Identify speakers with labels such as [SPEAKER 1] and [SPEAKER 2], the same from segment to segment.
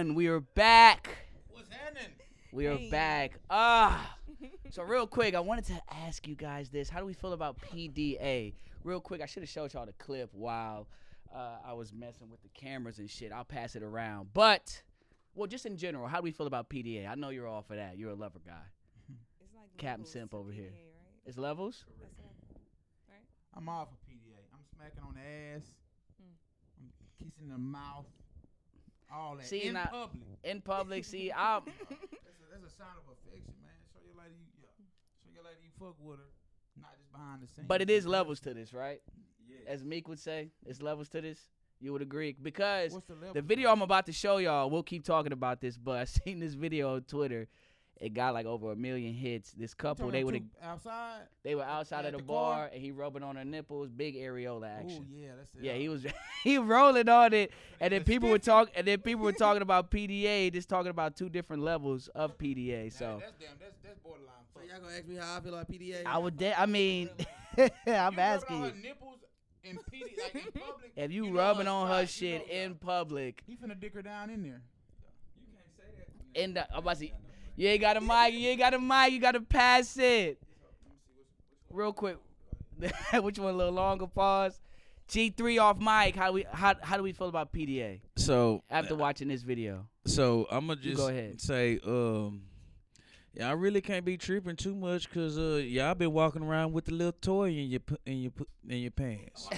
[SPEAKER 1] And we are back.
[SPEAKER 2] What's happening?
[SPEAKER 1] We are
[SPEAKER 3] Hey.
[SPEAKER 1] back. Ah. So real quick, I wanted to ask you guys this: How do we feel about PDA? Real quick, I should have showed y'all the clip while uh, I was messing with the cameras and shit. I'll pass it around. But well, just in general, how do we feel about PDA? I know you're all for that. You're a lover guy.
[SPEAKER 3] It's like
[SPEAKER 1] Captain
[SPEAKER 3] levels
[SPEAKER 1] Simp
[SPEAKER 3] to
[SPEAKER 1] over here.
[SPEAKER 3] PDA, right?
[SPEAKER 1] It's levels.
[SPEAKER 3] That's what
[SPEAKER 2] I'm all for PDA. I'm smacking on the ass. Hmm.
[SPEAKER 3] Mm.
[SPEAKER 2] I'm kissing the mouth. All that
[SPEAKER 1] See,
[SPEAKER 2] in
[SPEAKER 1] now-
[SPEAKER 2] public.
[SPEAKER 1] In public, see, I'm.
[SPEAKER 2] That's a, that's a sign of affection, man. Show your lady you yeah. show your lady you fuck with her, not just behind the scenes.
[SPEAKER 1] But it is
[SPEAKER 2] in
[SPEAKER 1] levels to this, right?
[SPEAKER 2] person. Yeah.
[SPEAKER 1] As Meek would say, it's levels to this. You would agree because
[SPEAKER 2] What's the level?
[SPEAKER 1] The video I'm about to show y'all, we'll keep talking about this, but I seen this video on Twitter. It got like over a million hits. This couple, they were
[SPEAKER 2] outside.
[SPEAKER 1] they were outside
[SPEAKER 2] at
[SPEAKER 1] of the,
[SPEAKER 2] the car?
[SPEAKER 1] bar and he rubbing on her nipples, big areola
[SPEAKER 2] Oh
[SPEAKER 1] action.
[SPEAKER 2] yeah, that's it.
[SPEAKER 1] yeah. he was he rolling on it, and then
[SPEAKER 2] It's
[SPEAKER 1] people were
[SPEAKER 2] different.
[SPEAKER 1] talk and then people were talking about PDA, just talking about two different levels of PDA. So
[SPEAKER 2] that's damn. That's that's borderline. So y'all gonna ask me how I feel about PDA?
[SPEAKER 1] I would, de- I mean, I'm
[SPEAKER 2] you rubbing
[SPEAKER 1] asking
[SPEAKER 2] on
[SPEAKER 1] you
[SPEAKER 2] her nipples in PD, like in public.
[SPEAKER 1] if you,
[SPEAKER 2] you know
[SPEAKER 1] rubbing
[SPEAKER 2] her
[SPEAKER 1] on her
[SPEAKER 2] spot, you
[SPEAKER 1] shit
[SPEAKER 2] know uh,
[SPEAKER 1] in public.
[SPEAKER 2] He finna dick her down in there.
[SPEAKER 4] You can't say that.
[SPEAKER 1] In the, uh, I'm about to,
[SPEAKER 4] Let me
[SPEAKER 1] you ain't got a mic, you ain't got a mic, you gotta pass it.
[SPEAKER 4] see what's- what's-
[SPEAKER 1] real quick. Which one? A little longer pause. G three off mic. How we how how do we feel about PDA
[SPEAKER 4] So
[SPEAKER 1] after watching this video?
[SPEAKER 4] So I'm gonna
[SPEAKER 1] You
[SPEAKER 4] just
[SPEAKER 1] go ahead.
[SPEAKER 4] say, um, y'all really can't be tripping too much, cause uh, y'all been walking around with the little toy in your p- in your p- in your pants,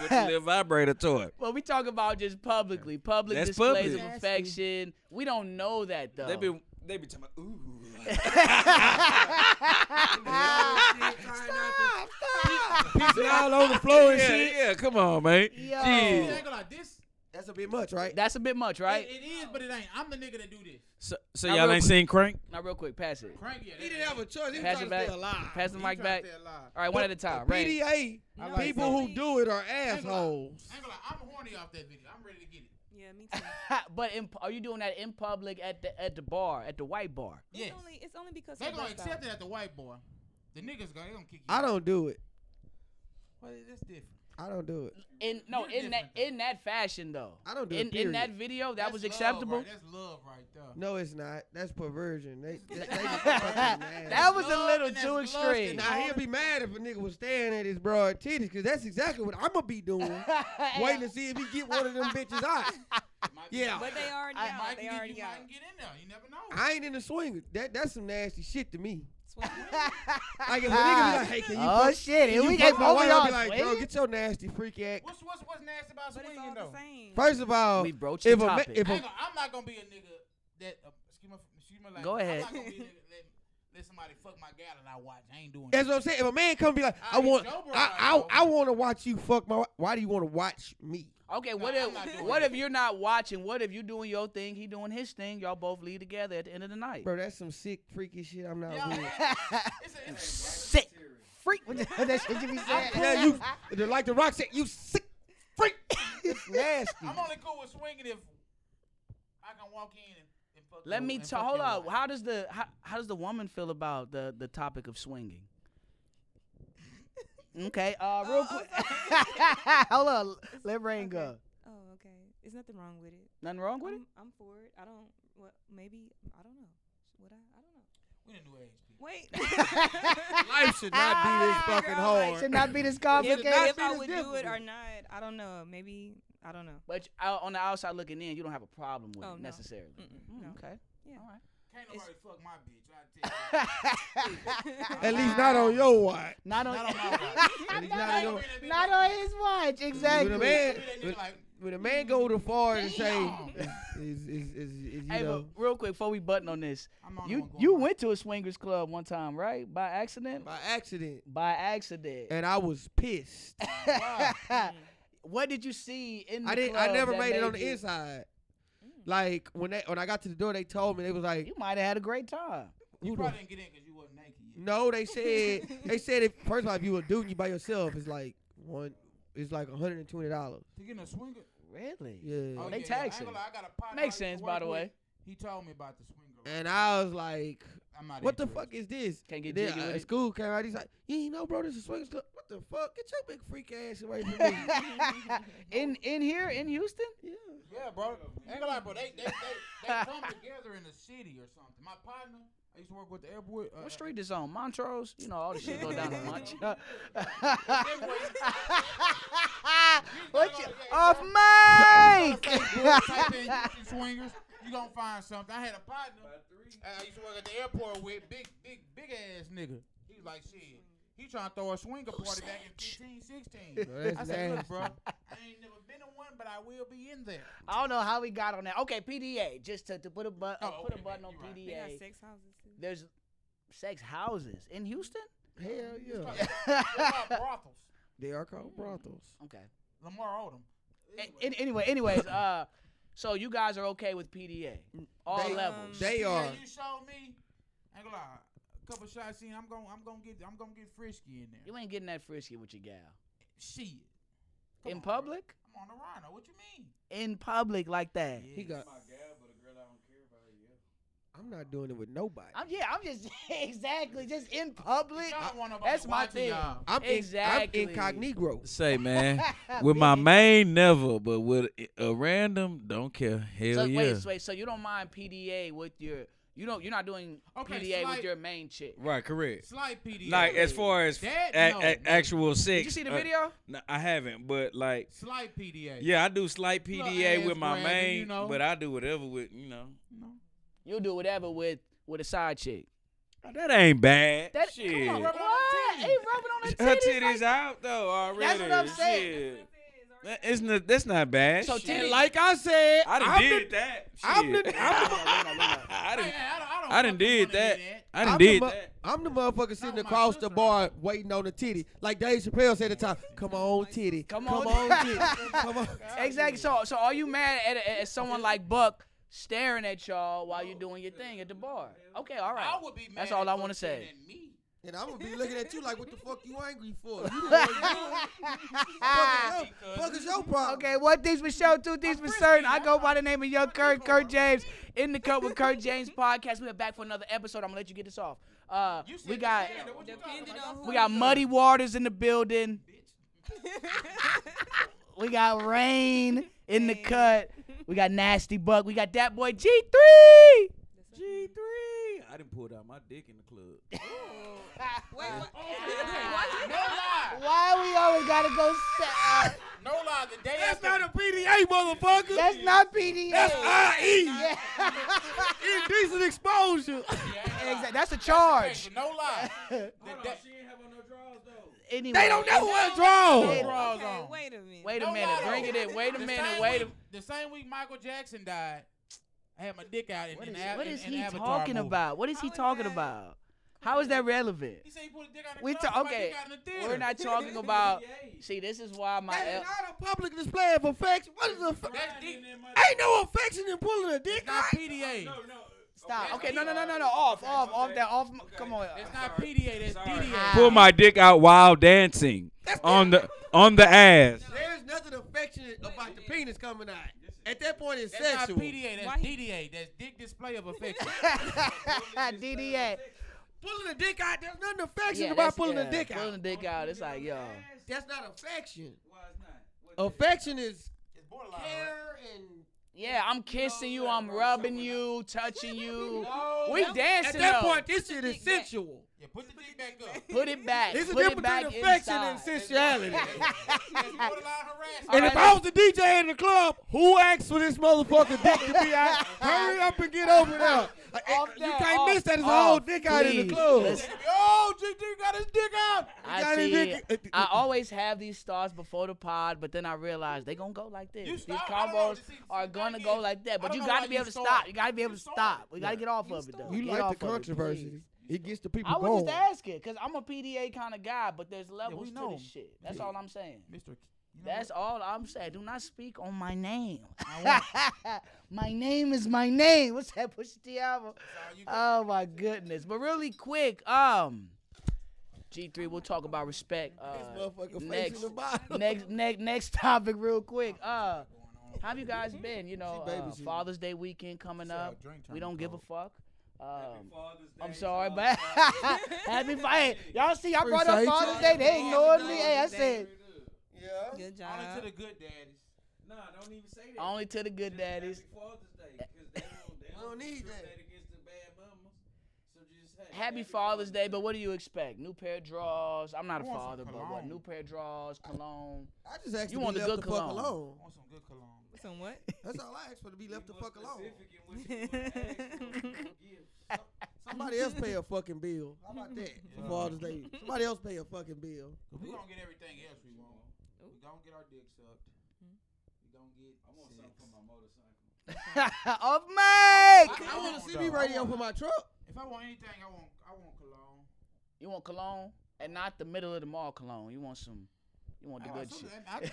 [SPEAKER 4] with the little vibrator toy.
[SPEAKER 1] well, we talk about just publically, public
[SPEAKER 4] That's
[SPEAKER 1] displays
[SPEAKER 4] public.
[SPEAKER 1] of
[SPEAKER 4] Nasty.
[SPEAKER 1] affection. We don't know that though.
[SPEAKER 4] They been they been talking. About, Ooh,
[SPEAKER 2] Stop!
[SPEAKER 4] pissing all on the floor and shit. Yeah, come on, man.
[SPEAKER 1] Yo.
[SPEAKER 2] Ain't
[SPEAKER 4] Jeez.
[SPEAKER 2] gonna lie, this
[SPEAKER 5] That's a bit much, right?
[SPEAKER 1] That's a bit much, right?
[SPEAKER 2] it, it is, but it ain't. I'm the nigga that do this.
[SPEAKER 4] So, so
[SPEAKER 1] Now,
[SPEAKER 4] y'all
[SPEAKER 1] real
[SPEAKER 4] ain't
[SPEAKER 1] quick.
[SPEAKER 4] seen Crank?
[SPEAKER 1] now, real quick, pass it.
[SPEAKER 2] Crank, yeah.
[SPEAKER 5] He didn't have a choice. He was
[SPEAKER 1] Pass
[SPEAKER 5] trying
[SPEAKER 1] it
[SPEAKER 5] to stay
[SPEAKER 1] back.
[SPEAKER 5] alive.
[SPEAKER 1] Pass the
[SPEAKER 2] He
[SPEAKER 1] mic
[SPEAKER 2] tryna
[SPEAKER 1] back.
[SPEAKER 2] stay alive.
[SPEAKER 1] All right, one at a time. Right.
[SPEAKER 5] PDA,
[SPEAKER 2] I
[SPEAKER 3] I'm
[SPEAKER 2] like
[SPEAKER 3] saying.
[SPEAKER 5] people who do it are assholes.
[SPEAKER 2] I ain't gonna lie, I'm horny off that video. I'm ready to get it.
[SPEAKER 3] Yeah, me too.
[SPEAKER 1] but in, are you doing that in public at the at the bar at the white bar?
[SPEAKER 2] Yes.
[SPEAKER 3] It's only, it's only because
[SPEAKER 2] They
[SPEAKER 3] of
[SPEAKER 2] gonna
[SPEAKER 3] lifestyle.
[SPEAKER 2] accept it at the white boy. The niggas gonna, they gonna kick you.
[SPEAKER 5] I
[SPEAKER 2] out.
[SPEAKER 5] don't do it.
[SPEAKER 2] Well, that's different.
[SPEAKER 5] I don't do it.
[SPEAKER 1] In no,
[SPEAKER 2] You're
[SPEAKER 1] in that
[SPEAKER 2] different, though.
[SPEAKER 1] in that fashion though.
[SPEAKER 5] I don't do it,
[SPEAKER 1] in, in that
[SPEAKER 5] period.
[SPEAKER 1] video that
[SPEAKER 2] That's
[SPEAKER 1] was
[SPEAKER 2] love
[SPEAKER 1] acceptable.
[SPEAKER 2] Right, that's love right there.
[SPEAKER 5] No, it's not. That's perversion. They, they, they just fucking mad.
[SPEAKER 1] that was a
[SPEAKER 2] love
[SPEAKER 1] little
[SPEAKER 2] and that's
[SPEAKER 1] too
[SPEAKER 2] lust and
[SPEAKER 1] extreme.
[SPEAKER 2] not-
[SPEAKER 5] now he'll be mad if a nigga was staring at his broad titties, because that's exactly what I'ma be doing, waiting to see if he get one of them bitches out. Yeah.
[SPEAKER 3] But they already
[SPEAKER 1] I-
[SPEAKER 3] out.
[SPEAKER 2] might
[SPEAKER 3] they
[SPEAKER 2] get,
[SPEAKER 3] already
[SPEAKER 2] you
[SPEAKER 3] out.
[SPEAKER 2] might get in there. You never know.
[SPEAKER 5] I ain't in the swing. That that's some nasty shit to me.
[SPEAKER 3] Swing.
[SPEAKER 5] Like if a nigga be like, hey, can you?
[SPEAKER 1] oh
[SPEAKER 5] fuck-
[SPEAKER 1] shit! Here
[SPEAKER 5] can
[SPEAKER 1] we
[SPEAKER 5] you
[SPEAKER 1] go.
[SPEAKER 5] fuck my wife? I'll
[SPEAKER 1] Oh,
[SPEAKER 5] be like,
[SPEAKER 1] y'all
[SPEAKER 5] bro,
[SPEAKER 1] swinging?
[SPEAKER 5] get your nasty freak act.
[SPEAKER 2] What's what's what's nasty about
[SPEAKER 3] But it's
[SPEAKER 2] swinging
[SPEAKER 3] all
[SPEAKER 2] though?
[SPEAKER 3] the same.
[SPEAKER 5] First of all,
[SPEAKER 1] We broached the
[SPEAKER 5] if a ma-
[SPEAKER 1] topic.
[SPEAKER 5] if
[SPEAKER 2] I
[SPEAKER 5] a
[SPEAKER 2] ain't gonna, I'm not gonna be a nigga that uh, excuse my excuse my language.
[SPEAKER 1] Go ahead.
[SPEAKER 2] I'm not gonna be a nigga that let somebody fuck my gal and I watch. I ain't doing.
[SPEAKER 5] That's
[SPEAKER 2] that.
[SPEAKER 5] what I'm saying. If a man come be like,
[SPEAKER 2] I
[SPEAKER 5] I want,
[SPEAKER 2] ain't sober
[SPEAKER 5] I,
[SPEAKER 2] right
[SPEAKER 5] I, I
[SPEAKER 2] now.
[SPEAKER 5] want to watch you fuck my. wi- Why do you want to watch me?
[SPEAKER 1] Okay, what
[SPEAKER 2] Nah, I'm not
[SPEAKER 1] if
[SPEAKER 2] doing
[SPEAKER 1] what
[SPEAKER 2] that.
[SPEAKER 1] if you're not watching? What if you doing your thing? He doing his thing. Y'all both leave together at the end of the night.
[SPEAKER 5] Bro, that's some sick, freaky shit. I'm not
[SPEAKER 2] Yeah.
[SPEAKER 5] with.
[SPEAKER 2] It's a, it's
[SPEAKER 1] Sick freak. that shit you be saying.
[SPEAKER 5] Yeah, you, they're like the rock said, you sick freak. It's
[SPEAKER 2] a,
[SPEAKER 5] nasty.
[SPEAKER 2] I'm only cool with swinging if I can walk in and, and fuck.
[SPEAKER 1] Let
[SPEAKER 2] your-
[SPEAKER 1] me
[SPEAKER 2] and
[SPEAKER 1] ta-
[SPEAKER 2] fuck
[SPEAKER 1] hold
[SPEAKER 2] your
[SPEAKER 1] up.
[SPEAKER 2] wife.
[SPEAKER 1] How does the how, how does the woman feel about the the topic of swinging? Okay, uh, real
[SPEAKER 3] Oh, oh,
[SPEAKER 1] quick. hold on, let rain
[SPEAKER 3] Okay.
[SPEAKER 1] go.
[SPEAKER 3] Oh, okay. There's nothing wrong with it.
[SPEAKER 1] Nothing wrong with it.
[SPEAKER 3] I'm, I'm for it. I don't. What? Maybe I don't know. Would I? I don't know.
[SPEAKER 2] We the new age people.
[SPEAKER 3] Wait.
[SPEAKER 5] Life should not be this fucking
[SPEAKER 3] Girl, like,
[SPEAKER 5] hard.
[SPEAKER 1] Should not be this
[SPEAKER 3] if,
[SPEAKER 1] complicated.
[SPEAKER 5] not
[SPEAKER 3] if
[SPEAKER 5] be
[SPEAKER 3] I
[SPEAKER 5] this
[SPEAKER 3] would do it
[SPEAKER 5] difficult.
[SPEAKER 3] or not, I don't know. Maybe I don't know.
[SPEAKER 1] But out on the outside looking in, you don't have a problem with
[SPEAKER 3] Oh,
[SPEAKER 1] it
[SPEAKER 3] no.
[SPEAKER 1] necessarily.
[SPEAKER 3] Mm-mm,
[SPEAKER 1] Mm,
[SPEAKER 3] no.
[SPEAKER 1] Okay.
[SPEAKER 3] Yeah.
[SPEAKER 2] Can't
[SPEAKER 3] It's-
[SPEAKER 2] nobody fuck my bitch. I tell you.
[SPEAKER 1] All right.
[SPEAKER 5] At least not on your watch.
[SPEAKER 1] not on,
[SPEAKER 2] Not on my watch.
[SPEAKER 5] At least
[SPEAKER 2] I
[SPEAKER 5] not
[SPEAKER 2] ain't
[SPEAKER 5] on.
[SPEAKER 2] gonna be
[SPEAKER 1] not
[SPEAKER 2] like-
[SPEAKER 1] on his watch.
[SPEAKER 5] When a
[SPEAKER 1] Exactly.
[SPEAKER 5] man,
[SPEAKER 2] That
[SPEAKER 5] when,
[SPEAKER 2] nigga like,
[SPEAKER 5] when a man go too far to say,
[SPEAKER 2] Damn.
[SPEAKER 5] is is is, is, you
[SPEAKER 1] Hey, but
[SPEAKER 5] know,
[SPEAKER 1] real quick before we button on this,
[SPEAKER 2] I'm the only
[SPEAKER 1] you
[SPEAKER 2] one going
[SPEAKER 1] you
[SPEAKER 2] out.
[SPEAKER 1] went to a swingers club one time, right? By accident.
[SPEAKER 5] by accident,
[SPEAKER 1] By accident.
[SPEAKER 5] and I was pissed.
[SPEAKER 3] Mm.
[SPEAKER 1] what did you see in the
[SPEAKER 5] I didn't.
[SPEAKER 1] club
[SPEAKER 5] I never
[SPEAKER 1] that
[SPEAKER 5] made it on the
[SPEAKER 1] you-
[SPEAKER 5] inside.
[SPEAKER 3] Mm.
[SPEAKER 5] Like when they when I got to the door, they told me they was like,
[SPEAKER 1] You might have had a great time.
[SPEAKER 2] You
[SPEAKER 5] Who the-
[SPEAKER 2] probably didn't get in because you wasn't naked yet.
[SPEAKER 1] Mm.
[SPEAKER 5] No, they said they said if first of all if you a dude and you by yourself it's like one it's like hundred and twenty dollars.
[SPEAKER 2] To get in a swinger.
[SPEAKER 1] Really?
[SPEAKER 5] Yeah.
[SPEAKER 2] Oh,
[SPEAKER 1] They
[SPEAKER 2] yeah, yeah. I ain't
[SPEAKER 1] taxing.
[SPEAKER 2] gonna lie, I got a partner I
[SPEAKER 1] Makes
[SPEAKER 2] used to
[SPEAKER 1] sense,
[SPEAKER 2] work
[SPEAKER 1] by the
[SPEAKER 2] with.
[SPEAKER 1] way.
[SPEAKER 2] He told me about the swinger.
[SPEAKER 5] And I was like,
[SPEAKER 2] I'm not
[SPEAKER 5] what the
[SPEAKER 2] interested.
[SPEAKER 5] fuck is this?
[SPEAKER 1] Can't get
[SPEAKER 5] And then
[SPEAKER 1] jiggy with
[SPEAKER 5] uh,
[SPEAKER 1] it.
[SPEAKER 5] school came out. He's like, you ain't know, bro. This is swingers club. What the fuck? Get your big freak ass away from me.
[SPEAKER 1] in in here in Houston?
[SPEAKER 5] yeah.
[SPEAKER 2] Yeah, bro. Ain't gonna lie, bro. They they they, they come together in the city or something. My partner, I used to work with the airboy. Uh,
[SPEAKER 1] What street is on? Montrose? You know, all the shit go down to Montrose. what you, off mic!
[SPEAKER 2] Type in Houston swingers, you gonna find something. I had a partner. I used to work at the airport with big, big, big ass nigga. He was like, shit. He trying to throw a swinger party back in 15, 16.
[SPEAKER 5] Bro, that's
[SPEAKER 2] I said, look,
[SPEAKER 5] nasty.
[SPEAKER 2] bro, I ain't never been in one, but I will be in there.
[SPEAKER 1] I don't know how we got on that. Okay, PDA. Just to, to put a button,
[SPEAKER 2] Oh,
[SPEAKER 1] put a
[SPEAKER 2] okay,
[SPEAKER 1] button on
[SPEAKER 2] you right.
[SPEAKER 3] They got
[SPEAKER 1] PDA.
[SPEAKER 3] sex houses too.
[SPEAKER 1] There's sex houses in Houston.
[SPEAKER 5] Hell yeah.
[SPEAKER 2] What about brothels?
[SPEAKER 5] They are called brothels.
[SPEAKER 1] Okay.
[SPEAKER 2] Lamar Odom.
[SPEAKER 1] A- an- anyway, anyways, uh, so you guys are okay with PDA, all
[SPEAKER 5] They-
[SPEAKER 1] levels.
[SPEAKER 5] They
[SPEAKER 2] Yeah,
[SPEAKER 5] are.
[SPEAKER 2] you showed me. I ain't gonna lie. A couple shots in, I'm gonna, I'm gonna get, I'm gonna get frisky in there.
[SPEAKER 1] you ain't getting that frisky with your gal
[SPEAKER 2] Shit. Come
[SPEAKER 1] in
[SPEAKER 2] on, bro.
[SPEAKER 1] public.
[SPEAKER 2] I'm on the rhino. What you mean?
[SPEAKER 1] In public like that.
[SPEAKER 5] He got. I'm not doing it with nobody.
[SPEAKER 1] I'm yeah. I'm just exactly just in public.
[SPEAKER 2] Y'all don't want nobody
[SPEAKER 1] That's my
[SPEAKER 2] watching
[SPEAKER 1] thing.
[SPEAKER 2] y'all.
[SPEAKER 5] I'm,
[SPEAKER 1] Exactly.
[SPEAKER 5] in, I'm incognito.
[SPEAKER 4] Say, man, with my
[SPEAKER 1] Bitch.
[SPEAKER 4] main never, but with a random, don't care. Hell
[SPEAKER 1] So
[SPEAKER 4] yeah.
[SPEAKER 1] wait, so wait. So you don't mind PDA with your you don't you're not doing
[SPEAKER 2] Okay,
[SPEAKER 1] PDA with
[SPEAKER 2] slight-
[SPEAKER 1] your main chick.
[SPEAKER 4] Right, correct.
[SPEAKER 2] Slight PD.
[SPEAKER 4] Like as far as
[SPEAKER 2] That,
[SPEAKER 4] a-
[SPEAKER 2] no,
[SPEAKER 4] a-
[SPEAKER 2] nigga.
[SPEAKER 4] actual sex.
[SPEAKER 1] Did you see the
[SPEAKER 4] uh,
[SPEAKER 1] video?
[SPEAKER 4] no, I haven't, but like,
[SPEAKER 2] Slight PDA.
[SPEAKER 4] yeah, I do slight
[SPEAKER 2] Little
[SPEAKER 4] PDA
[SPEAKER 2] ass
[SPEAKER 4] with my
[SPEAKER 2] grabbing,
[SPEAKER 4] main,
[SPEAKER 2] you know.
[SPEAKER 4] but I do whatever with you know.
[SPEAKER 2] No.
[SPEAKER 1] You'll do whatever with with a side chick.
[SPEAKER 4] Oh, that ain't bad.
[SPEAKER 1] That
[SPEAKER 4] Shit.
[SPEAKER 1] come on,
[SPEAKER 2] rub
[SPEAKER 1] what?
[SPEAKER 2] it on her
[SPEAKER 1] He
[SPEAKER 2] titties.
[SPEAKER 1] rubbing on
[SPEAKER 4] Her
[SPEAKER 1] her titties.
[SPEAKER 4] titties
[SPEAKER 1] like-
[SPEAKER 4] out though already.
[SPEAKER 1] That's what I'm saying.
[SPEAKER 4] Shit. That- It's not, that's not bad.
[SPEAKER 1] So
[SPEAKER 4] Shit.
[SPEAKER 1] titties-
[SPEAKER 5] And like I said,
[SPEAKER 4] I done
[SPEAKER 5] I'm
[SPEAKER 4] did
[SPEAKER 5] the,
[SPEAKER 4] that.
[SPEAKER 5] I'm the-
[SPEAKER 4] Shit.
[SPEAKER 5] I'm
[SPEAKER 4] I
[SPEAKER 2] I,
[SPEAKER 4] done-
[SPEAKER 2] I, I don't.
[SPEAKER 4] I done
[SPEAKER 2] fucking
[SPEAKER 4] did
[SPEAKER 2] wanna hear
[SPEAKER 4] that. I
[SPEAKER 5] I'm
[SPEAKER 4] done
[SPEAKER 5] the
[SPEAKER 4] did
[SPEAKER 5] mu-
[SPEAKER 4] that.
[SPEAKER 5] I'm the motherfucker sitting
[SPEAKER 2] my
[SPEAKER 5] across the
[SPEAKER 2] sister.
[SPEAKER 5] bar waiting on the titty. Like Dave Chappelle said at the time, come on titty.
[SPEAKER 1] Come
[SPEAKER 5] Come
[SPEAKER 1] on."
[SPEAKER 5] on titty. Come on.
[SPEAKER 1] Exactly. So so are you mad at, at, at someone like Buck staring at y'all while you're doing your thing at the bar? Okay, all right.
[SPEAKER 2] I would be mad.
[SPEAKER 1] That's all I
[SPEAKER 2] if
[SPEAKER 1] wanna
[SPEAKER 2] she said
[SPEAKER 1] say.
[SPEAKER 2] that me.
[SPEAKER 5] And I'm gonna be looking at you like, what the fuck you angry for? You the one fuck, is your, fuck is your problem.
[SPEAKER 1] Okay, one thing's for sure, two things for certain. I go by the name of Young Kurt, Kurt James, in the cup with Kurt James podcast. We are back for another episode. I'm gonna let you get this off. Uh,
[SPEAKER 2] You said
[SPEAKER 1] we
[SPEAKER 2] you
[SPEAKER 1] got
[SPEAKER 2] said it. What you talking
[SPEAKER 3] Depending
[SPEAKER 2] about?
[SPEAKER 3] on who
[SPEAKER 1] we got
[SPEAKER 3] you are.
[SPEAKER 1] Muddy Waters in the building. We got Rain in the
[SPEAKER 3] Rain.
[SPEAKER 1] cut. We got Nasty Buck. We got that boy G three.
[SPEAKER 4] G three. I didn't pull out my dick in the club.
[SPEAKER 3] Wait, what?
[SPEAKER 2] No lie.
[SPEAKER 1] Why we always gotta go? uh, Sa-
[SPEAKER 2] No lie. The day
[SPEAKER 5] That's
[SPEAKER 2] after.
[SPEAKER 5] not a PDA, motherfucker.
[SPEAKER 1] That's not PDA.
[SPEAKER 5] That's IE.
[SPEAKER 1] yeah.
[SPEAKER 5] Indecent exposure.
[SPEAKER 2] Yeah, I ain't gonna
[SPEAKER 1] exactly. That's a
[SPEAKER 2] lie.
[SPEAKER 1] charge.
[SPEAKER 2] No lie. The day-
[SPEAKER 1] Anyway.
[SPEAKER 5] They don't know what
[SPEAKER 2] They-
[SPEAKER 5] draw.
[SPEAKER 2] Draws
[SPEAKER 3] Okay,
[SPEAKER 2] on.
[SPEAKER 3] wait a minute.
[SPEAKER 1] Wait a
[SPEAKER 2] No
[SPEAKER 1] minute.
[SPEAKER 2] lie,
[SPEAKER 1] Bring
[SPEAKER 2] though.
[SPEAKER 1] it in. Wait a
[SPEAKER 2] the
[SPEAKER 1] minute.
[SPEAKER 2] same
[SPEAKER 1] Wait. A-
[SPEAKER 2] week- The same week Michael Jackson died, I had my dick out in
[SPEAKER 1] what
[SPEAKER 2] an
[SPEAKER 1] is,
[SPEAKER 2] av-
[SPEAKER 1] what
[SPEAKER 2] in-
[SPEAKER 1] is
[SPEAKER 2] in
[SPEAKER 1] he
[SPEAKER 2] Avatar
[SPEAKER 1] talking
[SPEAKER 2] movie.
[SPEAKER 1] about? What is
[SPEAKER 3] How
[SPEAKER 1] he
[SPEAKER 3] is
[SPEAKER 1] talking
[SPEAKER 3] that-
[SPEAKER 1] about? How is that relevant?
[SPEAKER 2] He said he put a dick out in
[SPEAKER 1] We
[SPEAKER 2] the club.
[SPEAKER 1] ta-
[SPEAKER 2] put my
[SPEAKER 1] okay.
[SPEAKER 2] dick out in the
[SPEAKER 1] We're
[SPEAKER 2] theater.
[SPEAKER 1] not talking about. See, this is why my.
[SPEAKER 5] That
[SPEAKER 1] El-
[SPEAKER 5] is not a public display of affection. What is the aff-
[SPEAKER 2] That's deep.
[SPEAKER 5] Ain't no affection in pulling a dick
[SPEAKER 2] It's not
[SPEAKER 5] out.
[SPEAKER 2] PDA.
[SPEAKER 1] Stop. Okay, no, no, no, no, no. Off, off, off that. Off. m- Come on.
[SPEAKER 2] It's not PDA. That's DDA.
[SPEAKER 4] Pull my dick out while dancing on the on the ass.
[SPEAKER 5] There's nothing affectionate about the penis coming out. At that point, it's
[SPEAKER 2] That's not
[SPEAKER 5] sexual.
[SPEAKER 2] PDA. That's
[SPEAKER 3] Why he-
[SPEAKER 2] DDA. That's dick display of affection.
[SPEAKER 1] DDA.
[SPEAKER 5] Pulling a dick out, there's nothing
[SPEAKER 1] Yeah,
[SPEAKER 5] affectionate about
[SPEAKER 1] that's-
[SPEAKER 5] pulling
[SPEAKER 1] yeah,
[SPEAKER 5] a dick
[SPEAKER 1] Pulling
[SPEAKER 5] out.
[SPEAKER 1] the dick out. It's like, yo.
[SPEAKER 5] That's not affection. Affection is
[SPEAKER 2] it's borderline.
[SPEAKER 5] care and
[SPEAKER 1] Yeah, I'm kissing you. I'm rubbing you, touching you.
[SPEAKER 5] No,
[SPEAKER 1] We
[SPEAKER 5] that-
[SPEAKER 1] dancing
[SPEAKER 5] At that
[SPEAKER 1] though.
[SPEAKER 5] point, this
[SPEAKER 3] Put
[SPEAKER 5] shit is
[SPEAKER 3] the dick back.
[SPEAKER 5] sensual.
[SPEAKER 2] Yeah, put the dick back up.
[SPEAKER 1] Put it back.
[SPEAKER 5] There's a
[SPEAKER 1] Put
[SPEAKER 5] difference
[SPEAKER 1] it back
[SPEAKER 5] between affection and
[SPEAKER 1] inside.
[SPEAKER 5] sensuality.
[SPEAKER 2] It's borderline harassment.
[SPEAKER 5] and
[SPEAKER 1] All
[SPEAKER 5] if
[SPEAKER 1] right.
[SPEAKER 5] I was the DJ in the club, who asked for this motherfucker dick to be out? Hurry up and get over there. Like, it-
[SPEAKER 1] Off
[SPEAKER 5] you
[SPEAKER 1] that,
[SPEAKER 5] can't
[SPEAKER 1] off,
[SPEAKER 5] miss that. It's a
[SPEAKER 1] off,
[SPEAKER 5] whole dick out in
[SPEAKER 1] please.
[SPEAKER 5] the club.
[SPEAKER 1] Listen.
[SPEAKER 5] Yo, GG Oh, got his dick out. He
[SPEAKER 1] I
[SPEAKER 5] got his
[SPEAKER 1] see.
[SPEAKER 5] dick- uh,
[SPEAKER 1] I always have these thoughts before the pod, but then I realize they gonna go like this.
[SPEAKER 2] You
[SPEAKER 1] These
[SPEAKER 2] stop- I don't know,
[SPEAKER 1] combos
[SPEAKER 2] see, see,
[SPEAKER 1] are
[SPEAKER 2] the
[SPEAKER 1] gonna
[SPEAKER 2] thing
[SPEAKER 1] go
[SPEAKER 2] is,
[SPEAKER 1] like
[SPEAKER 2] I
[SPEAKER 1] that. But
[SPEAKER 2] don't
[SPEAKER 1] you
[SPEAKER 2] know
[SPEAKER 1] gotta
[SPEAKER 2] why
[SPEAKER 1] be
[SPEAKER 2] you
[SPEAKER 1] able to
[SPEAKER 2] saw
[SPEAKER 1] stop.
[SPEAKER 2] it.
[SPEAKER 1] You gotta be
[SPEAKER 2] You
[SPEAKER 1] able to
[SPEAKER 2] saw
[SPEAKER 1] stop.
[SPEAKER 2] it.
[SPEAKER 1] We gotta get off of it though.
[SPEAKER 5] you
[SPEAKER 1] Get off
[SPEAKER 5] like
[SPEAKER 1] of it,
[SPEAKER 5] the controversy.
[SPEAKER 1] please.
[SPEAKER 5] It gets the people
[SPEAKER 1] I
[SPEAKER 5] going.
[SPEAKER 1] was just asking, cause I'm a PDA kind of guy, but there's levels to
[SPEAKER 2] know.
[SPEAKER 1] this shit. That's all I'm saying.
[SPEAKER 2] Mr. K- You know
[SPEAKER 1] That's all I'm saying. Do not speak on my name.
[SPEAKER 2] I won't.
[SPEAKER 1] my name is my name. What's that Pusha T album?
[SPEAKER 2] all you
[SPEAKER 1] Oh my goodness! But really quick, um, G three. We'll talk about respect. Uh,
[SPEAKER 5] Motherfucker face
[SPEAKER 1] next,
[SPEAKER 5] in the bottom.
[SPEAKER 1] next, next, next topic, real quick. Uh, how have you guys been? You know,
[SPEAKER 5] She
[SPEAKER 1] uh,
[SPEAKER 5] babysitting.
[SPEAKER 1] Father's Day weekend coming
[SPEAKER 2] Saw a
[SPEAKER 1] up.
[SPEAKER 2] uh, drink
[SPEAKER 1] We
[SPEAKER 2] turn
[SPEAKER 1] don't give a
[SPEAKER 2] cold.
[SPEAKER 1] fuck. Um, I'm sorry, but happy Father's Y'all see, I brought up
[SPEAKER 5] Appreciate
[SPEAKER 1] Father's
[SPEAKER 5] you.
[SPEAKER 1] Day. They ignored me.
[SPEAKER 5] Father's
[SPEAKER 1] Hey, I
[SPEAKER 5] Day.
[SPEAKER 1] said,
[SPEAKER 3] Good job.
[SPEAKER 2] Only to the good daddies.
[SPEAKER 4] Nah, don't even say that.
[SPEAKER 1] Only to the good
[SPEAKER 4] Just
[SPEAKER 1] daddies.
[SPEAKER 4] Happy Father's Day, 'cause they don't- they
[SPEAKER 5] We
[SPEAKER 4] don't
[SPEAKER 5] don't need
[SPEAKER 4] discriminate
[SPEAKER 5] that.
[SPEAKER 4] against the bad mamas. So just, hey,
[SPEAKER 1] Happy Father's Day, but what do you expect? New pair of drawers. I'm not a
[SPEAKER 2] I want some
[SPEAKER 1] father, but what?
[SPEAKER 2] cologne.
[SPEAKER 1] New pair of drawers, cologne.
[SPEAKER 5] I just asked
[SPEAKER 1] You
[SPEAKER 5] to
[SPEAKER 1] want
[SPEAKER 5] be
[SPEAKER 1] the
[SPEAKER 5] left
[SPEAKER 1] good
[SPEAKER 5] the fuck
[SPEAKER 1] cologne.
[SPEAKER 5] alone.
[SPEAKER 2] I want some good cologne.
[SPEAKER 3] Some what?
[SPEAKER 5] That's all I asked for to be
[SPEAKER 4] Be
[SPEAKER 5] left the
[SPEAKER 4] more
[SPEAKER 5] fuck alone.
[SPEAKER 4] specific in what you wanna ask for, what you wanna give.
[SPEAKER 5] Somebody else pay a fucking bill. How about that? For
[SPEAKER 2] Yeah.
[SPEAKER 5] Father's Day. Somebody else pay a fucking bill.
[SPEAKER 2] We gonna get everything else we want.
[SPEAKER 3] Ooh.
[SPEAKER 2] We gonna get our dick sucked.
[SPEAKER 3] Hmm.
[SPEAKER 2] We gonna get.
[SPEAKER 4] I want
[SPEAKER 2] sex.
[SPEAKER 4] something for my motorcycle.
[SPEAKER 1] of Mike.
[SPEAKER 5] I want
[SPEAKER 2] on,
[SPEAKER 5] to CB
[SPEAKER 2] dog.
[SPEAKER 5] radio
[SPEAKER 2] I
[SPEAKER 5] for
[SPEAKER 2] want-
[SPEAKER 5] my truck.
[SPEAKER 2] If I want anything, I want. I want cologne.
[SPEAKER 1] You want cologne, and not the middle of the mall cologne. You want some. You want the
[SPEAKER 2] Oh,
[SPEAKER 1] good
[SPEAKER 2] so
[SPEAKER 1] shit.
[SPEAKER 2] the-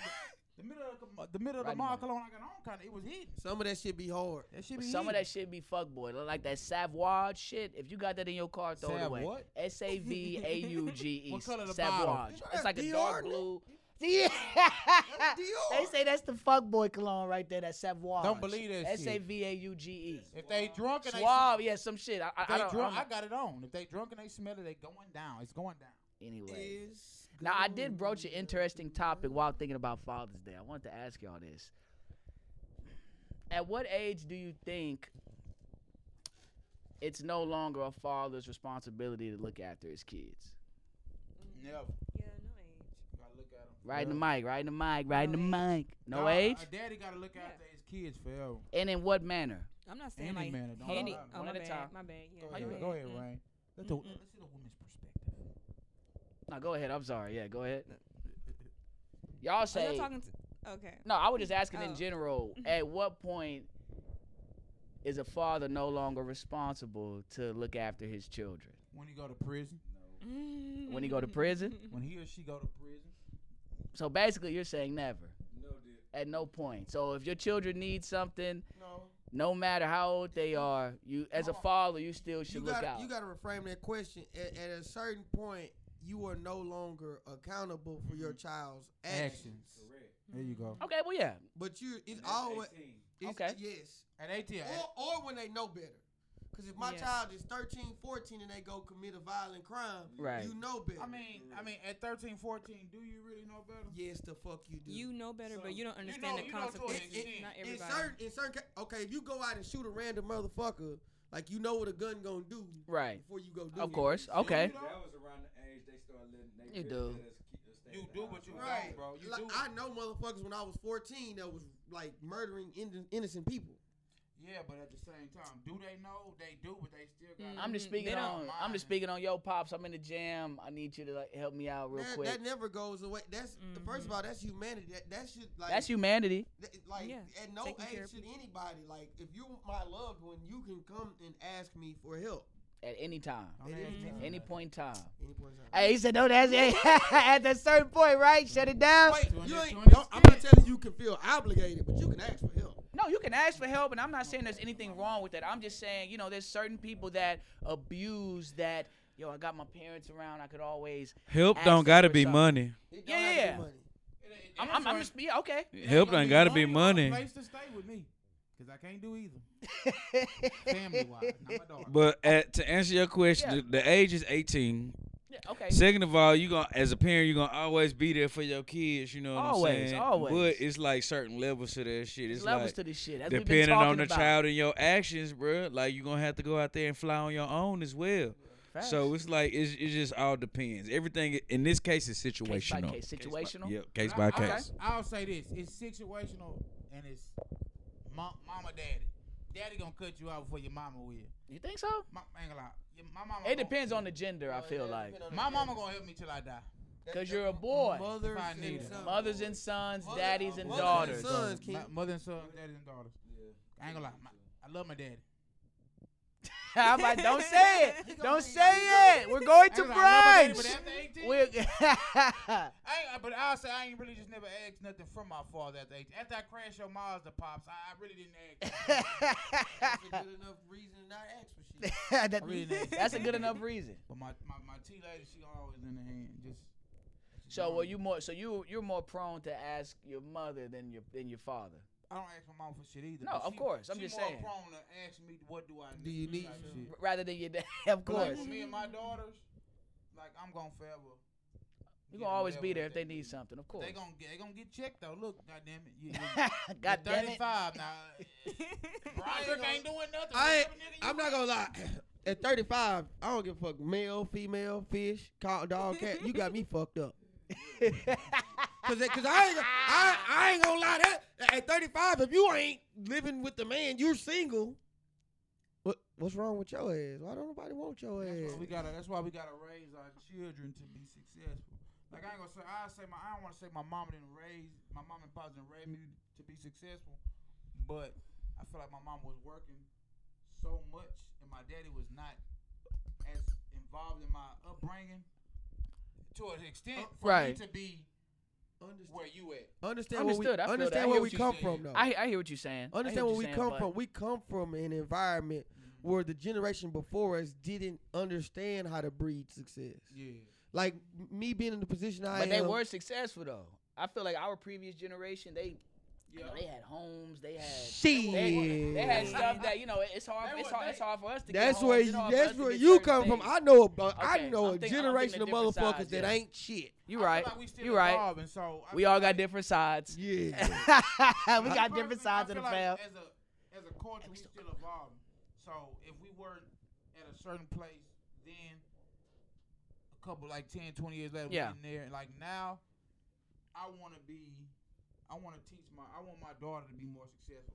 [SPEAKER 2] I- the middle of the, the middle of the
[SPEAKER 1] Right
[SPEAKER 2] mall
[SPEAKER 1] now.
[SPEAKER 2] cologne I got on kind of it was hitting.
[SPEAKER 5] Some of that shit be hard.
[SPEAKER 2] That should
[SPEAKER 1] But
[SPEAKER 2] be
[SPEAKER 1] some of
[SPEAKER 2] hitting.
[SPEAKER 1] that shit be fuckboy. Look Like that Savoyage shit. If you got that in your car, throw it
[SPEAKER 2] Sav
[SPEAKER 1] away.
[SPEAKER 2] what?
[SPEAKER 1] S A V A U G E.
[SPEAKER 2] What color the bottle?
[SPEAKER 1] Savoyage.
[SPEAKER 5] You know
[SPEAKER 1] It's
[SPEAKER 5] that
[SPEAKER 1] like a
[SPEAKER 5] Dior
[SPEAKER 1] dark
[SPEAKER 5] nigga?
[SPEAKER 1] blue. Yeah.
[SPEAKER 5] That's
[SPEAKER 1] they
[SPEAKER 5] Dior.
[SPEAKER 1] say that's the fuckboy cologne right there. That Savoyage.
[SPEAKER 2] Don't believe that
[SPEAKER 1] S
[SPEAKER 2] shit.
[SPEAKER 1] A V A U G E.
[SPEAKER 2] If they drunk and
[SPEAKER 1] Suave. Yeah, some shit. I, I,
[SPEAKER 2] they,
[SPEAKER 1] I
[SPEAKER 2] they
[SPEAKER 1] don't. I
[SPEAKER 2] drunk,
[SPEAKER 1] don't
[SPEAKER 2] I got it on. If they drunk and they smell it, they going down. It's going down.
[SPEAKER 1] anyway.
[SPEAKER 5] Is
[SPEAKER 1] Now I did broach an
[SPEAKER 5] going
[SPEAKER 1] interesting
[SPEAKER 5] down.
[SPEAKER 1] topic while thinking about Father's Day. I wanted to ask y'all this. At what age do you think it's no longer a father's responsibility to look after his kids?
[SPEAKER 2] Never.
[SPEAKER 3] Yeah, no age.
[SPEAKER 2] Gotta look at 'em.
[SPEAKER 1] Right in the mic, right in the mic, right in the
[SPEAKER 3] No
[SPEAKER 1] mic. No
[SPEAKER 2] Nah,
[SPEAKER 1] age?
[SPEAKER 2] A daddy gotta look after his kids forever.
[SPEAKER 1] And in what manner?
[SPEAKER 3] I'm not saying
[SPEAKER 2] Any
[SPEAKER 3] like
[SPEAKER 2] manner, don't
[SPEAKER 3] handy.
[SPEAKER 2] lie.
[SPEAKER 3] Oh,
[SPEAKER 1] One
[SPEAKER 3] my
[SPEAKER 1] at a
[SPEAKER 3] bad.
[SPEAKER 1] time.
[SPEAKER 3] My bad. Yeah.
[SPEAKER 2] Go
[SPEAKER 3] my
[SPEAKER 2] ahead,
[SPEAKER 3] bad.
[SPEAKER 2] go ahead,
[SPEAKER 3] Mm.
[SPEAKER 2] Rain. Let's, do,
[SPEAKER 3] Mm-mm.
[SPEAKER 2] let's see the woman's perspective.
[SPEAKER 1] No, go ahead. I'm sorry. Yeah, go ahead. Y'all
[SPEAKER 3] Oh,
[SPEAKER 1] say.
[SPEAKER 3] you're talking to. Okay.
[SPEAKER 1] No, I was just asking in
[SPEAKER 3] Oh.
[SPEAKER 1] general. At what point is a father no longer responsible to look after his children?
[SPEAKER 2] When he go to prison,
[SPEAKER 1] When he go to prison?
[SPEAKER 2] when he or she go to prison,
[SPEAKER 1] So basically, you're saying never.
[SPEAKER 4] No, dude.
[SPEAKER 1] At no point. So if your children need something,
[SPEAKER 2] no,
[SPEAKER 1] no matter how old they are, you as a
[SPEAKER 2] Hold on.
[SPEAKER 1] father, you still should
[SPEAKER 5] You
[SPEAKER 1] look
[SPEAKER 5] gotta,
[SPEAKER 1] out.
[SPEAKER 5] you gotta reframe that question. At, at a certain point, you are no longer accountable for your child's Mm-hmm. actions.
[SPEAKER 2] actions.
[SPEAKER 4] Correct.
[SPEAKER 2] There you go.
[SPEAKER 1] okay, well yeah.
[SPEAKER 5] But you, it's
[SPEAKER 4] And that's
[SPEAKER 5] always
[SPEAKER 4] 18.
[SPEAKER 5] it's,
[SPEAKER 1] Okay.
[SPEAKER 5] yes,
[SPEAKER 2] At eighteen,
[SPEAKER 5] or, or when they know better. Because if my
[SPEAKER 3] Yeah.
[SPEAKER 5] child is 13, 14, and they go commit a violent crime,
[SPEAKER 1] Right.
[SPEAKER 5] you know better.
[SPEAKER 2] I mean, I mean, at 13, 14, do you really know better?
[SPEAKER 5] yes, the fuck you do.
[SPEAKER 3] You know better,
[SPEAKER 4] So,
[SPEAKER 3] but you don't
[SPEAKER 2] you
[SPEAKER 3] understand
[SPEAKER 2] know-
[SPEAKER 3] the
[SPEAKER 2] you know to an
[SPEAKER 3] consequences.
[SPEAKER 2] extent.
[SPEAKER 3] Not
[SPEAKER 5] in
[SPEAKER 3] everybody.
[SPEAKER 5] certain, in certain, ca- okay, if you go out and shoot a random motherfucker, like you know what a gun gonna do
[SPEAKER 1] Right.
[SPEAKER 5] before you go do
[SPEAKER 1] Of
[SPEAKER 5] it.
[SPEAKER 1] course. Okay.
[SPEAKER 2] know?
[SPEAKER 4] That was around the age they started letting they
[SPEAKER 1] You
[SPEAKER 4] really
[SPEAKER 1] do.
[SPEAKER 4] let us keep- us stay
[SPEAKER 2] You
[SPEAKER 4] in the
[SPEAKER 2] do
[SPEAKER 4] house
[SPEAKER 2] what you
[SPEAKER 4] all
[SPEAKER 2] want,
[SPEAKER 5] Right,
[SPEAKER 4] day.
[SPEAKER 2] bro. You
[SPEAKER 5] like,
[SPEAKER 2] do.
[SPEAKER 5] I know motherfuckers when I was 14 that was like murdering indo- innocent people.
[SPEAKER 2] Yeah, but at the same time, do they know? They do, but they still got.
[SPEAKER 3] Mm.
[SPEAKER 1] I'm just
[SPEAKER 3] Mhm.
[SPEAKER 1] speaking
[SPEAKER 3] They
[SPEAKER 1] on.
[SPEAKER 2] don't
[SPEAKER 1] I'm just
[SPEAKER 2] mind.
[SPEAKER 1] speaking on yo pops. I'm in the jam. I need you to like help me out real
[SPEAKER 5] that,
[SPEAKER 1] quick.
[SPEAKER 5] that never goes away. That's first of
[SPEAKER 3] Mhm.
[SPEAKER 5] all, that's humanity. That that should like
[SPEAKER 1] That's humanity.
[SPEAKER 5] th- like
[SPEAKER 3] Yeah,
[SPEAKER 5] at no
[SPEAKER 3] taking care
[SPEAKER 5] age
[SPEAKER 3] of
[SPEAKER 5] should anybody like if you my loved one, you can come and ask me for help
[SPEAKER 1] At any time,
[SPEAKER 2] Don't ask me
[SPEAKER 5] Mhm.
[SPEAKER 2] for
[SPEAKER 1] any
[SPEAKER 2] that.
[SPEAKER 1] point in time.
[SPEAKER 5] any point in time.
[SPEAKER 1] Hey, he said no. That's at that certain point, right? Shut it down.
[SPEAKER 5] Wait,
[SPEAKER 2] To an-
[SPEAKER 5] you
[SPEAKER 2] to
[SPEAKER 5] ain't,
[SPEAKER 2] an
[SPEAKER 5] don't, I'm not
[SPEAKER 2] extent.
[SPEAKER 5] telling you you can feel obligated, but you can ask for help.
[SPEAKER 1] No, you can ask for help, and I'm not saying there's anything wrong with that. I'm just saying, you know, there's certain people that abuse that. Yo, I got my parents around. I could always.
[SPEAKER 4] Help
[SPEAKER 1] Ask
[SPEAKER 4] don't gotta
[SPEAKER 1] for
[SPEAKER 4] be
[SPEAKER 1] something.
[SPEAKER 4] money.
[SPEAKER 5] It don't
[SPEAKER 1] Yeah,
[SPEAKER 5] have
[SPEAKER 1] yeah,
[SPEAKER 5] to be
[SPEAKER 1] yeah.
[SPEAKER 5] money.
[SPEAKER 2] It- it-
[SPEAKER 1] I'm,
[SPEAKER 2] that's
[SPEAKER 1] I'm, I'm
[SPEAKER 2] why-
[SPEAKER 1] just yeah, okay.
[SPEAKER 2] it ain't
[SPEAKER 4] Help
[SPEAKER 2] gonna
[SPEAKER 4] done gotta be
[SPEAKER 2] or a
[SPEAKER 4] money.
[SPEAKER 2] Place to stay with me, cause I can't do either. Family wise, not my daughter.
[SPEAKER 4] But at, to answer your question,
[SPEAKER 1] Yeah.
[SPEAKER 4] the, the age is 18.
[SPEAKER 1] Yeah, okay.
[SPEAKER 4] Second of all, you going to as a parent, you're gonna always be there for your kids. You know what I'm
[SPEAKER 1] Always,
[SPEAKER 4] saying?
[SPEAKER 1] always.
[SPEAKER 4] But it's like certain levels to that shit. It's
[SPEAKER 1] Levels
[SPEAKER 4] like
[SPEAKER 1] to this shit. That's what we've been
[SPEAKER 4] depending on
[SPEAKER 1] talking
[SPEAKER 4] the
[SPEAKER 1] about.
[SPEAKER 4] child and your actions, bruh. Like you're gonna have to go out there and fly on your own as well.
[SPEAKER 1] Facts.
[SPEAKER 4] So it's like it's, it just all depends. Everything in this case is
[SPEAKER 1] case by
[SPEAKER 4] situational.
[SPEAKER 1] case, situational.
[SPEAKER 4] Yep, case
[SPEAKER 2] But
[SPEAKER 4] by
[SPEAKER 2] I-
[SPEAKER 4] case.
[SPEAKER 2] I, will say this: it's situational, and it's mom, mama, daddy. Daddy gonna cut you out before your mama will.
[SPEAKER 1] You think so?
[SPEAKER 2] My, I ain't gonna lie. Your- My mama.
[SPEAKER 1] It
[SPEAKER 2] gonna-
[SPEAKER 1] depends on the gender. I feel like
[SPEAKER 2] My mama gonna help me till I die.
[SPEAKER 1] because you're a boy.
[SPEAKER 5] Mothers
[SPEAKER 2] If I
[SPEAKER 5] and
[SPEAKER 2] need it.
[SPEAKER 5] sons.
[SPEAKER 1] Mothers and sons,
[SPEAKER 5] Mother-
[SPEAKER 1] daddies and
[SPEAKER 5] mothers and
[SPEAKER 1] daughters.
[SPEAKER 5] sons. King.
[SPEAKER 2] My mother and son, daddy and daughters.
[SPEAKER 4] Yeah.
[SPEAKER 2] I ain't gonna lie. My, I love my daddy.
[SPEAKER 1] I'm like, don't say
[SPEAKER 5] He
[SPEAKER 1] it.
[SPEAKER 5] gonna
[SPEAKER 1] Don't
[SPEAKER 5] be
[SPEAKER 1] say it. We're going to
[SPEAKER 2] I ain't gonna lie, I love my daddy,
[SPEAKER 1] brunch.
[SPEAKER 2] but after 18,
[SPEAKER 1] We're
[SPEAKER 2] I ain't, but I'll say I ain't really just never asked nothing from my father after 18. After I crashed your Mazda pops, I, I really didn't ask.
[SPEAKER 5] That's a good enough reason to not ask for shit.
[SPEAKER 1] That-
[SPEAKER 2] Really nice.
[SPEAKER 1] that's a good enough reason.
[SPEAKER 2] but my, my, my tea lady, she always in the hand. Just she
[SPEAKER 1] So
[SPEAKER 2] gone.
[SPEAKER 1] were you more? So you you're more prone to ask your mother than your than your father.
[SPEAKER 2] I don't ask my mom for shit either.
[SPEAKER 1] No,
[SPEAKER 2] but
[SPEAKER 1] of
[SPEAKER 2] she-
[SPEAKER 1] course. I'm
[SPEAKER 2] she
[SPEAKER 1] just
[SPEAKER 2] more
[SPEAKER 1] saying.
[SPEAKER 2] prone to ask me what do I need.
[SPEAKER 5] Do you need
[SPEAKER 2] type
[SPEAKER 5] some?
[SPEAKER 2] shit.
[SPEAKER 1] R- rather than your dad. of
[SPEAKER 2] But like
[SPEAKER 1] course.
[SPEAKER 2] with me and my daughters, like I'm gonna forever
[SPEAKER 1] We're
[SPEAKER 2] Get
[SPEAKER 1] gonna always
[SPEAKER 2] whatever
[SPEAKER 1] be there if
[SPEAKER 2] they
[SPEAKER 1] they need something, of course.
[SPEAKER 2] They gonna get- they gonna get checked though. Look, goddamn it, you, you,
[SPEAKER 1] God damn
[SPEAKER 2] thirty
[SPEAKER 1] it.
[SPEAKER 2] five now. Broderick ain't doing nothing.
[SPEAKER 5] I ain't-
[SPEAKER 2] Whatever nigga you
[SPEAKER 5] I'm not gonna lie. At 35, I don't give a fuck. Male, female, fish, cow, dog, cat. You got me fucked up. Cause, that- cause I, ain't, I, I ain't gonna lie. That at 35, if you ain't living with the man, you're single. What what's wrong with your ass? Why don't nobody want your
[SPEAKER 2] That's why we
[SPEAKER 5] ass?
[SPEAKER 2] gotta. That's why we gotta raise our children to be successful. Like I ain't gonna say. I say my. I don't want to say my mom didn't raise my mom and pops didn't raise me to be successful, but I feel like my mom was working so much and my daddy was not as involved in my upbringing to an extent for
[SPEAKER 1] Right.
[SPEAKER 2] me to be
[SPEAKER 5] Understand,
[SPEAKER 2] where you at.
[SPEAKER 5] understand where
[SPEAKER 1] Understood.
[SPEAKER 5] we
[SPEAKER 1] I feel that. I
[SPEAKER 5] understand where
[SPEAKER 1] hear
[SPEAKER 5] we
[SPEAKER 1] what you
[SPEAKER 5] come
[SPEAKER 2] said.
[SPEAKER 5] from though.
[SPEAKER 1] I I hear what you're saying. I hear
[SPEAKER 5] Understand
[SPEAKER 1] what
[SPEAKER 5] where we
[SPEAKER 1] you're saying,
[SPEAKER 5] come
[SPEAKER 1] but-
[SPEAKER 5] from. We come from an environment where the generation before us didn't understand how to breed success.
[SPEAKER 2] Yeah.
[SPEAKER 5] Like m- me being in the position I
[SPEAKER 1] But they
[SPEAKER 5] am,
[SPEAKER 1] were successful though. I feel like our previous generation, they you know, they had homes, they had
[SPEAKER 5] Shit.
[SPEAKER 1] They, they had
[SPEAKER 5] Yeah.
[SPEAKER 1] stuff that you know it- it's hard
[SPEAKER 2] They
[SPEAKER 1] it's
[SPEAKER 2] were-
[SPEAKER 1] hard, it's
[SPEAKER 2] they-
[SPEAKER 1] hard for us to
[SPEAKER 5] That's
[SPEAKER 1] get homes,
[SPEAKER 5] where
[SPEAKER 1] it's
[SPEAKER 5] you,
[SPEAKER 1] hard for us
[SPEAKER 5] that's
[SPEAKER 1] to
[SPEAKER 5] where
[SPEAKER 1] get
[SPEAKER 5] you
[SPEAKER 1] certain
[SPEAKER 5] come from.
[SPEAKER 1] things.
[SPEAKER 5] I know about
[SPEAKER 1] Okay,
[SPEAKER 5] I know
[SPEAKER 1] I'm
[SPEAKER 5] a
[SPEAKER 1] think- I'm
[SPEAKER 5] generation
[SPEAKER 1] thinking
[SPEAKER 5] of
[SPEAKER 1] of different
[SPEAKER 5] motherfuckers
[SPEAKER 1] sides,
[SPEAKER 5] that
[SPEAKER 1] yeah.
[SPEAKER 5] ain't shit.
[SPEAKER 1] you right.
[SPEAKER 2] I feel like we still
[SPEAKER 1] you right.
[SPEAKER 2] evolving, so I
[SPEAKER 1] We
[SPEAKER 2] feel
[SPEAKER 1] all got
[SPEAKER 2] like-
[SPEAKER 1] different sides.
[SPEAKER 5] Yeah.
[SPEAKER 1] we got
[SPEAKER 2] Personally,
[SPEAKER 1] different sides
[SPEAKER 2] I
[SPEAKER 1] of the
[SPEAKER 2] feel like
[SPEAKER 1] fam.
[SPEAKER 2] As a as a culture, we still evolving. So if we weren't at a certain place, then a couple like 10, 20 years later,
[SPEAKER 1] Yeah.
[SPEAKER 2] we're in there. And like now, I want to be. I want to teach my. I want my daughter to be more successful.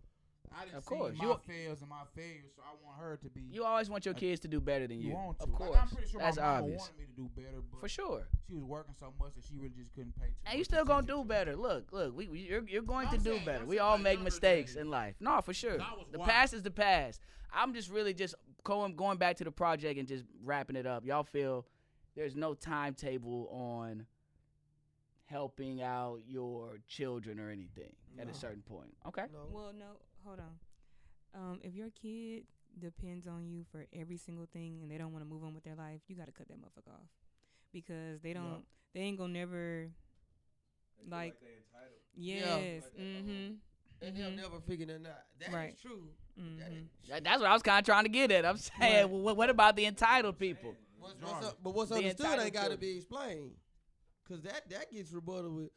[SPEAKER 2] I didn't
[SPEAKER 1] Of course,
[SPEAKER 2] see my
[SPEAKER 1] you-
[SPEAKER 2] fails and my failures, so I want her to be.
[SPEAKER 1] You always want your kids to do better than
[SPEAKER 2] you
[SPEAKER 1] you.
[SPEAKER 2] want to.
[SPEAKER 1] Of course.
[SPEAKER 2] Like, I'm pretty sure
[SPEAKER 1] That's
[SPEAKER 2] my mama
[SPEAKER 1] obvious.
[SPEAKER 2] wanted me to do better, but
[SPEAKER 1] For sure.
[SPEAKER 2] she was working so much that she really just couldn't pay. too
[SPEAKER 1] And you
[SPEAKER 2] much
[SPEAKER 1] still gonna
[SPEAKER 2] attention
[SPEAKER 1] do
[SPEAKER 2] to
[SPEAKER 1] better. Look, look, we, we you're you're going to
[SPEAKER 2] I'm
[SPEAKER 1] do
[SPEAKER 2] saying-
[SPEAKER 1] better.
[SPEAKER 2] I'm
[SPEAKER 1] we
[SPEAKER 2] saying
[SPEAKER 1] all
[SPEAKER 2] like
[SPEAKER 1] make
[SPEAKER 2] younger
[SPEAKER 1] mistakes
[SPEAKER 2] days.
[SPEAKER 1] in life. No, for sure.
[SPEAKER 2] I was
[SPEAKER 1] The
[SPEAKER 2] wild.
[SPEAKER 1] past is the past. I'm just really just going going back to the project and just wrapping it up. Y'all feel there's no timetable on helping out your children or anything at
[SPEAKER 5] No.
[SPEAKER 1] a certain point. Okay.
[SPEAKER 5] Oh.
[SPEAKER 3] Well, no, hold on. Um, if your kid depends on you for every single thing and they don't want to move on with their life, you got to cut that motherfucker off because they don't. They ain't gonna never. Like,
[SPEAKER 5] Yeah.
[SPEAKER 3] yes.
[SPEAKER 5] Like,
[SPEAKER 3] Mm-hmm.
[SPEAKER 5] And they'll never figure that out. That is
[SPEAKER 3] Right.
[SPEAKER 5] true. That
[SPEAKER 3] Mm-hmm.
[SPEAKER 5] is-
[SPEAKER 1] That- that's what I was kind of trying to get at. I'm saying,
[SPEAKER 3] Right.
[SPEAKER 1] well, what, what about the entitled people?
[SPEAKER 5] What's,
[SPEAKER 2] Jarvis.
[SPEAKER 5] what's up, but what's
[SPEAKER 1] The
[SPEAKER 5] understood
[SPEAKER 1] entitled
[SPEAKER 5] ain't got to
[SPEAKER 1] children.
[SPEAKER 5] be explained. Cause that that gets rebutted with.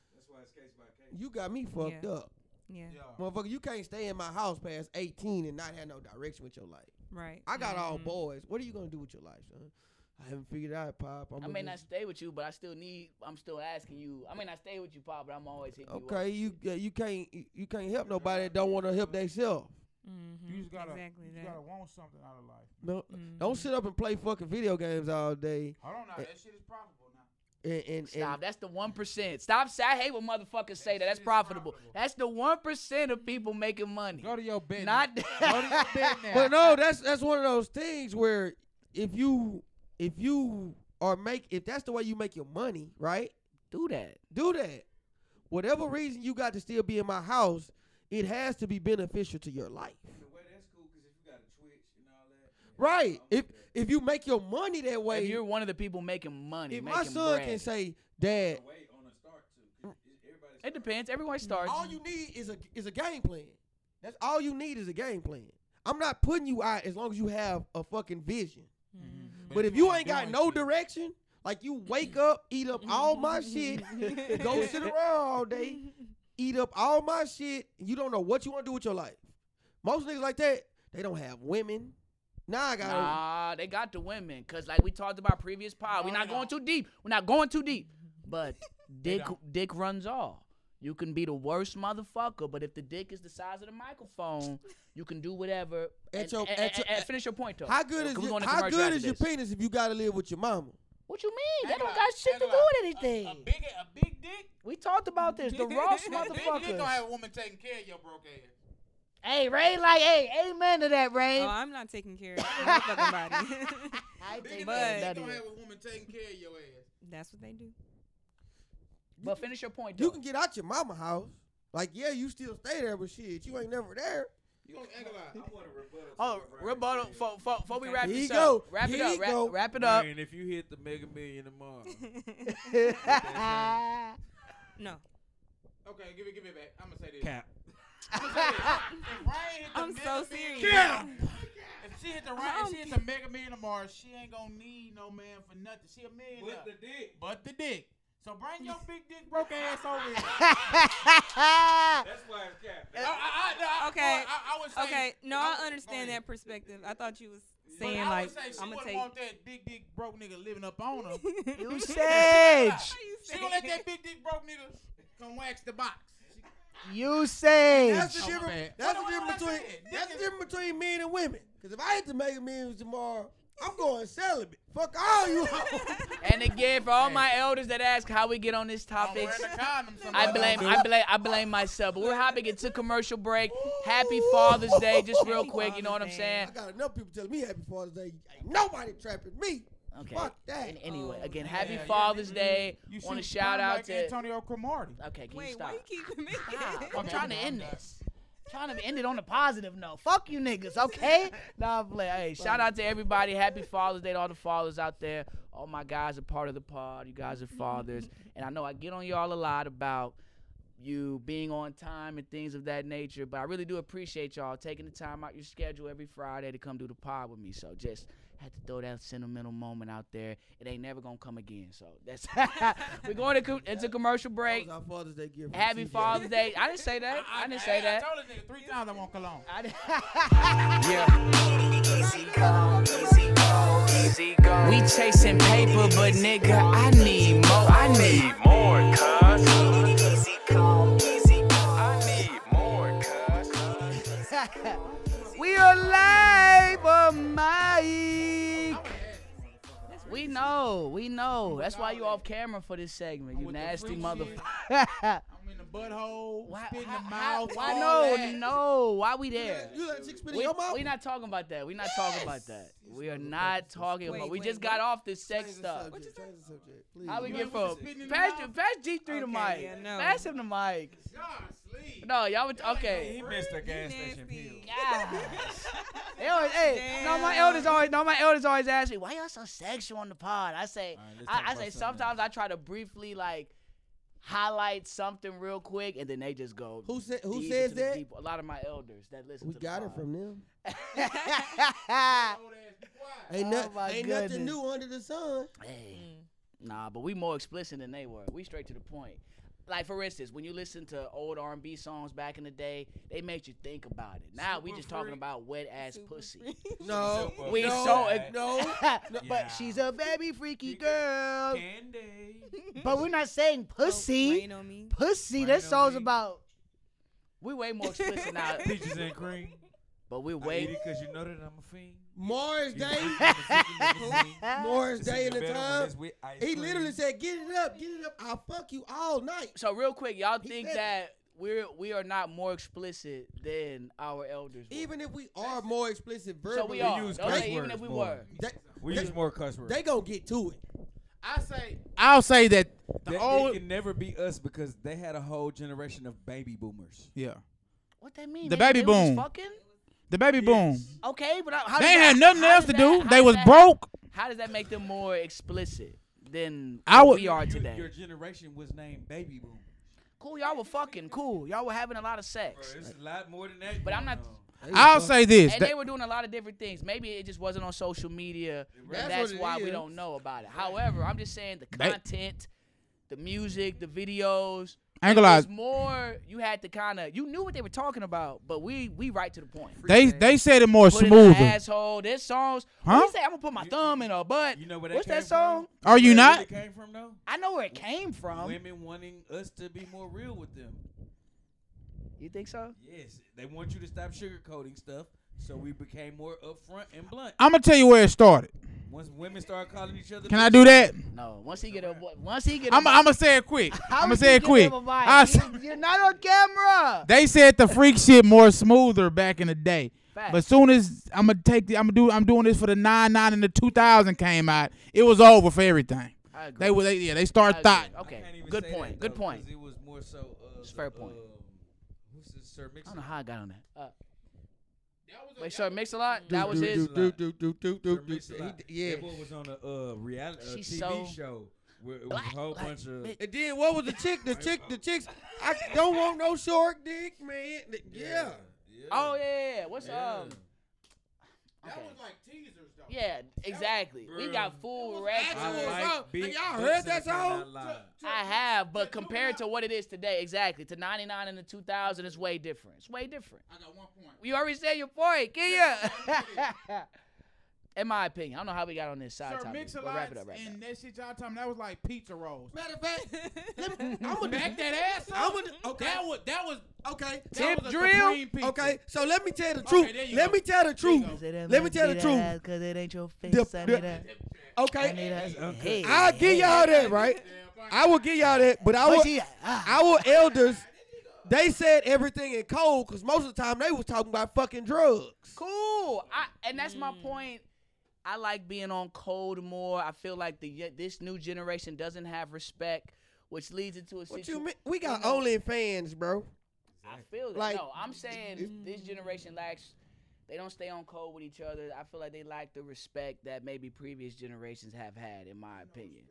[SPEAKER 5] You got me fucked
[SPEAKER 3] Yeah.
[SPEAKER 5] up,
[SPEAKER 3] mm-hmm, Yeah.
[SPEAKER 2] it. Yeah.
[SPEAKER 5] motherfucker. You can't stay in my house past 18 and not have no direction with your life.
[SPEAKER 3] Right.
[SPEAKER 5] I got all
[SPEAKER 3] Mhm.
[SPEAKER 5] boys. What are you gonna do with your life, son? I haven't figured it out, pop. I'm
[SPEAKER 1] I may not stay with you, but I still need. I'm still asking you. I may not stay with you, Pop, but I'm always hitting you. up.
[SPEAKER 5] Okay, you uh, you can't you- you can't help nobody that don't want to help themselves.
[SPEAKER 3] Mm-hmm.
[SPEAKER 2] You just gotta,
[SPEAKER 3] exactly
[SPEAKER 2] you
[SPEAKER 3] that.
[SPEAKER 2] gotta want something out of life.
[SPEAKER 5] No,
[SPEAKER 3] Mhm.
[SPEAKER 5] don't sit up and play fucking video games all day.
[SPEAKER 2] Hold on now,
[SPEAKER 5] Eh.
[SPEAKER 2] that shit is profitable now.
[SPEAKER 5] And, and,
[SPEAKER 1] Stop. That's the one percent. Stop. say- I hate when motherfuckers say that. That's
[SPEAKER 2] shit is
[SPEAKER 1] profitable.
[SPEAKER 2] profitable.
[SPEAKER 1] That's the one percent of people making money.
[SPEAKER 2] Go to your bed.
[SPEAKER 1] Not.
[SPEAKER 2] go to your bed now.
[SPEAKER 5] But no, that's that's one of those things where if you if you are make if that's the way you make your money, right?
[SPEAKER 1] Do that.
[SPEAKER 5] Do that. Whatever reason you got to still be in my house, it has to be beneficial to your life. Right. If if you make your money that way,
[SPEAKER 1] If you're one of the people making money,
[SPEAKER 5] if my
[SPEAKER 1] making
[SPEAKER 5] son
[SPEAKER 1] bread,
[SPEAKER 5] can say, "Dad,
[SPEAKER 1] it depends. Everyone starts.
[SPEAKER 5] all you need is a is a game plan. That's all you need is a game plan. I'm not putting you out as long as you have a fucking vision.
[SPEAKER 3] Mhm.
[SPEAKER 5] But if you
[SPEAKER 2] ain't
[SPEAKER 5] ain't got
[SPEAKER 2] doing
[SPEAKER 5] no
[SPEAKER 2] shit.
[SPEAKER 5] direction, like you wake up, eat up all my shit, go sit around all day, eat up all my shit, you don't know what you want to do with your life. Most niggas like that, they don't have women. Now I got
[SPEAKER 1] Nah, they got the women. Cause like we talked about previous pod,
[SPEAKER 2] No,
[SPEAKER 5] Oh,
[SPEAKER 1] we're
[SPEAKER 2] they
[SPEAKER 1] not going
[SPEAKER 2] don't.
[SPEAKER 1] too deep. We're not going too deep. But dick,
[SPEAKER 2] don't.
[SPEAKER 1] dick runs all. You can be the worst motherfucker, but if the dick is the size of the microphone, you can do whatever.
[SPEAKER 5] At
[SPEAKER 1] and,
[SPEAKER 5] your-
[SPEAKER 1] and-
[SPEAKER 5] at your-
[SPEAKER 1] and- and finish your point though.
[SPEAKER 5] how
[SPEAKER 1] Can
[SPEAKER 5] good is
[SPEAKER 1] we go
[SPEAKER 5] your,
[SPEAKER 1] into
[SPEAKER 5] how
[SPEAKER 1] commercial
[SPEAKER 5] good
[SPEAKER 1] after
[SPEAKER 5] is your
[SPEAKER 1] this?
[SPEAKER 5] penis if you got to live with your mama?
[SPEAKER 1] What you mean? That don't
[SPEAKER 2] Angela,
[SPEAKER 1] got shit to do
[SPEAKER 2] Angela,
[SPEAKER 1] with
[SPEAKER 2] A, a
[SPEAKER 1] anything.
[SPEAKER 2] big, a big dick.
[SPEAKER 1] We talked about this. The Ross
[SPEAKER 2] You gonna
[SPEAKER 1] motherfuckers.
[SPEAKER 2] have a woman taking care of your broke ass.
[SPEAKER 1] Hey, Ray, like, hey, amen to that, Ray.
[SPEAKER 5] Uh,
[SPEAKER 3] Oh, I'm not taking care of my fucking body.
[SPEAKER 1] I
[SPEAKER 2] Big
[SPEAKER 1] think
[SPEAKER 2] dick
[SPEAKER 3] but-
[SPEAKER 1] that's
[SPEAKER 2] dick
[SPEAKER 1] nutty.
[SPEAKER 2] gonna have a woman taking care of your ass.
[SPEAKER 3] That's what they do.
[SPEAKER 1] But finish your point, though.
[SPEAKER 5] You can get out your mama house. Like yeah, you still stay there, but shit, you ain't never there.
[SPEAKER 2] You gonna angle out.
[SPEAKER 1] oh, rebuttal. Before, before we wrap
[SPEAKER 5] Here you
[SPEAKER 1] this up.
[SPEAKER 5] go.
[SPEAKER 1] Wrap it
[SPEAKER 5] Here
[SPEAKER 1] up.
[SPEAKER 5] you
[SPEAKER 1] Wrap,
[SPEAKER 5] go.
[SPEAKER 1] wrap it up.
[SPEAKER 4] Man, if you hit the Mega Million tomorrow,
[SPEAKER 3] no.
[SPEAKER 2] Okay, give it, give it back. I'm gonna say this.
[SPEAKER 4] cap.
[SPEAKER 2] If Ryan hit the
[SPEAKER 3] I'm
[SPEAKER 2] Mega
[SPEAKER 3] so
[SPEAKER 2] Million-
[SPEAKER 3] serious.
[SPEAKER 2] If she hit the Ryan, if she hit the mega million tomorrow, she ain't gonna need no man for nothing. She a millionaire.
[SPEAKER 4] dick.
[SPEAKER 2] But the dick. So bring your big dick broke ass over here.
[SPEAKER 6] That's why it's
[SPEAKER 2] I, I,
[SPEAKER 6] capping.
[SPEAKER 2] I, I,
[SPEAKER 3] Okay.
[SPEAKER 2] I, I would say,
[SPEAKER 3] Okay, no,
[SPEAKER 2] I would-
[SPEAKER 3] I
[SPEAKER 2] go
[SPEAKER 3] understand
[SPEAKER 2] ahead.
[SPEAKER 3] that perspective. I thought you was
[SPEAKER 2] But
[SPEAKER 3] saying
[SPEAKER 2] I
[SPEAKER 3] like
[SPEAKER 2] would say she
[SPEAKER 3] I'm gonna
[SPEAKER 2] wouldn't
[SPEAKER 3] take.
[SPEAKER 2] want that big dick broke nigga living up on her.
[SPEAKER 1] You said.
[SPEAKER 3] How you
[SPEAKER 2] She gonna let
[SPEAKER 3] saying?
[SPEAKER 2] that big dick broke nigga come wax the box.
[SPEAKER 1] You said.
[SPEAKER 5] That's the
[SPEAKER 2] Oh, my
[SPEAKER 5] difference.
[SPEAKER 2] bad.
[SPEAKER 5] That's
[SPEAKER 2] Well,
[SPEAKER 5] the
[SPEAKER 2] no,
[SPEAKER 5] difference
[SPEAKER 2] what I
[SPEAKER 5] between.
[SPEAKER 2] said.
[SPEAKER 5] That's the
[SPEAKER 2] Niggas-
[SPEAKER 5] difference between men and women. Cause if I had to make a million tomorrow, I'm going celibate. Fuck all you. hoes.
[SPEAKER 1] And again, for all my elders that ask how we get on this
[SPEAKER 2] I'm
[SPEAKER 1] topic,
[SPEAKER 2] wearing a condom.
[SPEAKER 1] I
[SPEAKER 2] somebody.
[SPEAKER 1] blame, I blame, I blame myself. But we're hopping into commercial break. Happy Father's Day, just real
[SPEAKER 3] Happy
[SPEAKER 1] quick. You know what I'm
[SPEAKER 3] Father's Day.
[SPEAKER 1] saying?
[SPEAKER 5] I got enough people telling me happy Father's Day. Ain't nobody trapping me.
[SPEAKER 1] Okay.
[SPEAKER 5] Fuck that.
[SPEAKER 1] An- Anyway,
[SPEAKER 3] Oh,
[SPEAKER 1] again,
[SPEAKER 3] yeah.
[SPEAKER 1] Happy
[SPEAKER 2] Yeah,
[SPEAKER 1] Father's
[SPEAKER 2] you-
[SPEAKER 1] Day.
[SPEAKER 2] You
[SPEAKER 1] Want to
[SPEAKER 2] shoot
[SPEAKER 1] shout
[SPEAKER 2] porn
[SPEAKER 1] out
[SPEAKER 2] like
[SPEAKER 1] to.
[SPEAKER 2] Antonio Cromartie.
[SPEAKER 1] Okay, can you
[SPEAKER 3] Wait,
[SPEAKER 1] stop?
[SPEAKER 3] why you keeping me?
[SPEAKER 1] Stop. I'm
[SPEAKER 2] Okay,
[SPEAKER 1] trying to
[SPEAKER 2] I'm
[SPEAKER 1] end
[SPEAKER 2] done.
[SPEAKER 1] this. Trying to end it on a positive note. Fuck you niggas, okay? nah, I'm playing. Hey, shout out to everybody. Happy Father's Day to all the fathers out there. All my guys are part of the pod. You guys are fathers. and I know I get on y'all a lot about you being on time and things of that nature, but I really do appreciate y'all taking the time out your schedule every Friday to come do the pod with me. So just had to throw that sentimental moment out there. It ain't never gonna come again. So that's we're going to co- into commercial
[SPEAKER 5] That
[SPEAKER 1] break.
[SPEAKER 5] was our Father's Day gift. from
[SPEAKER 1] Happy
[SPEAKER 5] TJ.
[SPEAKER 1] Father's Day. I didn't say that. I didn't say that.
[SPEAKER 2] I told this nigga three times I want cologne.
[SPEAKER 1] I didn't-
[SPEAKER 7] We chasing paper, but nigga, I need more. I need more, cuz. I need more, cuz.
[SPEAKER 1] we are live, oh Mike. We know, we know. That's why you off camera for this segment. You
[SPEAKER 2] With the
[SPEAKER 1] nasty
[SPEAKER 2] freak
[SPEAKER 1] motherfucker.
[SPEAKER 2] I'm in the butthole,
[SPEAKER 1] Why,
[SPEAKER 2] spit in the
[SPEAKER 1] how- how-
[SPEAKER 2] mouth.
[SPEAKER 1] why
[SPEAKER 2] all
[SPEAKER 1] no,
[SPEAKER 2] that.
[SPEAKER 1] no? Why we
[SPEAKER 5] You
[SPEAKER 1] there?
[SPEAKER 5] let- You let six spit in
[SPEAKER 1] We,
[SPEAKER 5] your mouth.
[SPEAKER 1] we not talking about that. We not talking about that. We are not talking
[SPEAKER 3] Wait,
[SPEAKER 1] about. We
[SPEAKER 3] wait,
[SPEAKER 1] just
[SPEAKER 3] wait.
[SPEAKER 1] got off this
[SPEAKER 5] Change
[SPEAKER 1] sex
[SPEAKER 5] the
[SPEAKER 1] stuff.
[SPEAKER 5] subject, change the subject, please.
[SPEAKER 1] How we
[SPEAKER 2] You
[SPEAKER 1] get
[SPEAKER 2] ain't with the
[SPEAKER 1] from
[SPEAKER 2] spitting in the
[SPEAKER 1] pass,
[SPEAKER 2] mouth?
[SPEAKER 1] pass G three to
[SPEAKER 3] Okay,
[SPEAKER 1] Mike.
[SPEAKER 3] yeah, no.
[SPEAKER 1] Pass him to Mike.
[SPEAKER 2] God, sleep.
[SPEAKER 1] No, y'all would
[SPEAKER 2] Y'all ain't
[SPEAKER 1] okay.
[SPEAKER 6] He missed a gas station pill.
[SPEAKER 3] Nasty.
[SPEAKER 1] Gosh. They always, hey, no, my elders always, no, my elders always ask me, why y'all so sexual on the pod? I say,
[SPEAKER 6] All right, let's talk
[SPEAKER 1] I, I
[SPEAKER 6] about
[SPEAKER 1] say,
[SPEAKER 6] something
[SPEAKER 1] sometimes I try to briefly like highlight something real quick, and then they just go.
[SPEAKER 5] Who said? Who
[SPEAKER 1] deep
[SPEAKER 5] says
[SPEAKER 1] into the
[SPEAKER 5] that?
[SPEAKER 1] deep. A lot of my elders that listen.
[SPEAKER 5] We
[SPEAKER 1] to
[SPEAKER 5] got
[SPEAKER 1] the
[SPEAKER 5] it from them.
[SPEAKER 1] it
[SPEAKER 2] Old ass, be quiet.
[SPEAKER 5] Ain't,
[SPEAKER 1] Oh
[SPEAKER 5] noth-
[SPEAKER 1] my
[SPEAKER 5] ain't
[SPEAKER 1] goodness.
[SPEAKER 5] nothing new under the sun.
[SPEAKER 1] from. hey,
[SPEAKER 3] Mm.
[SPEAKER 1] nah, but we more explicit than they were. We straight to the point. Like for instance, when you listen to old R and B songs back in the day, they made you think about it. Now we
[SPEAKER 6] Super
[SPEAKER 1] just talking
[SPEAKER 6] freak.
[SPEAKER 1] about wet ass
[SPEAKER 3] Super
[SPEAKER 1] pussy.
[SPEAKER 3] freak.
[SPEAKER 5] No,
[SPEAKER 6] Super
[SPEAKER 1] We
[SPEAKER 6] freak.
[SPEAKER 1] so
[SPEAKER 6] Alright.
[SPEAKER 5] no.
[SPEAKER 6] Yeah.
[SPEAKER 1] but she's a very freaky
[SPEAKER 6] Freaky.
[SPEAKER 1] girl.
[SPEAKER 6] Candy.
[SPEAKER 1] But we're not saying
[SPEAKER 3] Don't
[SPEAKER 1] pussy.
[SPEAKER 3] rain on me.
[SPEAKER 1] Pussy.
[SPEAKER 6] Rain
[SPEAKER 1] That
[SPEAKER 6] Oh, on
[SPEAKER 1] song's
[SPEAKER 6] me.
[SPEAKER 1] about. We way more explicit now,
[SPEAKER 6] Peaches and cream.
[SPEAKER 1] but we're
[SPEAKER 6] I eat
[SPEAKER 1] way.
[SPEAKER 6] it because you know that I'm a fiend.
[SPEAKER 5] Morris
[SPEAKER 6] You
[SPEAKER 5] Day.
[SPEAKER 6] freak niggas, freaky niggas, freak.
[SPEAKER 5] Morris
[SPEAKER 6] This is
[SPEAKER 5] Day in the
[SPEAKER 6] better when
[SPEAKER 5] time.
[SPEAKER 6] it's with ice
[SPEAKER 5] He
[SPEAKER 6] cream.
[SPEAKER 5] literally said, "Get it up, get it up. I'll fuck you all night."
[SPEAKER 1] So real quick, y'all
[SPEAKER 5] He
[SPEAKER 1] think
[SPEAKER 5] said it.
[SPEAKER 1] that we're we are not more explicit than our elders? were?
[SPEAKER 5] Even if we are more explicit verbally,
[SPEAKER 1] so we are.
[SPEAKER 6] use
[SPEAKER 1] Don't
[SPEAKER 6] cuss
[SPEAKER 1] say even
[SPEAKER 6] words
[SPEAKER 1] if we
[SPEAKER 6] more.
[SPEAKER 1] were.
[SPEAKER 5] They,
[SPEAKER 6] We
[SPEAKER 5] they-
[SPEAKER 6] use more cuss words.
[SPEAKER 5] they gonna get to it.
[SPEAKER 2] I say, I'll say that the
[SPEAKER 6] That-
[SPEAKER 2] old.
[SPEAKER 6] it can never be us because they had a whole generation of baby boomers.
[SPEAKER 2] yeah.
[SPEAKER 1] What that mean?
[SPEAKER 2] The
[SPEAKER 1] They-
[SPEAKER 2] baby
[SPEAKER 1] they was
[SPEAKER 2] boom.
[SPEAKER 1] Fucking.
[SPEAKER 2] The baby boom.
[SPEAKER 1] Okay, but I, how
[SPEAKER 2] They
[SPEAKER 1] does
[SPEAKER 2] ain't
[SPEAKER 1] that-
[SPEAKER 2] had nothing
[SPEAKER 1] how
[SPEAKER 2] else
[SPEAKER 1] does
[SPEAKER 2] to
[SPEAKER 1] that-
[SPEAKER 2] do.
[SPEAKER 1] how
[SPEAKER 2] They
[SPEAKER 1] does
[SPEAKER 2] was
[SPEAKER 1] that-
[SPEAKER 2] broke.
[SPEAKER 1] How does that make them more explicit than
[SPEAKER 2] I
[SPEAKER 1] what
[SPEAKER 2] would-
[SPEAKER 1] we are
[SPEAKER 6] You-
[SPEAKER 1] today?
[SPEAKER 6] Your generation was named baby boomers.
[SPEAKER 1] cool, y'all were fucking. Cool, y'all were having a lot of sex.
[SPEAKER 6] Bro, it's a lot more than that.
[SPEAKER 1] But I'm
[SPEAKER 6] going
[SPEAKER 1] not-
[SPEAKER 6] on.
[SPEAKER 5] They
[SPEAKER 2] I'll
[SPEAKER 5] fuck-
[SPEAKER 2] say this.
[SPEAKER 1] and
[SPEAKER 2] that-
[SPEAKER 1] they were doing a lot of different things. Maybe it just wasn't on social media. and
[SPEAKER 5] That's
[SPEAKER 1] That's,
[SPEAKER 5] what it
[SPEAKER 1] why we
[SPEAKER 5] is.
[SPEAKER 1] don't know about it. However, I'm just saying the
[SPEAKER 2] They-
[SPEAKER 1] content, the music, the videos.
[SPEAKER 2] I ain't gonna
[SPEAKER 1] it
[SPEAKER 2] lie.
[SPEAKER 1] was more. You had to kind of. You knew what they were talking about, but we we right to the point.
[SPEAKER 2] They they said it more
[SPEAKER 1] Put in an
[SPEAKER 2] smoother.
[SPEAKER 1] asshole. There's songs.
[SPEAKER 2] Huh?
[SPEAKER 1] What he say? I'm gonna put my
[SPEAKER 6] You-
[SPEAKER 1] thumb in her butt.
[SPEAKER 6] You know where that
[SPEAKER 1] What's
[SPEAKER 6] came
[SPEAKER 1] that song?
[SPEAKER 6] From?
[SPEAKER 2] Are you
[SPEAKER 6] Where
[SPEAKER 2] not? Um.
[SPEAKER 6] It really came from though.
[SPEAKER 1] I know where it came from.
[SPEAKER 6] Women wanting us to be more real with them.
[SPEAKER 1] You think so?
[SPEAKER 6] Yes, they want you to stop sugarcoating stuff. So we became more upfront and blunt.
[SPEAKER 2] I'm gonna tell you where it started.
[SPEAKER 6] Once women started calling each other,
[SPEAKER 2] Can I do that?
[SPEAKER 1] No. Once he get a. Once he get.
[SPEAKER 2] I'm
[SPEAKER 1] a,
[SPEAKER 2] I'm gonna say it quick.
[SPEAKER 1] How
[SPEAKER 2] I'm gonna
[SPEAKER 1] would
[SPEAKER 2] say
[SPEAKER 1] you
[SPEAKER 2] it
[SPEAKER 1] give
[SPEAKER 2] quick.
[SPEAKER 1] him a mic?
[SPEAKER 2] I'll say-
[SPEAKER 1] You- You're not on camera.
[SPEAKER 2] They said the freak shit more smoother back in the day.
[SPEAKER 1] Facts.
[SPEAKER 2] But soon as I'm gonna take the, I'm gonna do I'm doing this for the nine nine and the two thousand came out, it was over for everything.
[SPEAKER 1] I agree.
[SPEAKER 2] They were they, yeah they
[SPEAKER 1] I
[SPEAKER 2] start
[SPEAKER 1] agree.
[SPEAKER 2] thought
[SPEAKER 6] I
[SPEAKER 1] Okay.
[SPEAKER 6] can't even
[SPEAKER 1] Good
[SPEAKER 6] say that,
[SPEAKER 1] point.
[SPEAKER 6] though,
[SPEAKER 1] Good point.
[SPEAKER 6] 'cause It was more so. Uh,
[SPEAKER 1] It's
[SPEAKER 6] the,
[SPEAKER 1] fair point.
[SPEAKER 6] um, who's this, Sir
[SPEAKER 1] I
[SPEAKER 6] Mix?
[SPEAKER 1] don't know how I got on that. Uh, wait, so mix a lot. That was
[SPEAKER 5] Do,
[SPEAKER 1] his.
[SPEAKER 5] do, do, do, do, do,
[SPEAKER 6] Sir
[SPEAKER 5] do,
[SPEAKER 6] Mix
[SPEAKER 5] do.
[SPEAKER 6] a Lot.
[SPEAKER 5] He- Yeah.
[SPEAKER 6] That boy was on a uh, reality a
[SPEAKER 1] She's
[SPEAKER 6] TV
[SPEAKER 1] so
[SPEAKER 6] show where it was
[SPEAKER 1] black,
[SPEAKER 6] a whole
[SPEAKER 1] black
[SPEAKER 6] bunch of.
[SPEAKER 1] bitch.
[SPEAKER 5] And then what was the chick? The chick, the chicks. I don't want no short dick, man. Yeah.
[SPEAKER 6] yeah.
[SPEAKER 2] um,
[SPEAKER 1] Oh yeah, yeah, yeah. What's
[SPEAKER 6] Yeah.
[SPEAKER 1] um?
[SPEAKER 2] That
[SPEAKER 1] Okay.
[SPEAKER 2] was like teasers though.
[SPEAKER 1] Yeah, exactly. We got full records.
[SPEAKER 2] actual
[SPEAKER 1] I,
[SPEAKER 2] song.
[SPEAKER 6] like
[SPEAKER 2] Like,
[SPEAKER 6] big
[SPEAKER 2] y'all heard
[SPEAKER 6] books and I
[SPEAKER 2] that
[SPEAKER 6] cannot
[SPEAKER 2] song?
[SPEAKER 6] lie.
[SPEAKER 2] To- to-
[SPEAKER 1] have,
[SPEAKER 2] to
[SPEAKER 1] but
[SPEAKER 2] do
[SPEAKER 1] compared
[SPEAKER 2] that-
[SPEAKER 1] to what it is today, exactly to '99 and the 2000, it's way different. It's way different.
[SPEAKER 2] I got one point.
[SPEAKER 1] You already said your point, get
[SPEAKER 2] Yeah,
[SPEAKER 1] ya. In my opinion, I don't know how we got on this side
[SPEAKER 2] Sir
[SPEAKER 1] topic.
[SPEAKER 2] mix a
[SPEAKER 1] But wrap
[SPEAKER 2] lot
[SPEAKER 1] it up, wrap it up.
[SPEAKER 2] and that shit y'all talking that was like pizza rolls.
[SPEAKER 5] Matter of fact, let me, I'm gonna
[SPEAKER 2] Back that ass
[SPEAKER 5] I'm
[SPEAKER 2] up.
[SPEAKER 5] gonna okay.
[SPEAKER 2] That was that was
[SPEAKER 5] okay.
[SPEAKER 2] that
[SPEAKER 1] Tip
[SPEAKER 2] was a
[SPEAKER 1] drill?
[SPEAKER 2] supreme pizza.
[SPEAKER 5] Okay, so let me tell the
[SPEAKER 2] Okay,
[SPEAKER 5] truth.
[SPEAKER 2] there you
[SPEAKER 5] let
[SPEAKER 2] go.
[SPEAKER 5] me tell the
[SPEAKER 2] There you
[SPEAKER 5] truth.
[SPEAKER 2] go.
[SPEAKER 5] Let me tell the truth.
[SPEAKER 1] Cause it ain't your face.
[SPEAKER 5] The-
[SPEAKER 1] I
[SPEAKER 5] the-
[SPEAKER 1] need that. I need
[SPEAKER 5] Okay,
[SPEAKER 1] that.
[SPEAKER 4] Okay.
[SPEAKER 1] Hey,
[SPEAKER 5] I'll give
[SPEAKER 1] hey.
[SPEAKER 5] y'all that right. I will give y'all that, but I will.
[SPEAKER 1] But yeah, ah.
[SPEAKER 5] our elders, they said everything in code because most of the time they was talking about fucking drugs.
[SPEAKER 1] cool. I and that's
[SPEAKER 5] Mm.
[SPEAKER 1] my point. I like being on cold more. I feel like the ye- this new generation doesn't have respect, which leads into a
[SPEAKER 5] What you
[SPEAKER 1] situation.
[SPEAKER 5] mean? We got
[SPEAKER 1] you know-
[SPEAKER 5] OnlyFans, bro.
[SPEAKER 1] I feel that.
[SPEAKER 5] Like,
[SPEAKER 1] no, I'm saying this generation lacks. They don't stay on cold with each other. I feel like they lack the respect that maybe previous generations have had, in my opinion.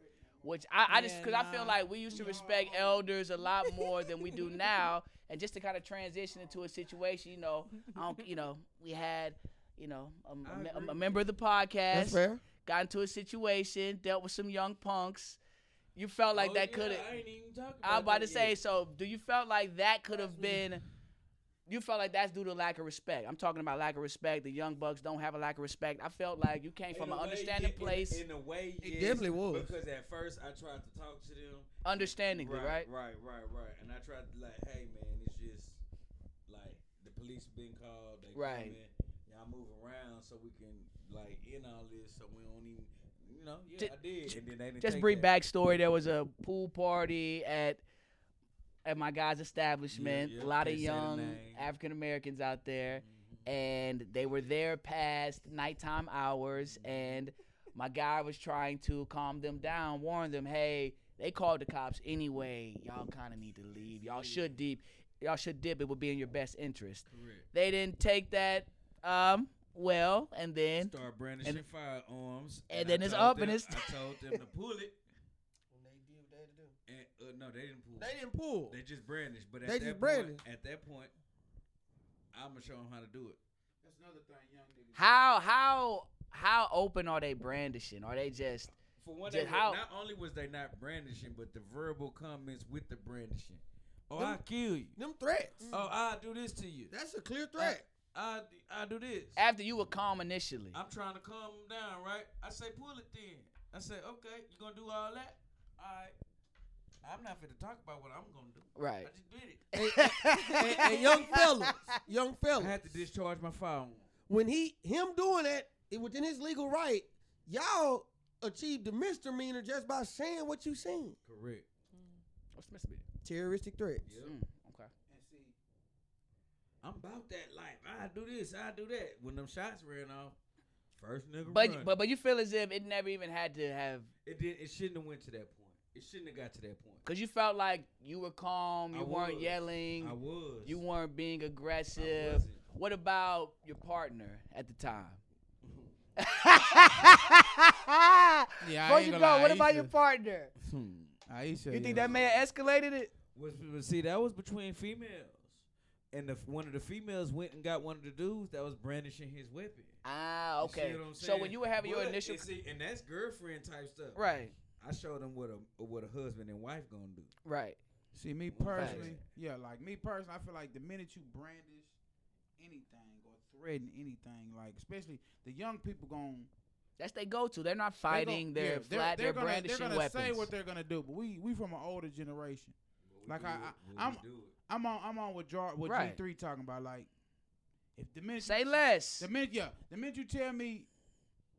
[SPEAKER 1] Which I, I just
[SPEAKER 3] Yeah,
[SPEAKER 1] because I feel
[SPEAKER 3] nah.
[SPEAKER 1] like we used to respect elders a lot more than we do now, and just to kind of transition into a situation, you know, I don't, you know, we had, you know, a, a me- a member of the podcast
[SPEAKER 5] That's fair.
[SPEAKER 1] got into a situation, dealt with some young punks. You felt like
[SPEAKER 6] Oh,
[SPEAKER 1] that
[SPEAKER 6] yeah,
[SPEAKER 1] could have.
[SPEAKER 6] I ain't even talking about
[SPEAKER 1] I'm about to
[SPEAKER 6] that
[SPEAKER 1] say.
[SPEAKER 6] yet.
[SPEAKER 1] So, do you felt like that could have been? You felt like that's due to lack of respect. I'm talking about lack of respect. The young bucks don't have a lack of respect. I felt like you came from an
[SPEAKER 6] In a way,
[SPEAKER 1] understanding
[SPEAKER 6] yeah, in-
[SPEAKER 1] place,
[SPEAKER 6] In, a way,
[SPEAKER 5] It
[SPEAKER 6] yes,
[SPEAKER 5] definitely was.
[SPEAKER 6] Because at first I tried to talk to them.
[SPEAKER 1] understandingly, right?
[SPEAKER 6] Right, right, right, right. And I tried to like, hey man, it's just like the police been called. They
[SPEAKER 1] Right.
[SPEAKER 6] coming. Y'all move around so we can like end all this so we don't even. You know, yeah,
[SPEAKER 1] Ju-
[SPEAKER 6] I did. And then they didn't
[SPEAKER 1] Just
[SPEAKER 6] take
[SPEAKER 1] brief
[SPEAKER 6] that.
[SPEAKER 1] backstory. There was a pool party at at my guy's establishment.
[SPEAKER 6] yeah,
[SPEAKER 1] a lot of
[SPEAKER 6] can't say the
[SPEAKER 1] young
[SPEAKER 6] name.
[SPEAKER 1] African Americans out there,
[SPEAKER 6] Mhm.
[SPEAKER 1] and they were there past nighttime hours. And my guy was trying to calm them down, warn them, hey, they called the cops anyway. Y'all kind of need to leave. Y'all should deep. Y'all should dip. It would be in your best interest.
[SPEAKER 6] Correct.
[SPEAKER 1] They didn't take that um well, and then
[SPEAKER 6] Start brandishing firearms.
[SPEAKER 1] and
[SPEAKER 6] I
[SPEAKER 1] then it's
[SPEAKER 6] told
[SPEAKER 1] up
[SPEAKER 6] them-
[SPEAKER 1] and it's-
[SPEAKER 6] I told them to pull it. And, uh, no, they didn't pull.
[SPEAKER 5] They didn't pull.
[SPEAKER 6] They just brandish, but at
[SPEAKER 5] They
[SPEAKER 6] that
[SPEAKER 5] just
[SPEAKER 6] point,
[SPEAKER 5] brandished.
[SPEAKER 6] At that point, I'm gonna show them how to do it.
[SPEAKER 2] That's another thing, young niggas.
[SPEAKER 1] how how how open are they brandishing? Are they just
[SPEAKER 6] For one,
[SPEAKER 1] Just
[SPEAKER 6] they were-
[SPEAKER 1] how-
[SPEAKER 6] not only was they not brandishing, but the verbal comments with the brandishing. Oh, I'll kill you.
[SPEAKER 5] Them threats.
[SPEAKER 6] Oh, I'll do this to you.
[SPEAKER 5] That's a clear threat.
[SPEAKER 6] I I do this.
[SPEAKER 1] after you were calm initially?
[SPEAKER 6] I'm trying to calm them down, right? I say pull it then. I say okay, you gonna do all that? All right. I'm not finna talk about what I'm gonna do. I
[SPEAKER 1] right.
[SPEAKER 6] just did it.
[SPEAKER 5] and, and young fellas, young
[SPEAKER 6] I
[SPEAKER 5] fellas,
[SPEAKER 6] had to discharge my phone.
[SPEAKER 5] when he him doing that it within his legal right, y'all achieved the misdemeanor just by saying what you saying.
[SPEAKER 6] Correct.
[SPEAKER 1] What's the misdemeanor?
[SPEAKER 5] Terroristic threats.
[SPEAKER 6] Yep.
[SPEAKER 1] Mm, okay.
[SPEAKER 2] And see,
[SPEAKER 6] I'm about that life. I do this. I do that. When them shots ran off, first nigga
[SPEAKER 1] But
[SPEAKER 6] running.
[SPEAKER 1] but but you feel as if it never even had to have
[SPEAKER 6] it did. It shouldn't have went to that point. It shouldn't have got to that point.
[SPEAKER 1] because you felt like you were calm, you
[SPEAKER 6] I
[SPEAKER 1] weren't
[SPEAKER 6] was.
[SPEAKER 1] yelling,
[SPEAKER 6] I was.
[SPEAKER 1] you weren't being aggressive.
[SPEAKER 6] wasn't.
[SPEAKER 1] What about your partner at the time?
[SPEAKER 2] Yeah, I
[SPEAKER 1] Before
[SPEAKER 2] ain't
[SPEAKER 1] you
[SPEAKER 2] gonna
[SPEAKER 1] go,
[SPEAKER 2] lie,
[SPEAKER 1] what
[SPEAKER 2] I
[SPEAKER 1] about
[SPEAKER 2] used
[SPEAKER 1] your
[SPEAKER 2] to-
[SPEAKER 1] partner?
[SPEAKER 2] Aisha,
[SPEAKER 1] You think
[SPEAKER 2] yeah.
[SPEAKER 1] that may have escalated it?
[SPEAKER 6] Was, was- see, that was between females, and the, one of the females went and got one of the dudes that was brandishing his weapon.
[SPEAKER 1] Ah,
[SPEAKER 6] You see
[SPEAKER 1] okay.
[SPEAKER 6] what I'm
[SPEAKER 1] So when
[SPEAKER 6] saying?
[SPEAKER 1] you were having your
[SPEAKER 6] But-
[SPEAKER 1] initial,
[SPEAKER 6] and, see, and that's girlfriend type stuff.
[SPEAKER 1] right,
[SPEAKER 6] I showed them what a what a husband and wife gonna do.
[SPEAKER 1] right,
[SPEAKER 2] See me
[SPEAKER 6] Well, facts.
[SPEAKER 2] personally, yeah, like me personally, I feel like the minute you brandish anything or threaten anything, like especially the young people going
[SPEAKER 1] that's they go to. They're not fighting. They're, flat. They're,
[SPEAKER 2] gonna,
[SPEAKER 1] brandishing
[SPEAKER 2] They're gonna
[SPEAKER 1] weapons.
[SPEAKER 2] say what they're gonna do, but we we from an older generation.
[SPEAKER 6] What we
[SPEAKER 2] Like,
[SPEAKER 6] do
[SPEAKER 2] I-
[SPEAKER 6] it-
[SPEAKER 2] I-
[SPEAKER 6] what we
[SPEAKER 2] I'm-
[SPEAKER 6] do it.
[SPEAKER 2] I'm on I'm on with Jar with
[SPEAKER 1] Right.
[SPEAKER 2] G three talking about like if the minute
[SPEAKER 1] say less.
[SPEAKER 2] the minute yeah the minute you tell me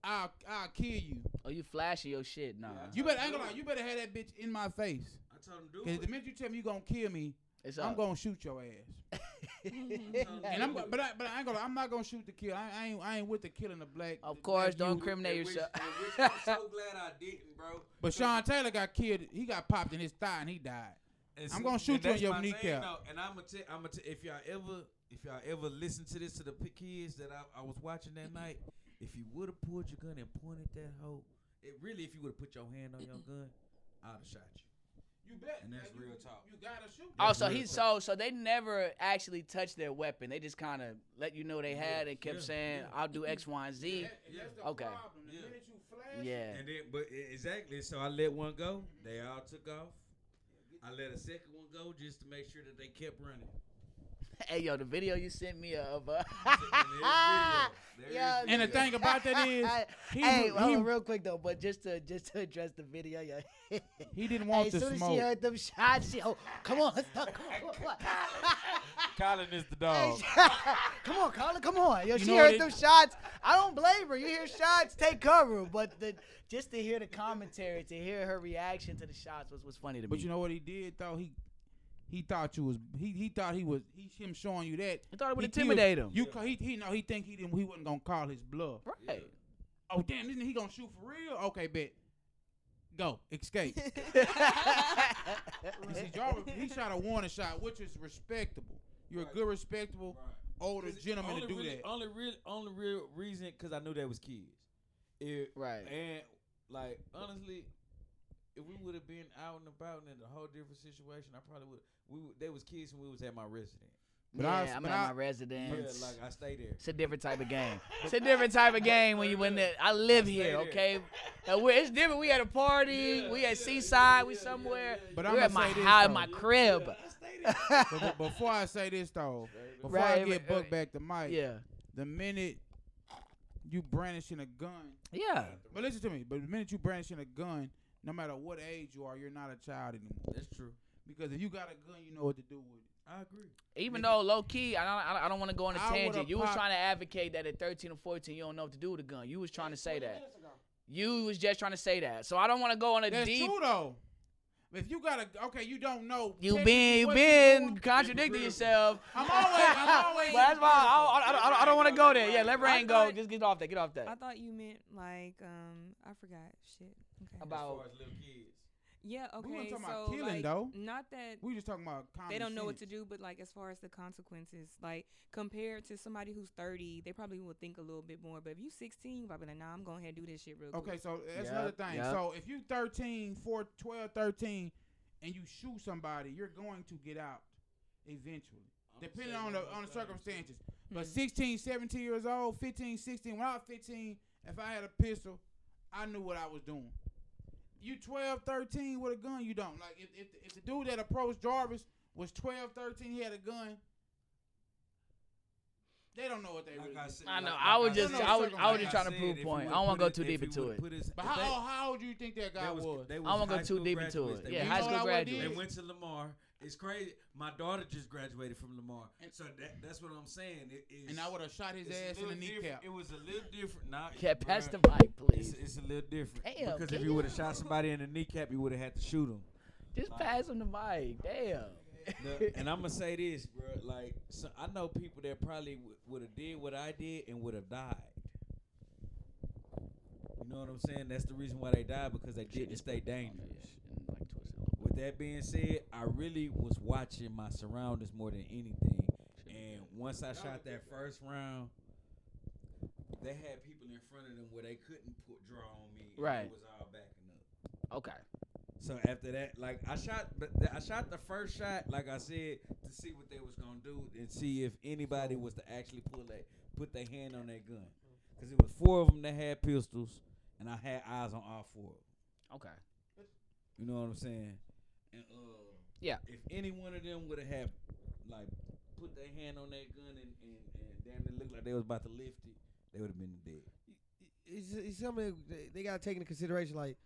[SPEAKER 2] I'll I'll kill you,
[SPEAKER 1] Or Oh, you flashing your shit? Nah,
[SPEAKER 6] Yeah, I-
[SPEAKER 2] you better I ain't gonna lie, you better have that bitch in my face.
[SPEAKER 6] I told him do
[SPEAKER 2] Cause
[SPEAKER 6] it.
[SPEAKER 2] the minute you tell me you gonna kill me,
[SPEAKER 1] it's
[SPEAKER 2] I'm
[SPEAKER 1] up.
[SPEAKER 2] gonna shoot your ass. And I'm, but I, but I ain't gonna, I'm not gonna shoot the kill. I, I ain't, I ain't with the killing the black.
[SPEAKER 1] Of
[SPEAKER 2] the
[SPEAKER 1] course,
[SPEAKER 2] black
[SPEAKER 1] don't
[SPEAKER 2] youth.
[SPEAKER 1] incriminate
[SPEAKER 6] And which-
[SPEAKER 1] yourself.
[SPEAKER 6] and which I'm so glad I didn't, bro.
[SPEAKER 2] But Sean Taylor got killed. He got popped in his thigh and he died.
[SPEAKER 6] And
[SPEAKER 2] I'm
[SPEAKER 6] see,
[SPEAKER 2] gonna shoot
[SPEAKER 6] and
[SPEAKER 2] you in
[SPEAKER 6] that's
[SPEAKER 2] your
[SPEAKER 6] my thing,
[SPEAKER 2] kneecap.
[SPEAKER 6] though. And I'm gonna tell, I'm gonna tell, if y'all ever, if y'all ever listen to this to the p- kids that I, I was watching that night, if you would have pulled your gun and pointed that hoe, it really, if you would have put your hand on your gun, I'd have shot you.
[SPEAKER 2] You bet.
[SPEAKER 6] And that's
[SPEAKER 2] Like, you-
[SPEAKER 6] real talk.
[SPEAKER 2] You gotta shoot.
[SPEAKER 1] Oh,
[SPEAKER 2] that
[SPEAKER 1] so
[SPEAKER 2] shit.
[SPEAKER 1] he so so they never actually touched their weapon. They just kind of let you know they had and kept
[SPEAKER 6] yeah,
[SPEAKER 1] saying,
[SPEAKER 6] yeah.
[SPEAKER 1] "I'll do X, Y, and Z."
[SPEAKER 2] That- and that's the
[SPEAKER 1] Okay.
[SPEAKER 2] problem. The
[SPEAKER 6] Yeah.
[SPEAKER 2] minute you flash,
[SPEAKER 1] Yeah.
[SPEAKER 6] And then, but e- exactly. So I let one go. They all took off. I let a second one go just to make sure that they kept running.
[SPEAKER 1] Hey, yo, the video you sent me of. Uh,
[SPEAKER 6] There is video. There is
[SPEAKER 2] And the
[SPEAKER 6] video.
[SPEAKER 2] thing about that is, he-
[SPEAKER 1] hey, well,
[SPEAKER 2] he-
[SPEAKER 1] real quick though, but just to just to address the video, yo.
[SPEAKER 2] He didn't
[SPEAKER 1] Hey,
[SPEAKER 2] want
[SPEAKER 1] as
[SPEAKER 2] the
[SPEAKER 1] soon as she
[SPEAKER 2] smoke.
[SPEAKER 1] heard them shots, she, oh, come on, let's talk. Come on, come on.
[SPEAKER 6] Colin is the
[SPEAKER 1] Hey,
[SPEAKER 6] dog.
[SPEAKER 1] come on, Carla, come on. Yo,
[SPEAKER 2] Oh. You
[SPEAKER 1] she
[SPEAKER 2] know
[SPEAKER 1] heard
[SPEAKER 2] what
[SPEAKER 1] them
[SPEAKER 2] it-
[SPEAKER 1] shots. I don't blame her. You hear shots, take cover. But the, just to hear the commentary, to hear her reaction to the shots was, was funny to me.
[SPEAKER 2] But you know what he did though? He he thought you was he he thought he was he him showing you that.
[SPEAKER 1] I thought it would
[SPEAKER 2] He- he was-
[SPEAKER 1] intimidate him.
[SPEAKER 2] You ca- he he no he think he didn't he wasn't gonna call his bluff.
[SPEAKER 1] right.
[SPEAKER 2] Oh damn! Isn't he gonna shoot for real? Okay, bet. Go escape. You see, Jarvis, he shot a warning shot, which is respectable. You're a good, respectable older gentleman to do
[SPEAKER 6] really,
[SPEAKER 2] that.
[SPEAKER 6] Only real, only real reason because I knew they was kids. If,
[SPEAKER 1] Right.
[SPEAKER 6] And like honestly, if we would have been out and about and in a whole different situation, I probably would. We would- they was kids when we was at my residence.
[SPEAKER 2] But
[SPEAKER 1] yeah,
[SPEAKER 2] I-
[SPEAKER 1] I'm
[SPEAKER 2] but
[SPEAKER 1] at
[SPEAKER 2] I-
[SPEAKER 1] my residence.
[SPEAKER 6] Yeah, like I stay there.
[SPEAKER 1] It's a different type of game. It's a different type of game when you when the, I live here,
[SPEAKER 6] there.
[SPEAKER 1] okay? Now, we're- it's different. We at a party,
[SPEAKER 6] Yeah,
[SPEAKER 1] we at
[SPEAKER 6] yeah,
[SPEAKER 1] seaside,
[SPEAKER 6] yeah,
[SPEAKER 1] we
[SPEAKER 6] yeah, yeah,
[SPEAKER 1] somewhere.
[SPEAKER 6] yeah, yeah.
[SPEAKER 2] But
[SPEAKER 1] We're
[SPEAKER 2] I'ma
[SPEAKER 1] at my
[SPEAKER 2] say this,
[SPEAKER 1] house,
[SPEAKER 2] though.
[SPEAKER 1] my crib.
[SPEAKER 6] I stay there.
[SPEAKER 2] But be- before I say this though, before I
[SPEAKER 1] Right,
[SPEAKER 2] get
[SPEAKER 1] right,
[SPEAKER 2] Buck
[SPEAKER 1] right.
[SPEAKER 2] back to Mike,
[SPEAKER 1] Yeah,
[SPEAKER 2] the minute you brandishing a gun,
[SPEAKER 1] yeah.
[SPEAKER 2] but listen to me. But the minute you brandishing a gun, no matter what age you are, you're not a child anymore.
[SPEAKER 6] That's true.
[SPEAKER 2] Because if you got a gun, you know what to do with it.
[SPEAKER 6] I agree.
[SPEAKER 1] Even though low key, I don't, I don't- I don't want to go on a
[SPEAKER 2] I would've
[SPEAKER 1] tangent. You was
[SPEAKER 2] popped-
[SPEAKER 1] trying to advocate that at 13 or 14 you don't know what to do with a gun. You was trying to say that. You was just trying to say that. So I don't want to go on a
[SPEAKER 2] That's
[SPEAKER 1] deep.
[SPEAKER 2] true though. If you got a okay, you don't know.
[SPEAKER 1] You
[SPEAKER 2] technically
[SPEAKER 1] been, you
[SPEAKER 2] what
[SPEAKER 1] been
[SPEAKER 2] doing.
[SPEAKER 1] contradicting yourself.
[SPEAKER 2] I'm always- I'm always-
[SPEAKER 1] But that's why I, I, I, don't- I, don't want to go there. Yeah, let Rain go.
[SPEAKER 3] thought-
[SPEAKER 1] Just get off that. Get off that.
[SPEAKER 3] I thought you meant like um I forgot shit. Okay.
[SPEAKER 1] About-
[SPEAKER 6] As
[SPEAKER 1] Oh.
[SPEAKER 6] far as little kids.
[SPEAKER 3] yeah. Okay.
[SPEAKER 2] wasn't talking
[SPEAKER 3] so
[SPEAKER 2] about killing,
[SPEAKER 3] like,
[SPEAKER 2] though.
[SPEAKER 3] not that
[SPEAKER 2] We just talking about. Common
[SPEAKER 3] they don't know what
[SPEAKER 2] sense.
[SPEAKER 3] to do, but like as far as the consequences, like compared to somebody who's thirty, they probably will think a little bit more. But if you sixteen, you probably like, nah, I'm going ahead and do this shit real quick.
[SPEAKER 2] Okay, so that's
[SPEAKER 1] Yep,
[SPEAKER 2] another thing.
[SPEAKER 1] yep.
[SPEAKER 2] So if you 13, 4, 12, 13, and you shoot somebody, you're going to get out eventually, depending on the on the circumstances. But 16,
[SPEAKER 3] Mhm.
[SPEAKER 2] 17 years old, 15, 16, when I was 15, if I had a pistol, I knew what I was doing. You 12, 13 with a gun, you don't. Like, if, if, if the dude that approached Jarvis was 12, 13, he had a gun, they don't know what they really
[SPEAKER 6] Like
[SPEAKER 2] do.
[SPEAKER 6] said-
[SPEAKER 1] I know.
[SPEAKER 6] like-
[SPEAKER 1] I
[SPEAKER 6] like
[SPEAKER 1] was just,
[SPEAKER 2] said,
[SPEAKER 1] I was, I was
[SPEAKER 2] like
[SPEAKER 1] just
[SPEAKER 2] I
[SPEAKER 1] trying to
[SPEAKER 6] said,
[SPEAKER 1] prove
[SPEAKER 6] if
[SPEAKER 1] a
[SPEAKER 6] he
[SPEAKER 1] point. I
[SPEAKER 6] would've
[SPEAKER 1] don't want to
[SPEAKER 6] put
[SPEAKER 1] go
[SPEAKER 6] his-
[SPEAKER 1] too
[SPEAKER 6] if
[SPEAKER 1] deep
[SPEAKER 6] he
[SPEAKER 1] into
[SPEAKER 6] would've
[SPEAKER 1] it.
[SPEAKER 6] put his-
[SPEAKER 2] But
[SPEAKER 6] if
[SPEAKER 2] how,
[SPEAKER 6] they-
[SPEAKER 2] oh, how old do you think that guy
[SPEAKER 6] they was-
[SPEAKER 2] was?
[SPEAKER 6] they was
[SPEAKER 1] I don't want to
[SPEAKER 6] high
[SPEAKER 1] go
[SPEAKER 6] school
[SPEAKER 1] too deep into
[SPEAKER 6] graduates.
[SPEAKER 1] it.
[SPEAKER 6] They
[SPEAKER 1] Yeah,
[SPEAKER 6] went-
[SPEAKER 1] high
[SPEAKER 2] know
[SPEAKER 1] school
[SPEAKER 2] what I would do?
[SPEAKER 1] graduate.
[SPEAKER 6] They went to Lamar. It's crazy. My daughter just graduated from Lamar, so that, that's what I'm saying. It- it's-
[SPEAKER 2] And I would have shot his
[SPEAKER 6] it's a
[SPEAKER 2] ass in the
[SPEAKER 6] little diff-
[SPEAKER 2] kneecap.
[SPEAKER 6] It was a little different. Nah,
[SPEAKER 1] Yeah,
[SPEAKER 6] bruh,
[SPEAKER 1] pass the mic,
[SPEAKER 6] It's,
[SPEAKER 1] please.
[SPEAKER 6] it's a little different
[SPEAKER 1] Damn,
[SPEAKER 6] because
[SPEAKER 1] can
[SPEAKER 6] if you would have shot somebody in the kneecap, you would have had to shoot him.
[SPEAKER 1] Just pass him the mic. Damn.
[SPEAKER 6] The- and I'm gonna say this, bro. Like, so I know people that probably would have did what I did and would have died. You know what I'm saying? That's the reason why they died because they didn't stay dangerous. With that being said, I really was watching my surroundings more than anything. And once I shot that first round, they had people in front of them where they couldn't put draw on me. and
[SPEAKER 1] Right.
[SPEAKER 6] It was all backing up.
[SPEAKER 1] Okay.
[SPEAKER 6] So after that, like I shot, but th- I shot the first shot, like I said, to see what they was gonna do and see if anybody was to actually pull that, put their hand on that gun, because it was four of them that had pistols, and I had eyes on all four. of 'em.
[SPEAKER 1] Okay.
[SPEAKER 6] You know what I'm saying? And uh,
[SPEAKER 1] Yeah.
[SPEAKER 6] if any one of them would have had, like, put their hand on that gun and and, and damn, it looked like they was about to lift it, they would have been dead.
[SPEAKER 5] It's, it's something that they got to take into consideration. Like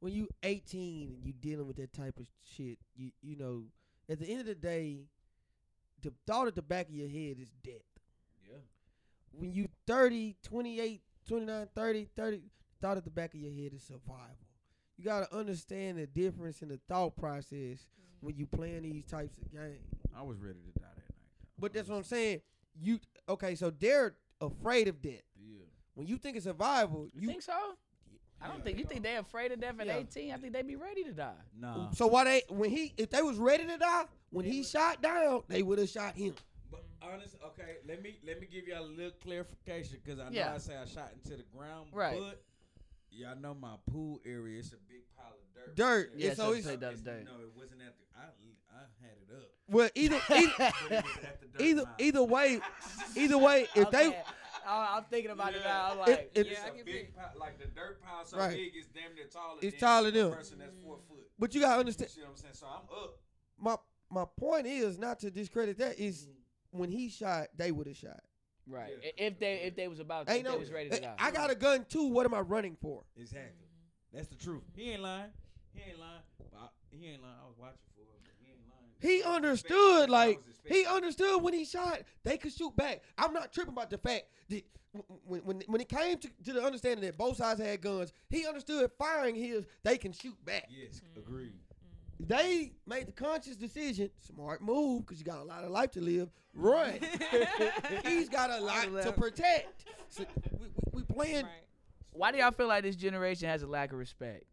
[SPEAKER 5] when you 18 and you dealing with that type of shit, you you know, at the end of the day, the thought at the back of your head is death.
[SPEAKER 6] Yeah.
[SPEAKER 5] When you 30, 28, 29, 30, 30, thought at the back of your head is survival. You got to understand the difference in the thought process when you playing these types of games.
[SPEAKER 6] I was ready to die that night.
[SPEAKER 5] But that's what I'm saying. You okay? So they're afraid of death.
[SPEAKER 6] Yeah.
[SPEAKER 5] When you think of survival,
[SPEAKER 1] You
[SPEAKER 5] you
[SPEAKER 1] think so? I don't think you think they afraid of death at
[SPEAKER 5] Yeah.
[SPEAKER 1] 18. I think they be ready to die.
[SPEAKER 6] Nah.
[SPEAKER 5] So why they when he if they was ready to die when he shot down they would have shot him.
[SPEAKER 6] But honest, okay, let me let me give y'all a little clarification because I know
[SPEAKER 1] Yeah.
[SPEAKER 6] I say I shot into the ground,
[SPEAKER 1] Right.
[SPEAKER 6] but Y'all know my pool area. It's a big pile of dirt.
[SPEAKER 5] Dirt,
[SPEAKER 6] Yeah,
[SPEAKER 5] yeah, so it's-
[SPEAKER 1] say that's dirt.
[SPEAKER 6] No, it wasn't at the. I, I had it up.
[SPEAKER 5] Well, either either
[SPEAKER 6] but it was at the dirt
[SPEAKER 5] either,
[SPEAKER 6] pile.
[SPEAKER 5] either way, either way, if
[SPEAKER 1] Okay. I, I'm thinking about it now. I'm
[SPEAKER 5] they
[SPEAKER 1] like,
[SPEAKER 5] if, if
[SPEAKER 3] Yeah, I
[SPEAKER 6] It's a
[SPEAKER 3] can
[SPEAKER 6] big pile, like the dirt pile so
[SPEAKER 5] Right.
[SPEAKER 6] big it's damn near taller.
[SPEAKER 5] It's
[SPEAKER 6] than
[SPEAKER 5] taller than
[SPEAKER 6] the
[SPEAKER 5] them.
[SPEAKER 6] person that's four foot.
[SPEAKER 5] but you gotta
[SPEAKER 6] You
[SPEAKER 5] understand
[SPEAKER 6] see what I'm saying? So I'm up.
[SPEAKER 5] my my point is not to discredit that
[SPEAKER 1] Mm-hmm.
[SPEAKER 5] is
[SPEAKER 6] Mm-hmm.
[SPEAKER 5] when he shot they would have shot.
[SPEAKER 1] right.
[SPEAKER 6] Yeah.
[SPEAKER 1] I- If they if they was about to,
[SPEAKER 5] Ain't
[SPEAKER 1] if they
[SPEAKER 5] no,
[SPEAKER 1] was ready to go.
[SPEAKER 5] I got a gun too. What am I running for?
[SPEAKER 6] Exactly.
[SPEAKER 5] Mm-hmm.
[SPEAKER 6] That's the truth. He ain't lying. He ain't lying. But I, he ain't lying. I was watching for him. But he ain't lying.
[SPEAKER 5] He
[SPEAKER 6] I was
[SPEAKER 5] understood,
[SPEAKER 6] expecting- I
[SPEAKER 5] like
[SPEAKER 6] was expecting-
[SPEAKER 5] he understood when he shot, they could shoot back. I'm not tripping about the fact that when when, when it came to, to the understanding that both sides had guns, he understood firing his, they can shoot back.
[SPEAKER 6] Yes, agreed.
[SPEAKER 5] They made the conscious decision, smart move, because you got a lot of life to live. Run. He's got a lot to protect. So we, we, we playing.
[SPEAKER 3] Right.
[SPEAKER 1] Why do y'all feel like this generation has a lack of respect?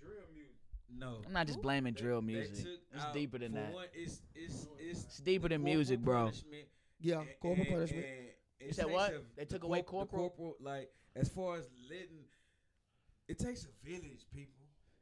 [SPEAKER 6] Drill music. No.
[SPEAKER 1] I'm not just blaming
[SPEAKER 6] They-
[SPEAKER 1] drill
[SPEAKER 6] they
[SPEAKER 1] music.
[SPEAKER 6] took
[SPEAKER 1] It's
[SPEAKER 6] out-
[SPEAKER 1] deeper than
[SPEAKER 6] for
[SPEAKER 1] that.
[SPEAKER 6] One, it's, it's, it's,
[SPEAKER 1] It's deeper
[SPEAKER 6] the
[SPEAKER 1] than
[SPEAKER 6] corporal
[SPEAKER 1] music, bro.
[SPEAKER 6] punishment
[SPEAKER 5] Yeah,
[SPEAKER 6] and-
[SPEAKER 5] corporal
[SPEAKER 6] and-
[SPEAKER 5] punishment.
[SPEAKER 6] and it
[SPEAKER 1] You said
[SPEAKER 6] takes
[SPEAKER 1] what?
[SPEAKER 6] a-
[SPEAKER 1] They
[SPEAKER 6] the
[SPEAKER 1] took away
[SPEAKER 6] corp- the
[SPEAKER 1] corporal?
[SPEAKER 6] Like as far as letting, it takes a village, people.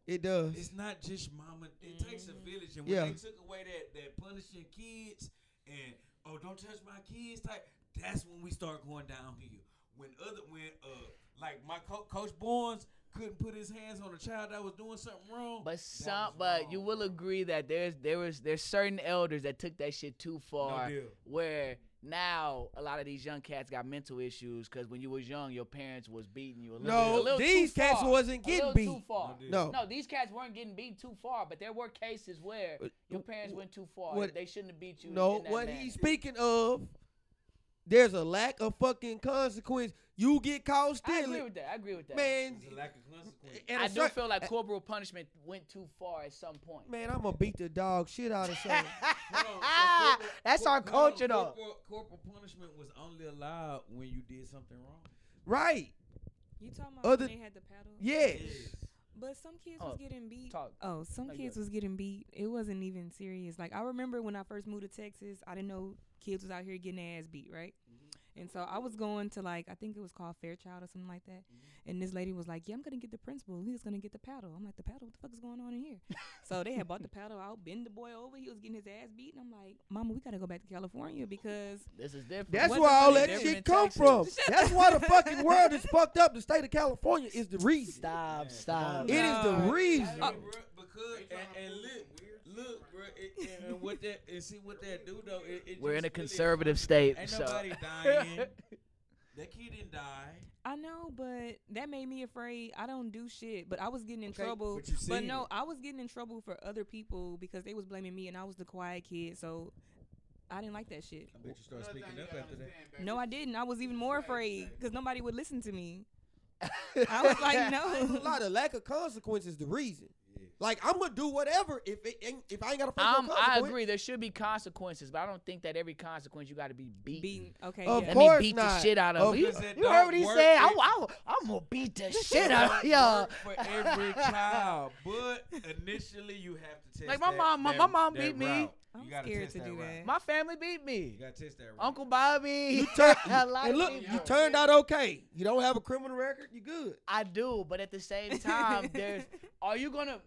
[SPEAKER 5] It does.
[SPEAKER 6] It's not just mama. It takes a
[SPEAKER 1] Mm-hmm.
[SPEAKER 6] village, and when
[SPEAKER 5] Yeah.
[SPEAKER 6] they took away that that punishing kids and oh don't touch my kids type, that's when we start going downhill. When other when uh like my co- coach Barnes couldn't put his hands on a child that was doing something wrong.
[SPEAKER 1] But
[SPEAKER 6] that
[SPEAKER 1] some,
[SPEAKER 6] was
[SPEAKER 1] but
[SPEAKER 6] wrong,
[SPEAKER 1] you will
[SPEAKER 6] bro.
[SPEAKER 1] agree that there's there was there's certain elders that took that shit too far,
[SPEAKER 6] deal.
[SPEAKER 1] where now a lot of these young cats got mental issues because when you was young, your parents was beating you a little.
[SPEAKER 5] No,
[SPEAKER 1] bit- a little too
[SPEAKER 5] these cats
[SPEAKER 1] far,
[SPEAKER 5] wasn't
[SPEAKER 1] a
[SPEAKER 5] getting
[SPEAKER 1] little Too
[SPEAKER 5] beat.
[SPEAKER 1] far.
[SPEAKER 6] deal.
[SPEAKER 5] No.
[SPEAKER 1] No, these cats weren't getting beat too far, but there were cases where
[SPEAKER 5] But
[SPEAKER 1] your parents went too far.
[SPEAKER 5] Uh, what-
[SPEAKER 1] they shouldn't have beat you.
[SPEAKER 5] No,
[SPEAKER 1] in that
[SPEAKER 5] what
[SPEAKER 1] manner.
[SPEAKER 5] he's speaking of, there's a lack of fucking consequence. You get caught
[SPEAKER 1] I agree
[SPEAKER 5] stealing,
[SPEAKER 1] with that. I agree with that.
[SPEAKER 5] man.
[SPEAKER 6] It's a lack of consequence.
[SPEAKER 5] at
[SPEAKER 1] I
[SPEAKER 5] a
[SPEAKER 1] do
[SPEAKER 5] cer-
[SPEAKER 1] feel like corporal punishment went too far at some point.
[SPEAKER 5] man, I'm gonna beat the dog shit out of something.
[SPEAKER 6] Hold on, so corporal-
[SPEAKER 1] Ah, That's our
[SPEAKER 6] cor- hold on,
[SPEAKER 1] culture, though.
[SPEAKER 6] Corporal, corporal punishment was only allowed when you did something wrong.
[SPEAKER 5] right?
[SPEAKER 3] You talking about
[SPEAKER 5] Other-
[SPEAKER 3] when they had the paddle?
[SPEAKER 5] Yes.
[SPEAKER 3] But some kids
[SPEAKER 1] Oh,
[SPEAKER 3] was getting beat.
[SPEAKER 1] talk.
[SPEAKER 3] Oh, some
[SPEAKER 1] No, you
[SPEAKER 3] kids
[SPEAKER 1] good.
[SPEAKER 3] was getting beat. It wasn't even serious. Like I remember when I first moved to Texas, I didn't know kids was out here getting their ass beat, right?
[SPEAKER 1] Mm-hmm.
[SPEAKER 3] And so I was going to like I think it was called Fairchild or something like that.
[SPEAKER 1] Mm-hmm.
[SPEAKER 3] And this lady was like, "Yeah, I'm gonna get the principal. He's gonna get the paddle." I'm like, "The paddle? What the fuck is going on in here?" so they had bought the paddle out, bend the boy over. He was getting his ass beat, and I'm like, "Mama, we gotta go back to California because
[SPEAKER 1] This is different.
[SPEAKER 5] That's
[SPEAKER 3] What
[SPEAKER 5] where
[SPEAKER 3] the
[SPEAKER 5] all
[SPEAKER 3] fuck
[SPEAKER 5] that
[SPEAKER 3] is
[SPEAKER 1] different in
[SPEAKER 5] shit come
[SPEAKER 1] Texas?
[SPEAKER 5] from. That's why the fucking world is fucked up. The state of California is the reason.
[SPEAKER 1] Stop, stop.
[SPEAKER 5] It is the
[SPEAKER 3] No.
[SPEAKER 5] reason.
[SPEAKER 6] Hey, bruh, because and, and look, look, bro, and, and what that and see what that do though. It, it
[SPEAKER 1] We're in
[SPEAKER 6] just
[SPEAKER 1] a
[SPEAKER 6] really-
[SPEAKER 1] conservative state,
[SPEAKER 6] Ain't
[SPEAKER 1] so
[SPEAKER 6] nobody dying. that kid didn't die.
[SPEAKER 3] I know, but that made me afraid. I don't do shit, but I was getting in
[SPEAKER 5] Okay,
[SPEAKER 3] trouble.
[SPEAKER 6] but you
[SPEAKER 3] But
[SPEAKER 6] seen
[SPEAKER 3] no,
[SPEAKER 6] it.
[SPEAKER 3] I was getting in trouble for other people because they was blaming me, and I was the quiet kid, so I didn't like that shit.
[SPEAKER 6] I bet you start speaking up after that.
[SPEAKER 3] No, I didn't. I was even more afraid because nobody would listen to me. I was like,
[SPEAKER 5] A
[SPEAKER 3] no.
[SPEAKER 5] lot of lack of consequence is the reason. Like I'm gonna do whatever if it ain't, if I ain't got a fucking
[SPEAKER 1] I'm, Um, I
[SPEAKER 5] consequence.
[SPEAKER 1] agree. There should be consequences, but I don't think that every consequence you got to be beat.
[SPEAKER 3] Being okay,
[SPEAKER 5] Of
[SPEAKER 3] yeah.
[SPEAKER 1] Let
[SPEAKER 5] course.
[SPEAKER 1] me beat the
[SPEAKER 5] not.
[SPEAKER 1] shit out of
[SPEAKER 5] Of
[SPEAKER 1] you.
[SPEAKER 6] course it
[SPEAKER 1] You heard
[SPEAKER 6] don't
[SPEAKER 1] what he
[SPEAKER 6] work.
[SPEAKER 1] said. I,
[SPEAKER 6] It-
[SPEAKER 1] I, I'm gonna beat the shit out of y'all.
[SPEAKER 6] Work for every child, but initially you have to test.
[SPEAKER 1] Like, my
[SPEAKER 6] that-
[SPEAKER 1] mom- my-
[SPEAKER 6] that-
[SPEAKER 1] my mom
[SPEAKER 6] that
[SPEAKER 1] beat me.
[SPEAKER 6] route.
[SPEAKER 3] I'm
[SPEAKER 6] You gotta
[SPEAKER 3] scared
[SPEAKER 6] test
[SPEAKER 3] to do
[SPEAKER 6] route.
[SPEAKER 3] that.
[SPEAKER 1] My family beat me.
[SPEAKER 6] You gotta test that. route.
[SPEAKER 1] Uncle Bobby.
[SPEAKER 5] You turn,
[SPEAKER 1] a lot
[SPEAKER 5] and
[SPEAKER 1] of
[SPEAKER 5] look,
[SPEAKER 1] people.
[SPEAKER 5] you turned out okay. You don't have a criminal record. You good.
[SPEAKER 1] I do, but at the same time, there's. Are you gonna?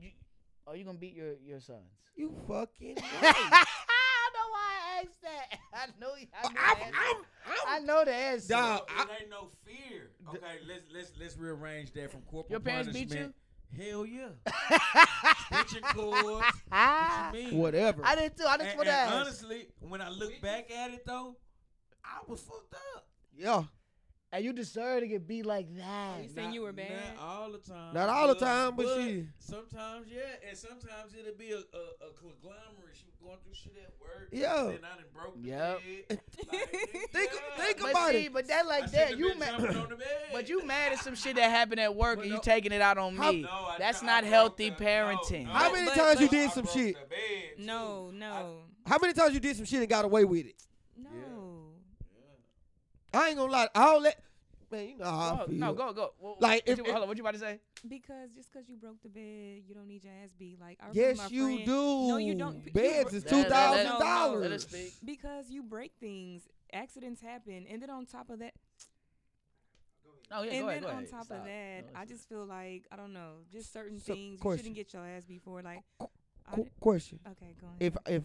[SPEAKER 1] You, are you gonna beat your your sons?
[SPEAKER 5] You fucking.
[SPEAKER 1] I know why I asked that. I know. I know,
[SPEAKER 5] I'm,
[SPEAKER 1] the, answer.
[SPEAKER 5] I'm,
[SPEAKER 1] I
[SPEAKER 5] I'm,
[SPEAKER 1] know the answer.
[SPEAKER 5] Dog.
[SPEAKER 6] So
[SPEAKER 5] Oh, I-
[SPEAKER 6] it ain't no fear. Okay, let's let's let's rearrange that from corporal
[SPEAKER 1] Your parents beat
[SPEAKER 6] punishment. Hell yeah. Pitching cords.
[SPEAKER 5] Ah.
[SPEAKER 6] What you mean?
[SPEAKER 5] whatever.
[SPEAKER 1] I did too. I just
[SPEAKER 6] And,
[SPEAKER 1] want to
[SPEAKER 6] and
[SPEAKER 1] ask.
[SPEAKER 6] honestly, when I look back at it though, I was fucked up.
[SPEAKER 5] yeah,
[SPEAKER 1] and you deserve to get beat like that.
[SPEAKER 3] You saying
[SPEAKER 6] Not-
[SPEAKER 3] you were
[SPEAKER 6] not
[SPEAKER 3] bad?
[SPEAKER 6] all the time.
[SPEAKER 5] Not all the time, but shit.
[SPEAKER 6] Sometimes, yeah, and sometimes it'll be a, a, a conglomerate. She was going through shit at work.
[SPEAKER 5] Yeah.
[SPEAKER 6] Then I done broke the
[SPEAKER 1] Yep.
[SPEAKER 6] bed. Like,
[SPEAKER 5] Think-
[SPEAKER 6] yeah.
[SPEAKER 5] think
[SPEAKER 1] But
[SPEAKER 5] about
[SPEAKER 1] see,
[SPEAKER 5] it.
[SPEAKER 1] but that
[SPEAKER 6] I
[SPEAKER 1] like
[SPEAKER 6] shouldn't
[SPEAKER 1] that
[SPEAKER 6] have
[SPEAKER 1] you
[SPEAKER 6] been jumping on
[SPEAKER 1] mad.
[SPEAKER 6] the bed.
[SPEAKER 1] But you mad at some shit that happened at work
[SPEAKER 6] But
[SPEAKER 1] and you
[SPEAKER 6] no-
[SPEAKER 1] taking it out on
[SPEAKER 5] How-
[SPEAKER 1] me.
[SPEAKER 6] No, I-
[SPEAKER 1] That's
[SPEAKER 6] I
[SPEAKER 1] not
[SPEAKER 6] broke
[SPEAKER 1] healthy
[SPEAKER 6] the-
[SPEAKER 1] parenting.
[SPEAKER 6] no,
[SPEAKER 5] How
[SPEAKER 6] no.
[SPEAKER 5] many
[SPEAKER 3] But-
[SPEAKER 5] times you
[SPEAKER 3] but-
[SPEAKER 5] did
[SPEAKER 6] I
[SPEAKER 5] some
[SPEAKER 6] broke
[SPEAKER 5] shit?
[SPEAKER 6] the bed, too.
[SPEAKER 3] No, no,
[SPEAKER 5] How many times you did some shit and got away with it?
[SPEAKER 3] no.
[SPEAKER 5] I ain't gonna lie. All that, man. You know how I
[SPEAKER 1] Go-
[SPEAKER 5] feel.
[SPEAKER 1] no, go go. Wha-
[SPEAKER 5] Like,
[SPEAKER 1] what
[SPEAKER 5] if-
[SPEAKER 1] you,
[SPEAKER 5] if-
[SPEAKER 1] hold on, what you about to say?
[SPEAKER 3] Because just because you broke the bed, you don't need your ass beat. Like I remember
[SPEAKER 5] Yes,
[SPEAKER 3] my
[SPEAKER 5] you
[SPEAKER 3] friend-
[SPEAKER 5] do.
[SPEAKER 3] No, you don't. You
[SPEAKER 5] Beds
[SPEAKER 3] bro-
[SPEAKER 5] is
[SPEAKER 1] Let-
[SPEAKER 5] two
[SPEAKER 1] let- let-
[SPEAKER 5] thousand
[SPEAKER 1] Let us
[SPEAKER 5] dollars.
[SPEAKER 1] speak.
[SPEAKER 3] because you break things accidents happen and then on top of that
[SPEAKER 1] No, Oh, yeah,
[SPEAKER 3] and
[SPEAKER 1] go ahead,
[SPEAKER 3] then
[SPEAKER 1] go
[SPEAKER 3] on
[SPEAKER 1] ahead.
[SPEAKER 3] top
[SPEAKER 1] Stop.
[SPEAKER 3] of that,
[SPEAKER 1] No,
[SPEAKER 3] I
[SPEAKER 1] it's-
[SPEAKER 3] just feel like I don't know, just certain
[SPEAKER 5] So,
[SPEAKER 3] things you
[SPEAKER 5] question.
[SPEAKER 3] shouldn't get your ass before. Like, I
[SPEAKER 5] Qu-
[SPEAKER 3] d-
[SPEAKER 5] question.
[SPEAKER 3] okay, go ahead.
[SPEAKER 5] If if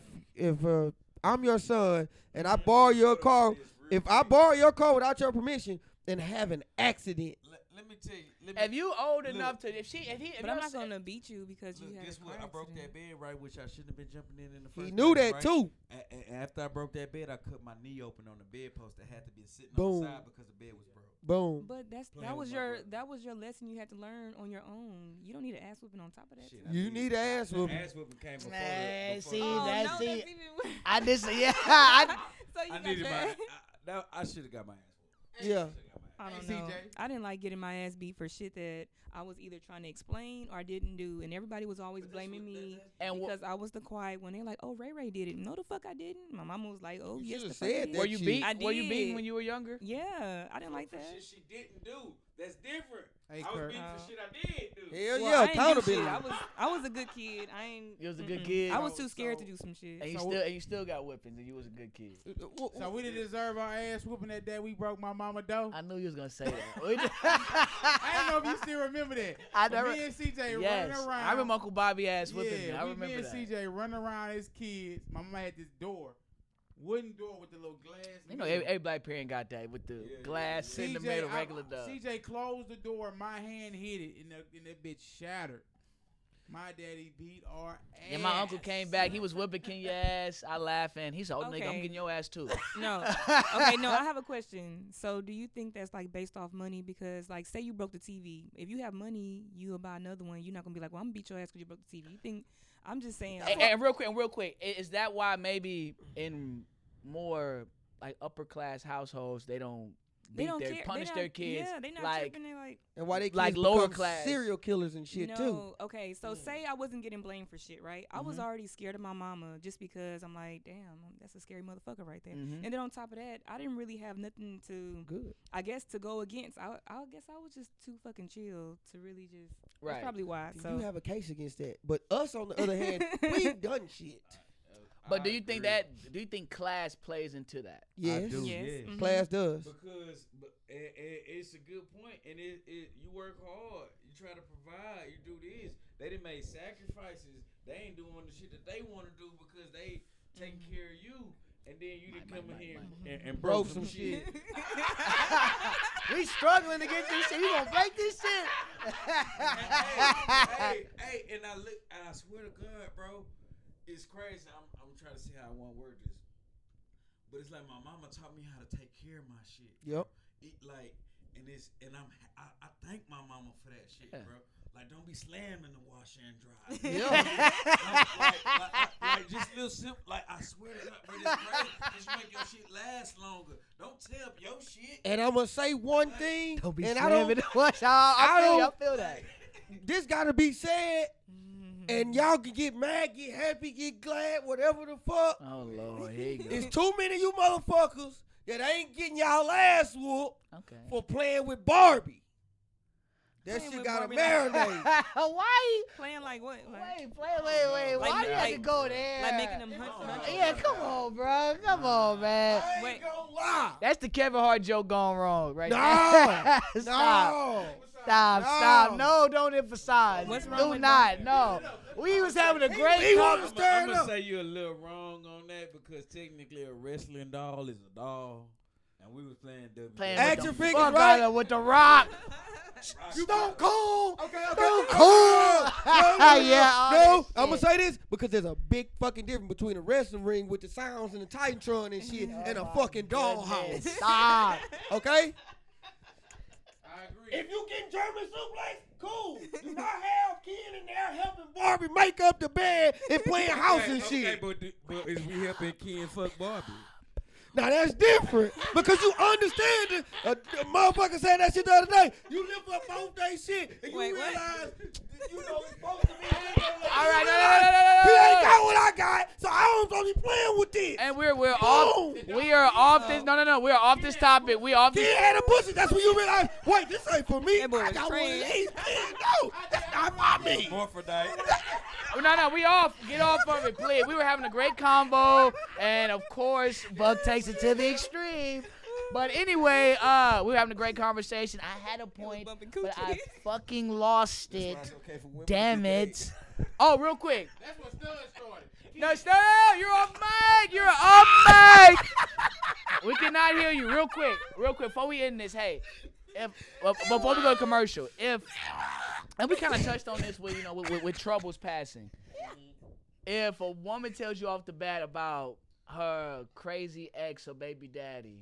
[SPEAKER 5] if uh, I'm your son and I borrow your car, if I borrow your car without your permission and have an accident,
[SPEAKER 6] Let, let me tell you. Let me,
[SPEAKER 1] If you old enough to, if she, if he, if
[SPEAKER 3] but I'm
[SPEAKER 1] your
[SPEAKER 3] not
[SPEAKER 1] son-
[SPEAKER 3] gonna beat you because you
[SPEAKER 6] look,
[SPEAKER 3] had
[SPEAKER 6] guess
[SPEAKER 3] a
[SPEAKER 6] what?
[SPEAKER 3] car
[SPEAKER 6] I broke that
[SPEAKER 3] accident.
[SPEAKER 6] bed right, which I shouldn't have been jumping in in the first.
[SPEAKER 5] he knew
[SPEAKER 6] place,
[SPEAKER 5] that
[SPEAKER 6] right?
[SPEAKER 5] too.
[SPEAKER 6] A- a- after I broke that bed, I cut my knee open on the bedpost that had to be sitting
[SPEAKER 5] Boom.
[SPEAKER 6] on the side because the bed was broke.
[SPEAKER 5] Boom.
[SPEAKER 3] But that's
[SPEAKER 6] Playing
[SPEAKER 3] that
[SPEAKER 6] with
[SPEAKER 3] was
[SPEAKER 6] my
[SPEAKER 3] your
[SPEAKER 6] brother.
[SPEAKER 3] that was your lesson you had to learn on your own. You don't need an ass whooping on top of that.
[SPEAKER 6] Shit,
[SPEAKER 3] too.
[SPEAKER 6] I
[SPEAKER 5] You need an ass
[SPEAKER 6] the
[SPEAKER 5] whooping.
[SPEAKER 6] Ass whooping came before.
[SPEAKER 1] Man,
[SPEAKER 6] the, before
[SPEAKER 1] see,
[SPEAKER 6] the-
[SPEAKER 3] Oh
[SPEAKER 1] that's
[SPEAKER 3] no, that's
[SPEAKER 1] it.
[SPEAKER 3] even worse.
[SPEAKER 1] I just, yeah, I,
[SPEAKER 3] so you
[SPEAKER 6] I
[SPEAKER 3] got
[SPEAKER 6] needed my. I,
[SPEAKER 3] that.
[SPEAKER 6] that, I should have got my ass whooped.
[SPEAKER 5] Yeah.
[SPEAKER 6] Shoulda got my ass
[SPEAKER 3] I don't
[SPEAKER 2] Hey,
[SPEAKER 3] know.
[SPEAKER 2] CJ.
[SPEAKER 3] I didn't like getting my ass beat for shit that I was either trying to explain or didn't do, and everybody was always blaming me
[SPEAKER 1] and wha-
[SPEAKER 3] because I was the quiet one. They're like, "Oh, Ray Ray did it." No, the fuck, I didn't. My mama was like, "Oh,
[SPEAKER 5] You
[SPEAKER 3] yes,
[SPEAKER 5] shoulda
[SPEAKER 3] the fuck I
[SPEAKER 5] said
[SPEAKER 3] did."
[SPEAKER 5] that
[SPEAKER 1] were you
[SPEAKER 5] shit.
[SPEAKER 1] beat?
[SPEAKER 3] I
[SPEAKER 1] Were you beating
[SPEAKER 3] did.
[SPEAKER 1] when you were younger?
[SPEAKER 3] Yeah, I didn't like
[SPEAKER 6] For
[SPEAKER 3] that.
[SPEAKER 6] shit she didn't do. That's different.
[SPEAKER 2] Hey,
[SPEAKER 6] I
[SPEAKER 2] Kurt.
[SPEAKER 6] was beating
[SPEAKER 3] Oh.
[SPEAKER 1] Uh,
[SPEAKER 6] for shit I did do.
[SPEAKER 5] Hell
[SPEAKER 3] Well,
[SPEAKER 5] yeah,
[SPEAKER 3] I ain't do
[SPEAKER 5] accountability.
[SPEAKER 3] shit. I was I was a good kid. I ain't.
[SPEAKER 1] You was a good
[SPEAKER 3] mm-mm.
[SPEAKER 1] kid.
[SPEAKER 3] I was
[SPEAKER 6] So-
[SPEAKER 3] too scared
[SPEAKER 6] so-
[SPEAKER 3] to do some shit.
[SPEAKER 1] And you
[SPEAKER 2] So-
[SPEAKER 1] still, and you still got whippings, and you was a good kid.
[SPEAKER 5] Uh,
[SPEAKER 2] So we didn't deserve our ass whooping that day we broke my mama dough.
[SPEAKER 1] I knew you was gonna say that.
[SPEAKER 2] I don't know if you still remember that.
[SPEAKER 1] I
[SPEAKER 2] But
[SPEAKER 1] never.
[SPEAKER 2] me and CJ running
[SPEAKER 1] Yes,
[SPEAKER 2] around.
[SPEAKER 1] I remember Uncle Bobby ass whipping me.
[SPEAKER 2] yeah,
[SPEAKER 1] I
[SPEAKER 2] we-
[SPEAKER 1] remember
[SPEAKER 2] me and
[SPEAKER 1] that.
[SPEAKER 2] CJ running around as kids. My mama had this door, wooden door with the little glass.
[SPEAKER 1] You know, e-
[SPEAKER 2] mirror.
[SPEAKER 1] every, every black parent got that with the
[SPEAKER 6] Yeah,
[SPEAKER 1] glass
[SPEAKER 6] yeah,
[SPEAKER 1] in the
[SPEAKER 2] CJ,
[SPEAKER 1] middle,
[SPEAKER 2] I-
[SPEAKER 1] regular dub.
[SPEAKER 2] CJ closed the door. My hand hit it, and, the, and that bitch shattered. My daddy beat our ass.
[SPEAKER 1] And my uncle came back. He was whipping King your ass. I laughing. He's like, oh, nigga, I'm
[SPEAKER 3] Okay.
[SPEAKER 1] getting your ass too.
[SPEAKER 3] No. Okay, no, I have a question. So, do you think that's like based off money? Because, like, say you broke the TV. If you have money, you'll buy another one. You're not gonna be like, "Well, I'm gonna beat your ass because you broke the TV." You think? I'm just saying.
[SPEAKER 1] and, and real quick, and real quick, i- is that why maybe in more like upper class householles they don't beat
[SPEAKER 3] they don't
[SPEAKER 1] their
[SPEAKER 3] care.
[SPEAKER 1] punish
[SPEAKER 3] they
[SPEAKER 1] their
[SPEAKER 3] not-
[SPEAKER 1] kids
[SPEAKER 3] Yeah, they not
[SPEAKER 1] like
[SPEAKER 3] tripping. They like
[SPEAKER 5] and why they
[SPEAKER 1] Like
[SPEAKER 5] kids
[SPEAKER 1] lower
[SPEAKER 5] become
[SPEAKER 1] class.
[SPEAKER 5] serial killers and shit
[SPEAKER 3] no.
[SPEAKER 5] too.
[SPEAKER 3] Okay, so say I wasn't getting blamed for shit, right? I
[SPEAKER 5] Mm-hmm.
[SPEAKER 3] was
[SPEAKER 1] Mhm.
[SPEAKER 3] already scared of my mama just because I'm like, damn, um, that's a scary motherfucker right there.
[SPEAKER 1] Mhm.
[SPEAKER 3] And then on top of that, I didn't really have nothing to,
[SPEAKER 5] Mm-hmm. Good.
[SPEAKER 3] I guess, to go against. I, I guess I was just too fucking chill to really just. That's
[SPEAKER 1] right.
[SPEAKER 3] probably why.
[SPEAKER 5] You
[SPEAKER 3] So
[SPEAKER 5] do have a case against that, but us on the other hand, we've done shit.
[SPEAKER 1] But
[SPEAKER 6] I
[SPEAKER 1] do you think
[SPEAKER 6] agree.
[SPEAKER 1] that do you think class plays into that?
[SPEAKER 5] Yes,
[SPEAKER 6] do.
[SPEAKER 3] yes.
[SPEAKER 6] Yes.
[SPEAKER 3] mhm.
[SPEAKER 5] class does.
[SPEAKER 6] Because but, and, and it's a good point, and it, it you work hard, you try to provide, you do this. They done made sacrifices. They ain't doing the shit that they want to do because they taking care of you, and then you done
[SPEAKER 1] Mike,
[SPEAKER 6] come
[SPEAKER 1] Mike,
[SPEAKER 6] in here
[SPEAKER 1] Mike,
[SPEAKER 6] and, and broke
[SPEAKER 5] Broke
[SPEAKER 6] some
[SPEAKER 5] some
[SPEAKER 6] shit.
[SPEAKER 1] we struggling to get this shit. You gonna break this shit?
[SPEAKER 6] hey, hey, hey, and I look, and I swear to God, bro, it's crazy. I'm, I'm trying to see how I want to word this, but it's like my mama taught me how to take care of my shit.
[SPEAKER 5] Yep.
[SPEAKER 6] It, like, and it's, and I'm, I, I thank my mama for that shit,
[SPEAKER 1] Yeah.
[SPEAKER 6] bro. Like, don't be slamming the washer and dryer.
[SPEAKER 5] Yeah.
[SPEAKER 6] like, like, like, like, just little simple. Like I swear to God, bro, this crazy. Just make your shit last longer. Don't tell your shit.
[SPEAKER 5] and I'm gonna say one thing,
[SPEAKER 1] Don't be
[SPEAKER 5] and I
[SPEAKER 1] slamming
[SPEAKER 5] don't.
[SPEAKER 1] the wash. I, I,
[SPEAKER 5] I
[SPEAKER 1] feel, you, I
[SPEAKER 5] don't-
[SPEAKER 1] feel that.
[SPEAKER 5] This gotta be said,
[SPEAKER 3] Mm-hmm.
[SPEAKER 5] and y'all can get mad, get happy, get glad, whatever the fuck.
[SPEAKER 1] Oh lord, here you go.
[SPEAKER 5] There's too many of you motherfuckers that ain't getting y'all ass whooped
[SPEAKER 1] Okay.
[SPEAKER 5] for playing with Barbie. That
[SPEAKER 3] Playing
[SPEAKER 5] shit
[SPEAKER 3] with
[SPEAKER 5] gotta
[SPEAKER 3] Barbie like-
[SPEAKER 5] marinate.
[SPEAKER 1] Why?
[SPEAKER 3] Playing like what? Like,
[SPEAKER 1] Wait, play, wait, wait.
[SPEAKER 6] Like-
[SPEAKER 1] Why do you have to
[SPEAKER 3] like-
[SPEAKER 1] go there?
[SPEAKER 3] like making them hunt.
[SPEAKER 6] Oh,
[SPEAKER 3] hunt
[SPEAKER 6] no.
[SPEAKER 1] Yeah, come on, bro. Come on, man.
[SPEAKER 5] I ain't
[SPEAKER 3] Wait.
[SPEAKER 5] gonna lie.
[SPEAKER 1] That's the Kevin Hart joke gone wrong, right?
[SPEAKER 5] No,
[SPEAKER 1] there. stop.
[SPEAKER 5] No.
[SPEAKER 1] Stop,
[SPEAKER 5] No.
[SPEAKER 1] stop. No, don't emphasize.
[SPEAKER 3] What's
[SPEAKER 1] Do
[SPEAKER 3] wrong with
[SPEAKER 1] not.
[SPEAKER 3] Barbie?
[SPEAKER 1] No. We was having a
[SPEAKER 5] He-
[SPEAKER 1] great
[SPEAKER 5] he wanna
[SPEAKER 1] conversation.
[SPEAKER 5] stir it
[SPEAKER 6] I'm gonna
[SPEAKER 5] up.
[SPEAKER 6] say you're a little wrong on that because technically a wrestling doll is a doll, and we was playing WWE.
[SPEAKER 1] Playing
[SPEAKER 5] Action
[SPEAKER 1] with the
[SPEAKER 5] figures,
[SPEAKER 1] fuck
[SPEAKER 5] right?
[SPEAKER 1] out of with the rock.
[SPEAKER 5] Stone Cold.
[SPEAKER 2] Okay,
[SPEAKER 5] Stone
[SPEAKER 2] okay.
[SPEAKER 5] Cold. No, no,
[SPEAKER 1] Yeah, all
[SPEAKER 5] no.
[SPEAKER 1] that
[SPEAKER 5] I'm gonna
[SPEAKER 1] shit.
[SPEAKER 5] say this because there's a big fucking difference between a wrestling ring with the sounds and the Titantron and shit and a fucking
[SPEAKER 1] Goodness,
[SPEAKER 5] dollhouse.
[SPEAKER 1] Stop.
[SPEAKER 5] Okay.
[SPEAKER 2] I agree.
[SPEAKER 5] If you get German suplex, cool. Do not have kid in there helping Barbie make up the bed and playing house
[SPEAKER 6] Okay,
[SPEAKER 5] and
[SPEAKER 6] okay,
[SPEAKER 5] shit.
[SPEAKER 6] but, do- but is we helping Ken fuck Barbie?
[SPEAKER 5] Now that's different because you understand it. A, a motherfucker said that shit the other day. You lift up both day shit and you
[SPEAKER 3] Wait, what?
[SPEAKER 5] realize you know it's supposed to be. All
[SPEAKER 1] right, no, no, no, no, no, no,
[SPEAKER 5] He ain't
[SPEAKER 1] no.
[SPEAKER 5] got what I got, so I don't supposed to be playing with this.
[SPEAKER 1] And we're we're off.
[SPEAKER 5] Boom.
[SPEAKER 1] We are off this. No, no, no. We're off this topic. We off
[SPEAKER 5] He
[SPEAKER 1] this.
[SPEAKER 5] had a pussy. That's when you realize, wait, this ain't for me.
[SPEAKER 3] That boy
[SPEAKER 5] I
[SPEAKER 3] was
[SPEAKER 5] got one of
[SPEAKER 3] trash.
[SPEAKER 5] these. No, that's not for me.
[SPEAKER 6] Morphodite.
[SPEAKER 1] Oh, No, no, we off. Get off of it, please. We were having a great combo, and of course, Buck takes it to the extreme. But anyway, uh, we were having a great conversation. I had a point,
[SPEAKER 3] bumping
[SPEAKER 1] but I
[SPEAKER 3] coochie.
[SPEAKER 1] fucking lost
[SPEAKER 6] That's
[SPEAKER 1] it.
[SPEAKER 6] why it's okay for women to
[SPEAKER 1] Damn
[SPEAKER 6] get paid.
[SPEAKER 1] it. Oh, real quick.
[SPEAKER 2] That's what Stun started.
[SPEAKER 1] No, stop! You're on mic. You're on mic. we cannot hear you. Real quick, real quick. Before we end this, hey, if uh, before we go to commercial, if and we kind of touched on this with you know with, with, with troubles passing. If a woman tells you off the bat about her crazy ex or baby daddy,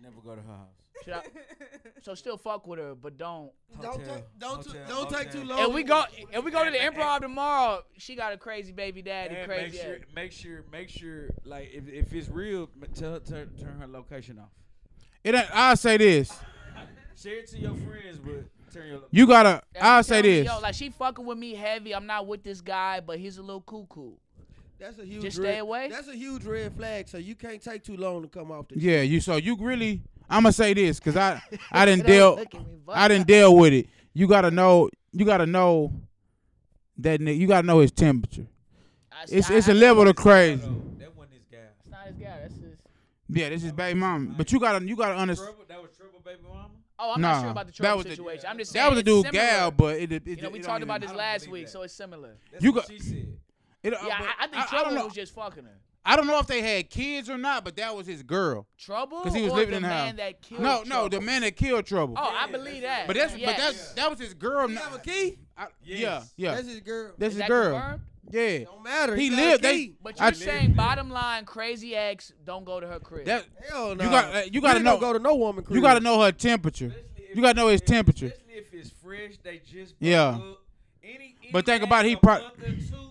[SPEAKER 6] Never go to her house.
[SPEAKER 1] should I, so still fuck with her, but don't.
[SPEAKER 5] Don't
[SPEAKER 6] Hotel,
[SPEAKER 5] take, don't, too-
[SPEAKER 6] hotel,
[SPEAKER 5] don't take
[SPEAKER 6] hotel.
[SPEAKER 5] too long.
[SPEAKER 1] If we go, if we go to the improv tomorrow, she got a crazy baby daddy,
[SPEAKER 6] And
[SPEAKER 1] crazy.
[SPEAKER 6] make sure,
[SPEAKER 1] ex.
[SPEAKER 6] make sure, make sure. Like if, if it's real, ma- tell her turn, turn her location off.
[SPEAKER 2] It. ain't- I'll say this.
[SPEAKER 6] Share it to your friends, but turn your.
[SPEAKER 2] You gotta.
[SPEAKER 1] That
[SPEAKER 2] I'll
[SPEAKER 1] would
[SPEAKER 2] say
[SPEAKER 1] tell me,
[SPEAKER 2] this.
[SPEAKER 1] Yo, like she fucking with me heavy. I'm not with this guy, but he's a little cuckoo.
[SPEAKER 5] That's a huge
[SPEAKER 1] Just
[SPEAKER 5] red,
[SPEAKER 1] stay away?
[SPEAKER 5] That's a huge red flag. So you can't take too long to come off the.
[SPEAKER 2] Yeah, you. So you really. I'm gonna say this because I I
[SPEAKER 1] Don't
[SPEAKER 2] didn't deal
[SPEAKER 1] look at me, boy.
[SPEAKER 2] I didn't deal with it. You gotta know. You gotta know that nigga. You gotta know his temperature.
[SPEAKER 1] I s-
[SPEAKER 2] It's
[SPEAKER 1] I-
[SPEAKER 2] it's
[SPEAKER 1] I-
[SPEAKER 2] a level to crazy.
[SPEAKER 6] That one is guy.
[SPEAKER 1] It's not his guy. That's his.
[SPEAKER 2] Yeah, this is baby mama. But you gotta you gotta understand.
[SPEAKER 6] Trouble. That was trouble, baby mama.
[SPEAKER 1] Oh, I'm not
[SPEAKER 2] Nah,
[SPEAKER 1] sure about the
[SPEAKER 2] that
[SPEAKER 1] trouble
[SPEAKER 2] was the-
[SPEAKER 1] situation. I'm just saying
[SPEAKER 2] That was a
[SPEAKER 1] it's
[SPEAKER 2] dude
[SPEAKER 1] similar.
[SPEAKER 2] gal, but it, it, it
[SPEAKER 1] You know, we
[SPEAKER 2] it don't
[SPEAKER 1] talked
[SPEAKER 2] even-
[SPEAKER 1] about this
[SPEAKER 6] I don't
[SPEAKER 1] last
[SPEAKER 6] believe
[SPEAKER 1] week,
[SPEAKER 6] that.
[SPEAKER 1] so it's similar.
[SPEAKER 6] That's
[SPEAKER 2] You
[SPEAKER 6] what
[SPEAKER 2] got-
[SPEAKER 6] she said.
[SPEAKER 2] It, uh,
[SPEAKER 1] Yeah,
[SPEAKER 2] but
[SPEAKER 1] I, I think
[SPEAKER 2] I don't
[SPEAKER 1] trouble
[SPEAKER 2] know.
[SPEAKER 1] was just fucking her.
[SPEAKER 2] I don't know if they had kids or not, but that was his girl.
[SPEAKER 1] Trouble,
[SPEAKER 2] 'Cause he was
[SPEAKER 1] or
[SPEAKER 2] living
[SPEAKER 1] the
[SPEAKER 2] in the
[SPEAKER 1] man
[SPEAKER 2] house.
[SPEAKER 1] that killed.
[SPEAKER 2] No, no, the
[SPEAKER 1] Trouble?
[SPEAKER 2] man that killed Trouble.
[SPEAKER 1] Oh, I
[SPEAKER 6] Yeah,
[SPEAKER 1] believe
[SPEAKER 6] that's
[SPEAKER 1] that.
[SPEAKER 6] it.
[SPEAKER 2] but that's
[SPEAKER 1] yes.
[SPEAKER 2] but that's that was his girl.
[SPEAKER 5] You
[SPEAKER 2] not-
[SPEAKER 5] have a key.
[SPEAKER 2] I- yeah,
[SPEAKER 6] Yes.
[SPEAKER 2] yeah,
[SPEAKER 5] That's his girl.
[SPEAKER 2] that's
[SPEAKER 1] Is
[SPEAKER 2] his
[SPEAKER 1] that
[SPEAKER 2] girl.
[SPEAKER 1] confirmed?
[SPEAKER 2] Yeah,
[SPEAKER 5] don't matter.
[SPEAKER 2] he
[SPEAKER 5] got a
[SPEAKER 2] lived. They
[SPEAKER 5] key.
[SPEAKER 1] But
[SPEAKER 2] I-
[SPEAKER 1] you're saying bottom line, crazy ex, don't go to her crib.
[SPEAKER 2] that
[SPEAKER 5] Hell no.
[SPEAKER 2] got- uh, you gotta
[SPEAKER 5] really
[SPEAKER 2] know-
[SPEAKER 5] don't go to no woman. Crib.
[SPEAKER 2] you got to know her temperature.
[SPEAKER 6] Especially if
[SPEAKER 2] You gotta know his
[SPEAKER 6] it's-
[SPEAKER 2] temperature.
[SPEAKER 6] Especially if it's fresh, they just broke
[SPEAKER 2] Yeah.
[SPEAKER 6] Up. Any, any
[SPEAKER 2] But think
[SPEAKER 6] day,
[SPEAKER 2] about it, he
[SPEAKER 6] a
[SPEAKER 2] prob-
[SPEAKER 6] month or two,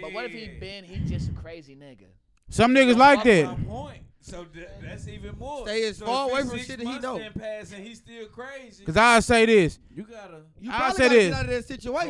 [SPEAKER 1] but what if he
[SPEAKER 6] yeah.
[SPEAKER 1] been? He just a crazy nigga.
[SPEAKER 2] Some niggas like
[SPEAKER 6] My
[SPEAKER 2] that.
[SPEAKER 6] point. So th- that's even more.
[SPEAKER 5] Stay as
[SPEAKER 6] so
[SPEAKER 5] far
[SPEAKER 6] if
[SPEAKER 5] away
[SPEAKER 6] it's
[SPEAKER 5] from
[SPEAKER 6] six
[SPEAKER 5] shit that he
[SPEAKER 6] months
[SPEAKER 5] know.
[SPEAKER 6] done passed and he's still crazy.
[SPEAKER 2] Cause I say this,
[SPEAKER 6] you gotta.
[SPEAKER 5] You
[SPEAKER 2] I'll
[SPEAKER 5] probably
[SPEAKER 2] say
[SPEAKER 5] gotta
[SPEAKER 2] this.
[SPEAKER 5] get out of that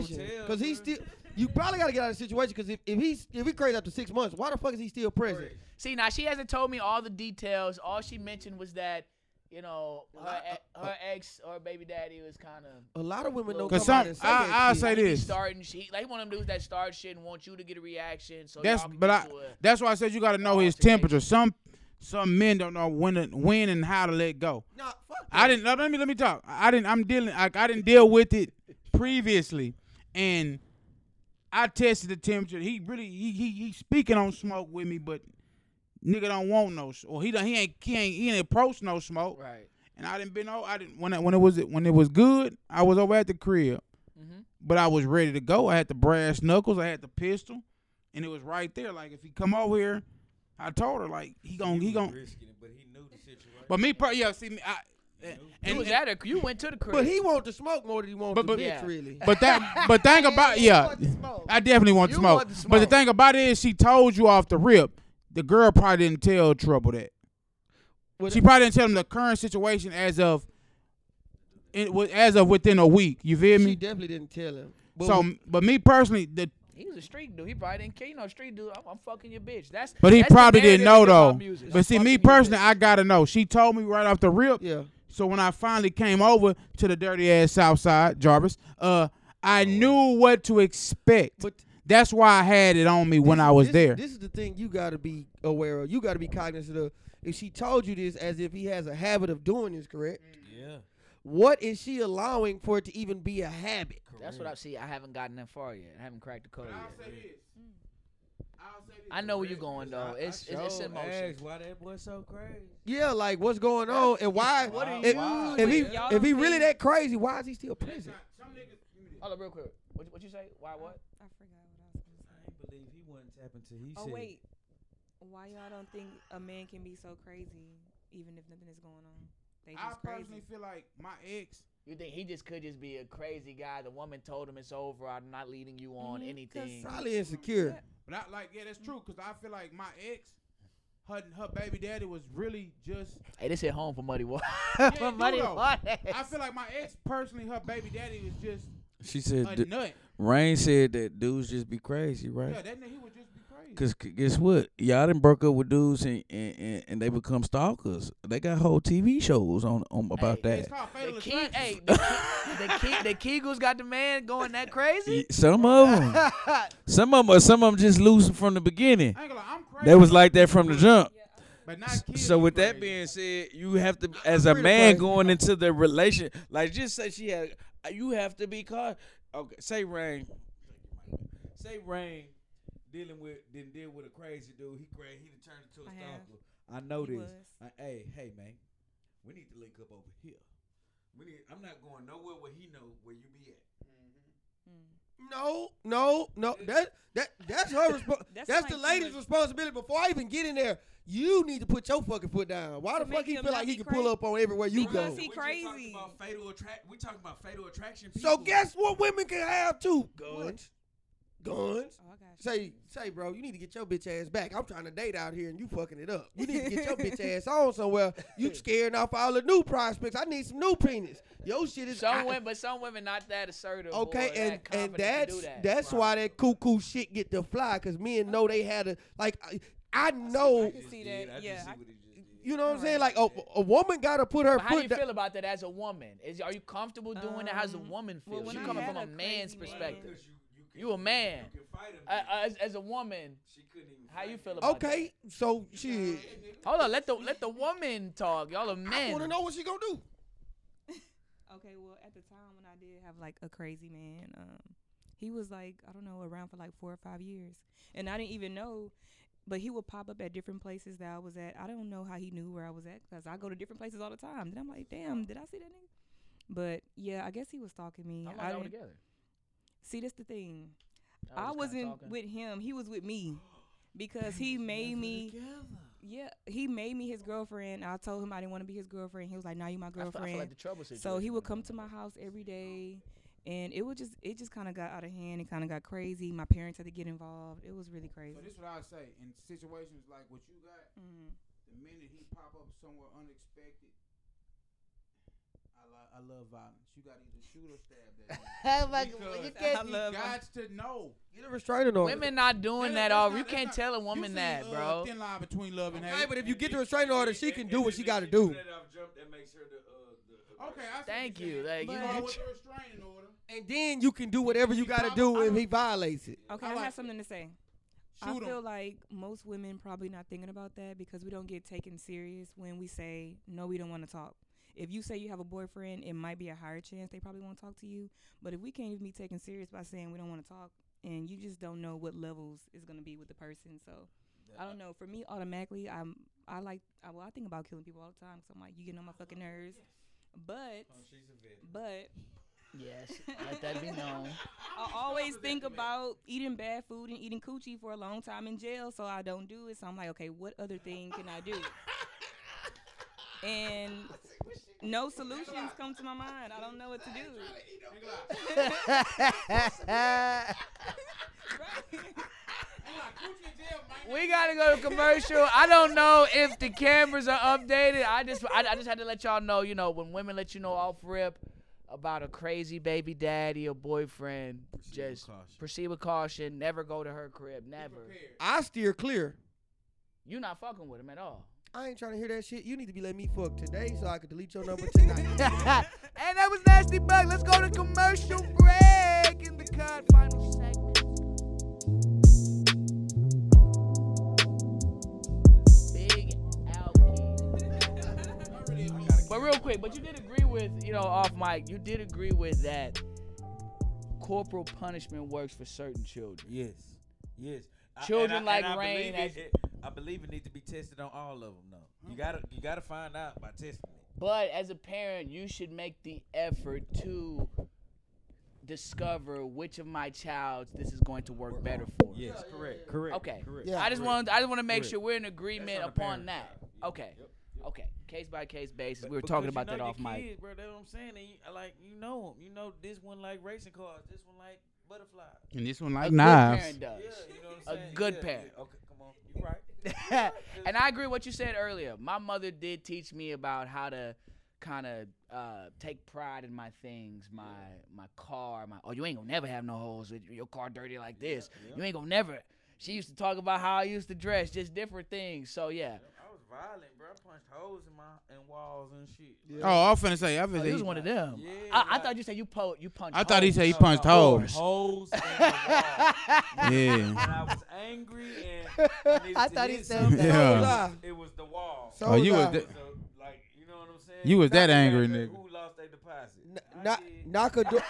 [SPEAKER 5] situation
[SPEAKER 6] Hotel,
[SPEAKER 5] because he's
[SPEAKER 6] bro.
[SPEAKER 5] still. You probably gotta get out of the situation because if, if he's if he crazy after six months, why the fuck is he still present?
[SPEAKER 1] See, now she hasn't told me all the details. All she mentioned was that, you know, her, e- her
[SPEAKER 2] oh.
[SPEAKER 1] ex or baby daddy was kind of
[SPEAKER 5] A lot of women don't come
[SPEAKER 2] cause
[SPEAKER 5] out
[SPEAKER 2] some
[SPEAKER 5] and say that
[SPEAKER 2] I I
[SPEAKER 5] shit.
[SPEAKER 2] say this.
[SPEAKER 1] starting. She like one of them dudes that start shit and want you to get a reaction. So
[SPEAKER 2] That's
[SPEAKER 1] Oh, y'all can
[SPEAKER 2] but
[SPEAKER 1] get
[SPEAKER 2] I
[SPEAKER 1] to a-
[SPEAKER 2] that's why I said you got to know
[SPEAKER 1] Oh,
[SPEAKER 2] his
[SPEAKER 1] okay.
[SPEAKER 2] temperature. Some some men don't know when to, when and how to let go.
[SPEAKER 5] Nah, fuck
[SPEAKER 2] I
[SPEAKER 5] that.
[SPEAKER 2] didn't let me let me talk. I I didn't. I'm dealing. I, I didn't deal with it previously, and I tested the temperature. He really he he, he speaking on smoke with me, but nigga don't want no s- or he don't, he ain't he ain't he ain't approach no smoke.
[SPEAKER 1] right.
[SPEAKER 2] And I didn't been oh I didn't when I, when it was when it was good. I was over at the crib,
[SPEAKER 1] Mhm.
[SPEAKER 2] but I was ready to go. I had the brass knuckles. I had the pistol, and it was right there. Like if he come over here, I told her like he gon' he gon'
[SPEAKER 6] Risking it, but he knew the situation.
[SPEAKER 2] But me, per- yeah, see me. I, and,
[SPEAKER 1] You was at
[SPEAKER 2] and-
[SPEAKER 1] her. You went to the crib.
[SPEAKER 5] But he want to smoke more than he want
[SPEAKER 2] But-
[SPEAKER 5] to
[SPEAKER 2] but-
[SPEAKER 5] bitch.
[SPEAKER 1] Yeah.
[SPEAKER 5] Really,
[SPEAKER 2] But that, but think about yeah, I definitely want to
[SPEAKER 1] You
[SPEAKER 2] smoke.
[SPEAKER 1] want to
[SPEAKER 2] But the
[SPEAKER 1] smoke.
[SPEAKER 2] thing about it is, she told you off the rip. The girl probably didn't tell Trouble that.
[SPEAKER 5] Well,
[SPEAKER 2] she probably didn't tell him the current situation as of, it was as of within a week. You feel
[SPEAKER 5] she
[SPEAKER 2] me?
[SPEAKER 5] definitely didn't tell him. But
[SPEAKER 2] So, but me personally, the
[SPEAKER 1] he was a street dude. He probably didn't care. You know, street dude. I'm, I'm fucking your bitch. That's.
[SPEAKER 2] but he
[SPEAKER 1] that's the
[SPEAKER 2] probably didn't know
[SPEAKER 1] narrative
[SPEAKER 2] though.
[SPEAKER 1] about music. I'm
[SPEAKER 2] But see, me
[SPEAKER 1] fucking your
[SPEAKER 2] personally,
[SPEAKER 1] bitch.
[SPEAKER 2] I gotta know. She told me right off the rip.
[SPEAKER 5] yeah,
[SPEAKER 2] So when I finally came over to the dirty ass South Side, Jarvis, uh, I knew what to expect.
[SPEAKER 5] but
[SPEAKER 2] That's why I had it on me when
[SPEAKER 5] this-
[SPEAKER 2] I was
[SPEAKER 5] this-
[SPEAKER 2] there.
[SPEAKER 5] This is the thing you got to be aware of. You got to be cognizant of. If she told you this as if he has a habit of doing this, correct?
[SPEAKER 3] Mm.
[SPEAKER 6] Yeah.
[SPEAKER 5] What is she allowing for it to even be a habit?
[SPEAKER 1] That's what I see. I haven't gotten that far yet. I haven't cracked the code yet. I know where you're going though. It's it's, it's in motion.
[SPEAKER 6] why that boy so crazy?
[SPEAKER 5] Yeah, like what's going on and why?
[SPEAKER 6] What are
[SPEAKER 5] if,
[SPEAKER 6] you
[SPEAKER 5] if he
[SPEAKER 3] doing? Y'all
[SPEAKER 5] if he
[SPEAKER 3] don't
[SPEAKER 5] really
[SPEAKER 3] think-
[SPEAKER 5] that crazy, why is he still present?
[SPEAKER 1] Hold up, real quick. What what you say? Why what?
[SPEAKER 3] I forgot what I was gonna
[SPEAKER 6] I
[SPEAKER 3] say.
[SPEAKER 6] ain't believe he wasn't tapping till he
[SPEAKER 3] Oh
[SPEAKER 6] said.
[SPEAKER 3] wait, why y'all don't think a man can be so crazy even if nothing is going on? They
[SPEAKER 2] I
[SPEAKER 3] just
[SPEAKER 2] personally
[SPEAKER 3] crazy.
[SPEAKER 2] feel like my ex.
[SPEAKER 1] You think he just could just be a crazy guy? The woman told him it's over. I'm not leading you on
[SPEAKER 3] Mhm, 'cause
[SPEAKER 1] anything.
[SPEAKER 3] some-
[SPEAKER 5] Mm-hmm. Probably insecure.
[SPEAKER 2] But I like yeah, that's true. Cause I feel like my ex, her her baby daddy was really just.
[SPEAKER 1] Hey, this hit home for Muddy Waters.
[SPEAKER 2] it
[SPEAKER 1] for
[SPEAKER 2] do,
[SPEAKER 1] Muddy
[SPEAKER 2] though.
[SPEAKER 1] Waters.
[SPEAKER 2] I feel like my ex personally, her baby daddy was just
[SPEAKER 4] She said,
[SPEAKER 2] a
[SPEAKER 4] d-
[SPEAKER 2] nut.
[SPEAKER 4] Rain said that dudes just be crazy, right?
[SPEAKER 2] Yeah, that nigga he would just be crazy.
[SPEAKER 4] Cause g- guess what? Y'all done broke up with dudes and, and, and, and they become stalkers. They got whole TV shows on, on about
[SPEAKER 1] Hey,
[SPEAKER 2] It's
[SPEAKER 4] that.
[SPEAKER 2] called fatal
[SPEAKER 1] the key,
[SPEAKER 2] attraction.
[SPEAKER 1] hey, the, Ke- the, Ke- the Kegels got the man going that crazy.
[SPEAKER 4] Y- Some of them, some of them, some of them just losing from the beginning.
[SPEAKER 2] I ain't gonna lie, I'm crazy.
[SPEAKER 4] They was like that from the jump.
[SPEAKER 2] But not kids.
[SPEAKER 4] So
[SPEAKER 2] you
[SPEAKER 4] with that
[SPEAKER 2] crazy.
[SPEAKER 4] being said, you have to, as a
[SPEAKER 5] pretty
[SPEAKER 4] man
[SPEAKER 5] crazy.
[SPEAKER 4] going into the relation, like just say she had, uh, you have to be caught. Okay, say rain.
[SPEAKER 6] Say Rain dealing with didn't deal with a crazy dude. He crazy. He done turned into a
[SPEAKER 3] I have.
[SPEAKER 6] stalker. I know
[SPEAKER 3] He
[SPEAKER 6] this.
[SPEAKER 3] was.
[SPEAKER 6] I, hey, hey, man, we need to link up over here. We need, I'm not going nowhere where he know where you be at.
[SPEAKER 3] Mm.
[SPEAKER 5] No, no, no. That that that's her response.
[SPEAKER 3] That's
[SPEAKER 5] that's
[SPEAKER 3] like
[SPEAKER 5] the
[SPEAKER 3] too
[SPEAKER 5] lady's
[SPEAKER 3] much.
[SPEAKER 5] responsibility. Before I even get in there, you need to put your fucking foot down. Why
[SPEAKER 3] To
[SPEAKER 5] the fuck
[SPEAKER 3] make
[SPEAKER 5] he
[SPEAKER 3] him
[SPEAKER 5] feel
[SPEAKER 3] not
[SPEAKER 5] like he
[SPEAKER 3] be
[SPEAKER 5] can pull
[SPEAKER 3] crazy.
[SPEAKER 5] up on everywhere you
[SPEAKER 3] Because
[SPEAKER 5] go?
[SPEAKER 3] he
[SPEAKER 6] We just
[SPEAKER 3] crazy.
[SPEAKER 6] talking about fatal attract. We talking about fatal attraction. People.
[SPEAKER 5] So guess what women can have too? Guns, guns.
[SPEAKER 3] Oh, I got you.
[SPEAKER 5] Say, say, bro, you need to get your bitch ass back. I'm trying to date out here and you fucking it up. You need to get your bitch ass on somewhere. You scaring off all the new prospects. I need some new penis. Your shit is
[SPEAKER 1] Some
[SPEAKER 5] I-
[SPEAKER 1] women, but some women not that assertive.
[SPEAKER 5] Okay,
[SPEAKER 1] or
[SPEAKER 5] and
[SPEAKER 1] that
[SPEAKER 5] and
[SPEAKER 1] confident to
[SPEAKER 5] that's
[SPEAKER 1] do that.
[SPEAKER 5] that's why that cuckoo shit get to fly because men know they had a like. I, I know,
[SPEAKER 3] can see
[SPEAKER 6] did.
[SPEAKER 3] that.
[SPEAKER 6] I just
[SPEAKER 3] yeah,
[SPEAKER 6] see
[SPEAKER 3] I-
[SPEAKER 6] what he just did.
[SPEAKER 5] you know what I'm saying.
[SPEAKER 3] Right.
[SPEAKER 5] Like oh, a, a woman got to put her
[SPEAKER 1] But how do
[SPEAKER 5] foot.
[SPEAKER 1] you
[SPEAKER 5] down.
[SPEAKER 1] feel about that as a woman? Is are you comfortable doing that? How's a
[SPEAKER 3] Um,
[SPEAKER 1] woman
[SPEAKER 3] well,
[SPEAKER 1] feel?
[SPEAKER 3] when
[SPEAKER 1] you
[SPEAKER 3] I
[SPEAKER 1] coming
[SPEAKER 3] had
[SPEAKER 1] from a,
[SPEAKER 3] a
[SPEAKER 1] man's
[SPEAKER 3] crazy man-
[SPEAKER 1] perspective.
[SPEAKER 6] Because you, can-
[SPEAKER 1] You a man.
[SPEAKER 6] You can fight a
[SPEAKER 1] Uh,
[SPEAKER 6] man.
[SPEAKER 1] uh, as, as a woman,
[SPEAKER 6] she couldn't even.
[SPEAKER 1] how
[SPEAKER 6] fight
[SPEAKER 1] you
[SPEAKER 6] him.
[SPEAKER 1] feel about
[SPEAKER 5] Okay, so shit.
[SPEAKER 1] that? Hold on, let the let the woman talk. Y'all are
[SPEAKER 5] I want to
[SPEAKER 1] men.
[SPEAKER 5] know what she gonna do.
[SPEAKER 3] Okay, well, at the time when I did have like a crazy man, um, he was like I don't know around for like four or five years, and I didn't even know. But he would pop up at different places that I was at. I don't know how he knew where I was at because I go to different places all the time. Then I'm like, damn, did I see that nigga? But yeah, I guess he was stalking me.
[SPEAKER 1] How long
[SPEAKER 3] I
[SPEAKER 1] y'all were
[SPEAKER 3] didn't-
[SPEAKER 1] together?
[SPEAKER 3] see, that's the thing.
[SPEAKER 1] Y'all
[SPEAKER 3] I
[SPEAKER 1] was kinda
[SPEAKER 3] wasn't
[SPEAKER 1] talking?
[SPEAKER 3] with him. He was with me because he made me. Yeah, he made me his girlfriend. I told him I didn't want to be his girlfriend. He was like, "Now you my
[SPEAKER 1] I feel-
[SPEAKER 3] girlfriend."
[SPEAKER 1] I feel like the trouble situation.
[SPEAKER 3] So he would
[SPEAKER 1] going
[SPEAKER 3] come
[SPEAKER 1] on.
[SPEAKER 3] to my house every day, and it would just it just kind of got out of hand. It kind of got crazy. My parents had to get involved. It was really
[SPEAKER 2] So
[SPEAKER 3] crazy.
[SPEAKER 2] this is what I say in situations like what you got.
[SPEAKER 3] Mhm.
[SPEAKER 2] The minute he pop up somewhere unexpected, I, li- I love violence. You got to either shoot or stab that. nigga.
[SPEAKER 1] Oh my
[SPEAKER 2] Because
[SPEAKER 1] God, you
[SPEAKER 2] he
[SPEAKER 1] can't-
[SPEAKER 3] love
[SPEAKER 2] got to know.
[SPEAKER 5] Get a restraining order.
[SPEAKER 1] Women not doing that
[SPEAKER 2] That- that's
[SPEAKER 1] all.
[SPEAKER 2] not-
[SPEAKER 1] You
[SPEAKER 2] that's
[SPEAKER 1] can't
[SPEAKER 2] not-
[SPEAKER 1] tell a
[SPEAKER 2] You
[SPEAKER 1] woman
[SPEAKER 2] see,
[SPEAKER 1] that,
[SPEAKER 2] uh,
[SPEAKER 1] bro.
[SPEAKER 2] Thin line between love and
[SPEAKER 5] Okay,
[SPEAKER 2] hate.
[SPEAKER 5] but if you get the
[SPEAKER 6] And-
[SPEAKER 5] restraining order,
[SPEAKER 6] and-
[SPEAKER 5] she can
[SPEAKER 6] and-
[SPEAKER 5] do
[SPEAKER 6] and
[SPEAKER 5] what she
[SPEAKER 6] if
[SPEAKER 5] got to
[SPEAKER 6] do
[SPEAKER 5] do.
[SPEAKER 6] that off jump, that makes her the, uh, the-
[SPEAKER 2] Okay, I see
[SPEAKER 1] Thank
[SPEAKER 2] what you're
[SPEAKER 1] you.
[SPEAKER 2] saying.
[SPEAKER 1] Like, you
[SPEAKER 2] Start
[SPEAKER 1] get
[SPEAKER 2] with
[SPEAKER 1] your-
[SPEAKER 2] the restraining order.
[SPEAKER 5] And then you can do whatever you got to do if he violates it.
[SPEAKER 3] Okay,
[SPEAKER 2] I
[SPEAKER 3] I,
[SPEAKER 2] like it.
[SPEAKER 3] have something to say.
[SPEAKER 2] Shoot
[SPEAKER 3] I
[SPEAKER 2] 'em.
[SPEAKER 3] feel like most women probably not thinking about that because we don't get taken serious when we say no, we don't want to talk. If you say you have a boyfriend, it might be a higher chance they probably won't talk to you. But if we can't even be taken serious by saying we don't want to talk, and you just don't know what levels is going to be with the person, so I don't know. For me, automatically, I'm I like I, well, I think about killing people all the time. So I'm like, you getting on my fucking nerves. But
[SPEAKER 6] Oh,
[SPEAKER 3] but
[SPEAKER 1] Yes, let that be known.
[SPEAKER 3] I always think about eating bad food and eating coochie for a long time in jail, so I don't do it. So I'm like, okay, what other thing can I do? And no solutions come to my mind. I don't know what to do.
[SPEAKER 1] We gotta go to commercial. I don't know if the cameras are updated. I just I, I just had to let y'all know, you know, when women let you know off rip about a crazy baby daddy or boyfriend, just proceed with caution. Never go to her crib. Never.
[SPEAKER 5] I steer clear.
[SPEAKER 1] You're not fucking with him at all.
[SPEAKER 5] I ain't trying to hear that shit. You need to be letting me fuck today so I can delete your number tonight.
[SPEAKER 1] and that was Nasty Bug. Let's go to commercial break in the cut. Final segment. Big Alky. But real quick, but you did agree with, you know, off mic, you did agree with that corporal punishment works for certain children.
[SPEAKER 6] Yes, yes. I- and
[SPEAKER 1] Children
[SPEAKER 6] I- and
[SPEAKER 1] like
[SPEAKER 6] I
[SPEAKER 1] rain
[SPEAKER 6] Believe
[SPEAKER 1] has-
[SPEAKER 6] it, it, I believe it needs to be tested on all of them. though. you gotta you gotta find out by testing it.
[SPEAKER 1] But as a parent, you should make the effort to discover which of my child's this is going to work better for.
[SPEAKER 6] Yes, correct, correct.
[SPEAKER 1] Okay.
[SPEAKER 6] correct.
[SPEAKER 5] Yeah.
[SPEAKER 1] I just want I just want to make
[SPEAKER 6] Correct.
[SPEAKER 1] sure we're in
[SPEAKER 6] That's
[SPEAKER 1] agreement
[SPEAKER 6] on the
[SPEAKER 1] upon
[SPEAKER 6] parent
[SPEAKER 1] that.
[SPEAKER 6] side. Yeah.
[SPEAKER 1] Okay.
[SPEAKER 6] Yep.
[SPEAKER 1] Okay. Case by case basis.
[SPEAKER 6] But
[SPEAKER 1] we were
[SPEAKER 6] because
[SPEAKER 1] talking
[SPEAKER 6] you
[SPEAKER 1] about
[SPEAKER 6] know
[SPEAKER 1] that
[SPEAKER 6] your
[SPEAKER 1] off mic.
[SPEAKER 6] kids, bro. That's what I'm saying. And you, like you know 'em. You know this one like racing cars. This one like butterflies.
[SPEAKER 2] And this one
[SPEAKER 1] A
[SPEAKER 2] like
[SPEAKER 1] good
[SPEAKER 2] knives.
[SPEAKER 1] parent does.
[SPEAKER 6] Yeah, you know what
[SPEAKER 1] A
[SPEAKER 6] I'm saying?
[SPEAKER 1] good
[SPEAKER 6] yeah,
[SPEAKER 1] parent.
[SPEAKER 6] Yeah. Okay, come on. You right.
[SPEAKER 1] and I agree with what you said earlier. My mother did teach me about how to kind of uh, take pride in my things, my my car, my oh you ain't gonna never have no holes. with Your car dirty like this. You ain't gonna never. She used to talk about how I used to dress, just different things. So yeah,
[SPEAKER 6] violent, bro. I punched holes in my in walls and shit.
[SPEAKER 5] Yeah.
[SPEAKER 2] Oh, I'm finna say. I
[SPEAKER 1] Oh,
[SPEAKER 2] finna
[SPEAKER 1] you
[SPEAKER 2] say.
[SPEAKER 1] was one Oh, of them.
[SPEAKER 6] Yeah,
[SPEAKER 1] I, I
[SPEAKER 6] like-
[SPEAKER 1] thought you said you po- you punched.
[SPEAKER 2] I thought he
[SPEAKER 1] holes.
[SPEAKER 2] said he punched holes.
[SPEAKER 6] Holes in the wall.
[SPEAKER 2] Yeah.
[SPEAKER 6] and I was angry and I, needed
[SPEAKER 1] I
[SPEAKER 6] to
[SPEAKER 1] thought
[SPEAKER 6] hit
[SPEAKER 1] he said
[SPEAKER 6] something.
[SPEAKER 2] that. Yeah.
[SPEAKER 6] It was-
[SPEAKER 5] So
[SPEAKER 6] It was the wall.
[SPEAKER 5] So
[SPEAKER 2] Um, Oh, you was
[SPEAKER 5] loud.
[SPEAKER 2] that,
[SPEAKER 6] So, like, you know what I'm saying?
[SPEAKER 2] you was that
[SPEAKER 6] Who
[SPEAKER 2] angry,
[SPEAKER 6] lost-
[SPEAKER 2] nigga.
[SPEAKER 6] Who lost their deposit? I
[SPEAKER 5] Knock,
[SPEAKER 6] did.
[SPEAKER 5] knock a door,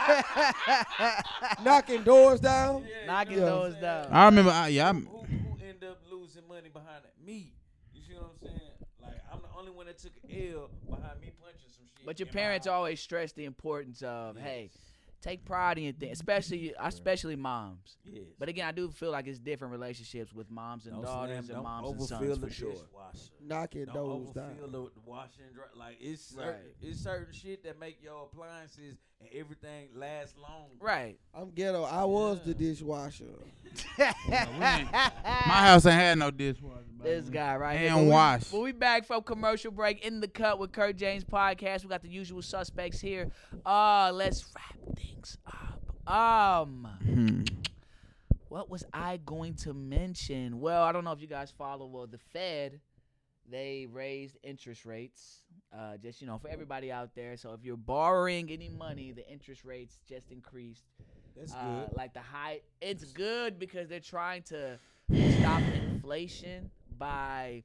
[SPEAKER 5] knocking doors down.
[SPEAKER 6] Yeah, you
[SPEAKER 1] Knocking
[SPEAKER 6] know what I'm
[SPEAKER 1] those
[SPEAKER 6] saying?
[SPEAKER 1] down.
[SPEAKER 2] I remember. I, yeah. I'm,
[SPEAKER 6] Who, who end up losing money behind it? Me. You see what I'm saying? Like, I'm the only one that took an L behind me punching some shit.
[SPEAKER 1] But your
[SPEAKER 6] in my
[SPEAKER 1] parents
[SPEAKER 6] house.
[SPEAKER 1] always stress the importance of hey, take pride in things, especially especially moms.
[SPEAKER 6] Yes.
[SPEAKER 1] But again, I do feel like it's different relationships with moms and
[SPEAKER 6] Don't
[SPEAKER 1] daughters
[SPEAKER 6] slam-
[SPEAKER 1] and
[SPEAKER 6] don't
[SPEAKER 1] moms and
[SPEAKER 6] overfill
[SPEAKER 1] sons
[SPEAKER 6] the
[SPEAKER 1] for sure.
[SPEAKER 6] dishwasher.
[SPEAKER 5] Knocking
[SPEAKER 6] Don't
[SPEAKER 5] doors down.
[SPEAKER 6] overfill the the washer and dry. Like it's certain,
[SPEAKER 1] Right.
[SPEAKER 6] it's certain shit that make your appliances and everything last long.
[SPEAKER 1] Right.
[SPEAKER 5] I'm ghetto. I was the dishwasher.
[SPEAKER 2] my house ain't had no dishwasher.
[SPEAKER 1] This guy right here.
[SPEAKER 2] And
[SPEAKER 1] But we-
[SPEAKER 2] wash.
[SPEAKER 1] But we back from commercial break in the cut with Kurt James podcast. We got the usual suspects here. Uh, let's wrap things up. Um,
[SPEAKER 2] Hmm.
[SPEAKER 1] what was I going to mention? Well, I don't know if you guys follow. Well, the Fed, they raised interest rates. Uh, just you know, for everybody out there. So if you're borrowing any money, the interest rates just increased.
[SPEAKER 6] That's
[SPEAKER 1] Uh,
[SPEAKER 6] good.
[SPEAKER 1] like the high it's good because they're trying to stop inflation by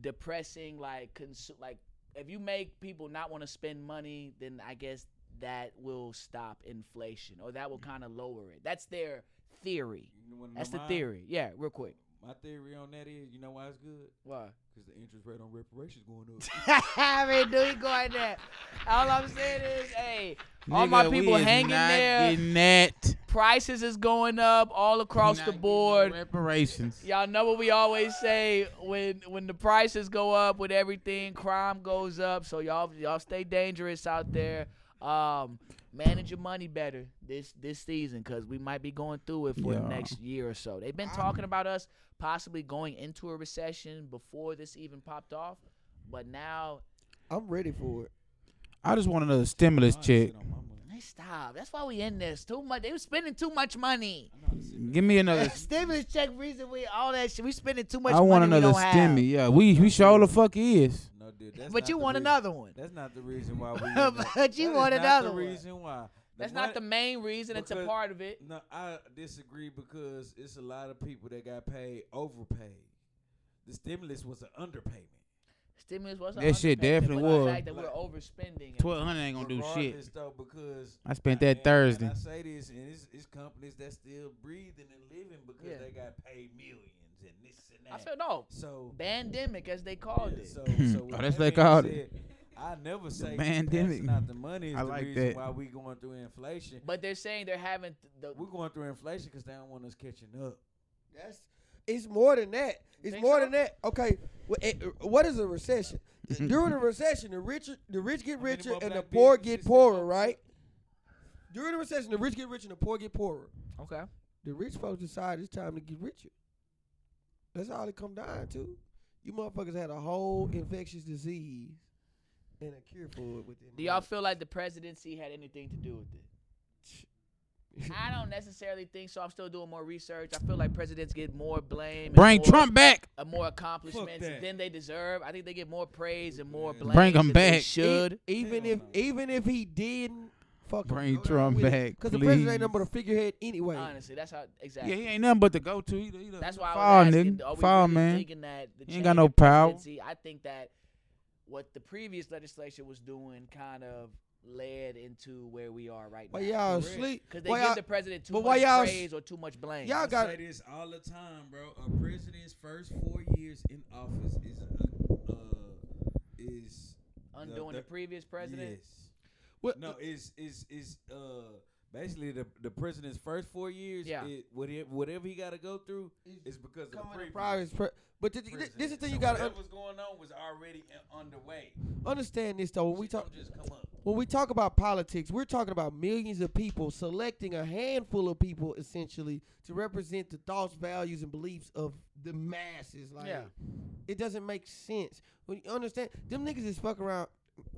[SPEAKER 1] depressing like consu- like if you make people not want to spend money then i guess that will stop inflation or that will
[SPEAKER 6] Mm.
[SPEAKER 1] kind of lower it that's their theory
[SPEAKER 6] You wanna know
[SPEAKER 1] that's the
[SPEAKER 6] mine?
[SPEAKER 1] theory yeah real quick
[SPEAKER 6] My theory on that is, you know why it's good?
[SPEAKER 1] Why?
[SPEAKER 6] Because the interest rate on reparations going up.
[SPEAKER 1] I mean, do you going there? All I'm saying is, hey, all my
[SPEAKER 2] Nigga, we
[SPEAKER 1] people
[SPEAKER 2] is
[SPEAKER 1] hanging
[SPEAKER 2] not
[SPEAKER 1] there.
[SPEAKER 2] Getting that.
[SPEAKER 1] prices is going up all across
[SPEAKER 2] Not
[SPEAKER 1] the
[SPEAKER 2] getting no
[SPEAKER 1] board.
[SPEAKER 2] Reparations.
[SPEAKER 1] Y'all know what we always say when when the prices go up with everything, crime goes up. So y'all y'all stay dangerous out there. Um, manage your money better this this season because we might be going through it for the
[SPEAKER 2] Yeah.
[SPEAKER 1] next year or so. They've been talking about us possibly going into a recession before this even popped off, but now
[SPEAKER 5] I'm ready for it.
[SPEAKER 2] I just want another stimulus check.
[SPEAKER 1] they stop. That's why we in this too much. They were spending too much money.
[SPEAKER 2] Give me another.
[SPEAKER 1] Stimulus check reason we all that shit. We spending too much.
[SPEAKER 2] I want
[SPEAKER 1] money we
[SPEAKER 2] another
[SPEAKER 1] don't have.
[SPEAKER 2] stimmy. Yeah, we we sure the fuck is.
[SPEAKER 6] No, dude, that's
[SPEAKER 1] But
[SPEAKER 6] not
[SPEAKER 1] you
[SPEAKER 6] the
[SPEAKER 1] want
[SPEAKER 6] reason-
[SPEAKER 1] another one.
[SPEAKER 6] That's not the reason why we. in
[SPEAKER 1] But
[SPEAKER 6] that.
[SPEAKER 1] you
[SPEAKER 6] That
[SPEAKER 1] want
[SPEAKER 6] is not
[SPEAKER 1] another
[SPEAKER 6] the
[SPEAKER 1] one.
[SPEAKER 6] reason why.
[SPEAKER 1] That's not the
[SPEAKER 6] one-
[SPEAKER 1] main reason. It's a
[SPEAKER 6] because-
[SPEAKER 1] part of it.
[SPEAKER 6] No, I disagree because it's a lot of people that got paid overpaid. The stimulus was an underpayment.
[SPEAKER 1] Stimulus was a
[SPEAKER 2] That shit
[SPEAKER 1] underpayment,
[SPEAKER 2] definitely
[SPEAKER 1] but
[SPEAKER 2] was.
[SPEAKER 1] The fact that we're overspending. and-
[SPEAKER 2] Twelve hundred ain't gonna do shit.
[SPEAKER 6] Regardless, though, because
[SPEAKER 2] I spent
[SPEAKER 6] and-
[SPEAKER 2] that Thursday.
[SPEAKER 6] And I say this, and it's, it's companies that still breathing and living because
[SPEAKER 1] Yeah.
[SPEAKER 6] they got paid millions and this and that.
[SPEAKER 1] I said no.
[SPEAKER 6] so
[SPEAKER 1] Pandemic, as they called
[SPEAKER 6] Yeah,
[SPEAKER 1] it.
[SPEAKER 6] So,
[SPEAKER 2] Hmm.
[SPEAKER 6] so
[SPEAKER 2] Oh,
[SPEAKER 6] with
[SPEAKER 2] that's
[SPEAKER 6] that
[SPEAKER 2] they
[SPEAKER 6] being
[SPEAKER 2] called it.
[SPEAKER 6] said, I never say
[SPEAKER 2] pandemic.
[SPEAKER 6] pandemic. Not the money is
[SPEAKER 2] I
[SPEAKER 6] the
[SPEAKER 2] like
[SPEAKER 6] reason
[SPEAKER 2] that.
[SPEAKER 6] why we going through inflation.
[SPEAKER 1] but they're saying they're having th- the.
[SPEAKER 6] We're going through inflation because they don't want us catching up.
[SPEAKER 5] That's it's more than that. It's
[SPEAKER 1] Think
[SPEAKER 5] more
[SPEAKER 1] so?
[SPEAKER 5] than that. Okay, wh- eh, what is a recession? During a recession, the rich the rich get
[SPEAKER 6] How many
[SPEAKER 5] richer
[SPEAKER 6] more
[SPEAKER 5] and the
[SPEAKER 6] black
[SPEAKER 5] poor
[SPEAKER 6] businesses
[SPEAKER 5] get
[SPEAKER 6] they
[SPEAKER 5] poorer,
[SPEAKER 6] want?
[SPEAKER 5] right? During the recession, the rich get richer and the poor get poorer.
[SPEAKER 1] okay.
[SPEAKER 5] The rich folks decide it's time to get richer. That's all it come down to. You motherfuckers had a whole infectious disease and a cure for it within.
[SPEAKER 1] Do y'all feel like the presidency had anything to do with it? I don't necessarily think so. I'm still doing more research. I feel like presidents get more blame. and
[SPEAKER 2] Bring
[SPEAKER 1] more-
[SPEAKER 2] Trump back.
[SPEAKER 1] uh, more accomplishments
[SPEAKER 6] that.
[SPEAKER 1] than they deserve. I think they get more praise and more blame.
[SPEAKER 2] Bring
[SPEAKER 1] than
[SPEAKER 2] 'em
[SPEAKER 1] they
[SPEAKER 2] back.
[SPEAKER 1] Should.
[SPEAKER 5] E- even if even if he didn't fucking
[SPEAKER 2] Bring Trump back,
[SPEAKER 5] because the president
[SPEAKER 2] please.
[SPEAKER 5] ain't number the figurehead anyway.
[SPEAKER 1] Honestly, that's how
[SPEAKER 2] Yeah,
[SPEAKER 1] exactly.
[SPEAKER 2] he ain't nothing but the go to. He, he the-
[SPEAKER 1] That's why I
[SPEAKER 2] fall,
[SPEAKER 1] was asking, are
[SPEAKER 2] nigga.
[SPEAKER 1] we
[SPEAKER 2] Fall,
[SPEAKER 1] really
[SPEAKER 2] man.
[SPEAKER 1] thinking that the
[SPEAKER 2] He
[SPEAKER 1] change
[SPEAKER 2] ain't got no
[SPEAKER 1] in
[SPEAKER 2] power.
[SPEAKER 1] presidency- I think that what the previous legislature was doing kind of led into where we are right
[SPEAKER 5] Why
[SPEAKER 1] now.
[SPEAKER 5] y'all sleep?
[SPEAKER 1] Because they
[SPEAKER 5] Why
[SPEAKER 1] give
[SPEAKER 5] y'all,
[SPEAKER 1] the president too
[SPEAKER 5] but why
[SPEAKER 1] much
[SPEAKER 5] y'all s-
[SPEAKER 1] praise or too much blame.
[SPEAKER 5] y'all
[SPEAKER 6] I
[SPEAKER 5] got
[SPEAKER 6] say this all the time, bro. A president's first four years in office is uh, is
[SPEAKER 1] undoing the,
[SPEAKER 6] the-
[SPEAKER 1] previous president.
[SPEAKER 6] Yes.
[SPEAKER 5] What-
[SPEAKER 6] No, is is is uh basically the the president's first four years.
[SPEAKER 1] Yeah.
[SPEAKER 6] It, whatever whatever he got to go through
[SPEAKER 5] Is
[SPEAKER 6] is because of the
[SPEAKER 5] coming to
[SPEAKER 6] previous
[SPEAKER 5] private. Pre- but th- th-
[SPEAKER 6] president.
[SPEAKER 5] this is the thing
[SPEAKER 6] So
[SPEAKER 5] you gotta un-
[SPEAKER 6] Whatever was going on was already uh, underway.
[SPEAKER 5] understand this though. When we
[SPEAKER 6] Shit don't
[SPEAKER 5] talk
[SPEAKER 6] just come up.
[SPEAKER 5] when we talk about politics, we're talking about millions of people selecting a handful of people essentially to represent the thoughts, values, and beliefs of the masses. Like,
[SPEAKER 1] Yeah.
[SPEAKER 5] it doesn't make sense. When you understand, them niggas is fuck around.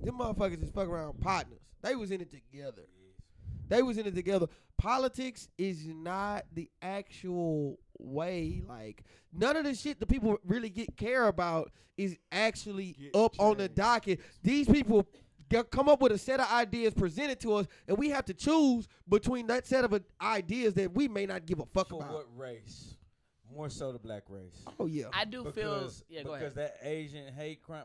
[SPEAKER 5] Them motherfuckers is fuck around partners. They was in it together. They was in it together. Politics is not the actual way. Like none of the shit the people really get care about is actually
[SPEAKER 6] Get
[SPEAKER 5] up on the
[SPEAKER 6] changed.
[SPEAKER 5] docket. These people g- come up with a set of ideas presented to us, and we have to choose between that set of uh, ideas that we may not give a fuck
[SPEAKER 6] For
[SPEAKER 5] about.
[SPEAKER 6] what race? More so the black race.
[SPEAKER 5] Oh yeah.
[SPEAKER 1] I do feel.
[SPEAKER 6] Because,
[SPEAKER 1] Yeah, go ahead.
[SPEAKER 6] because that Asian hate crime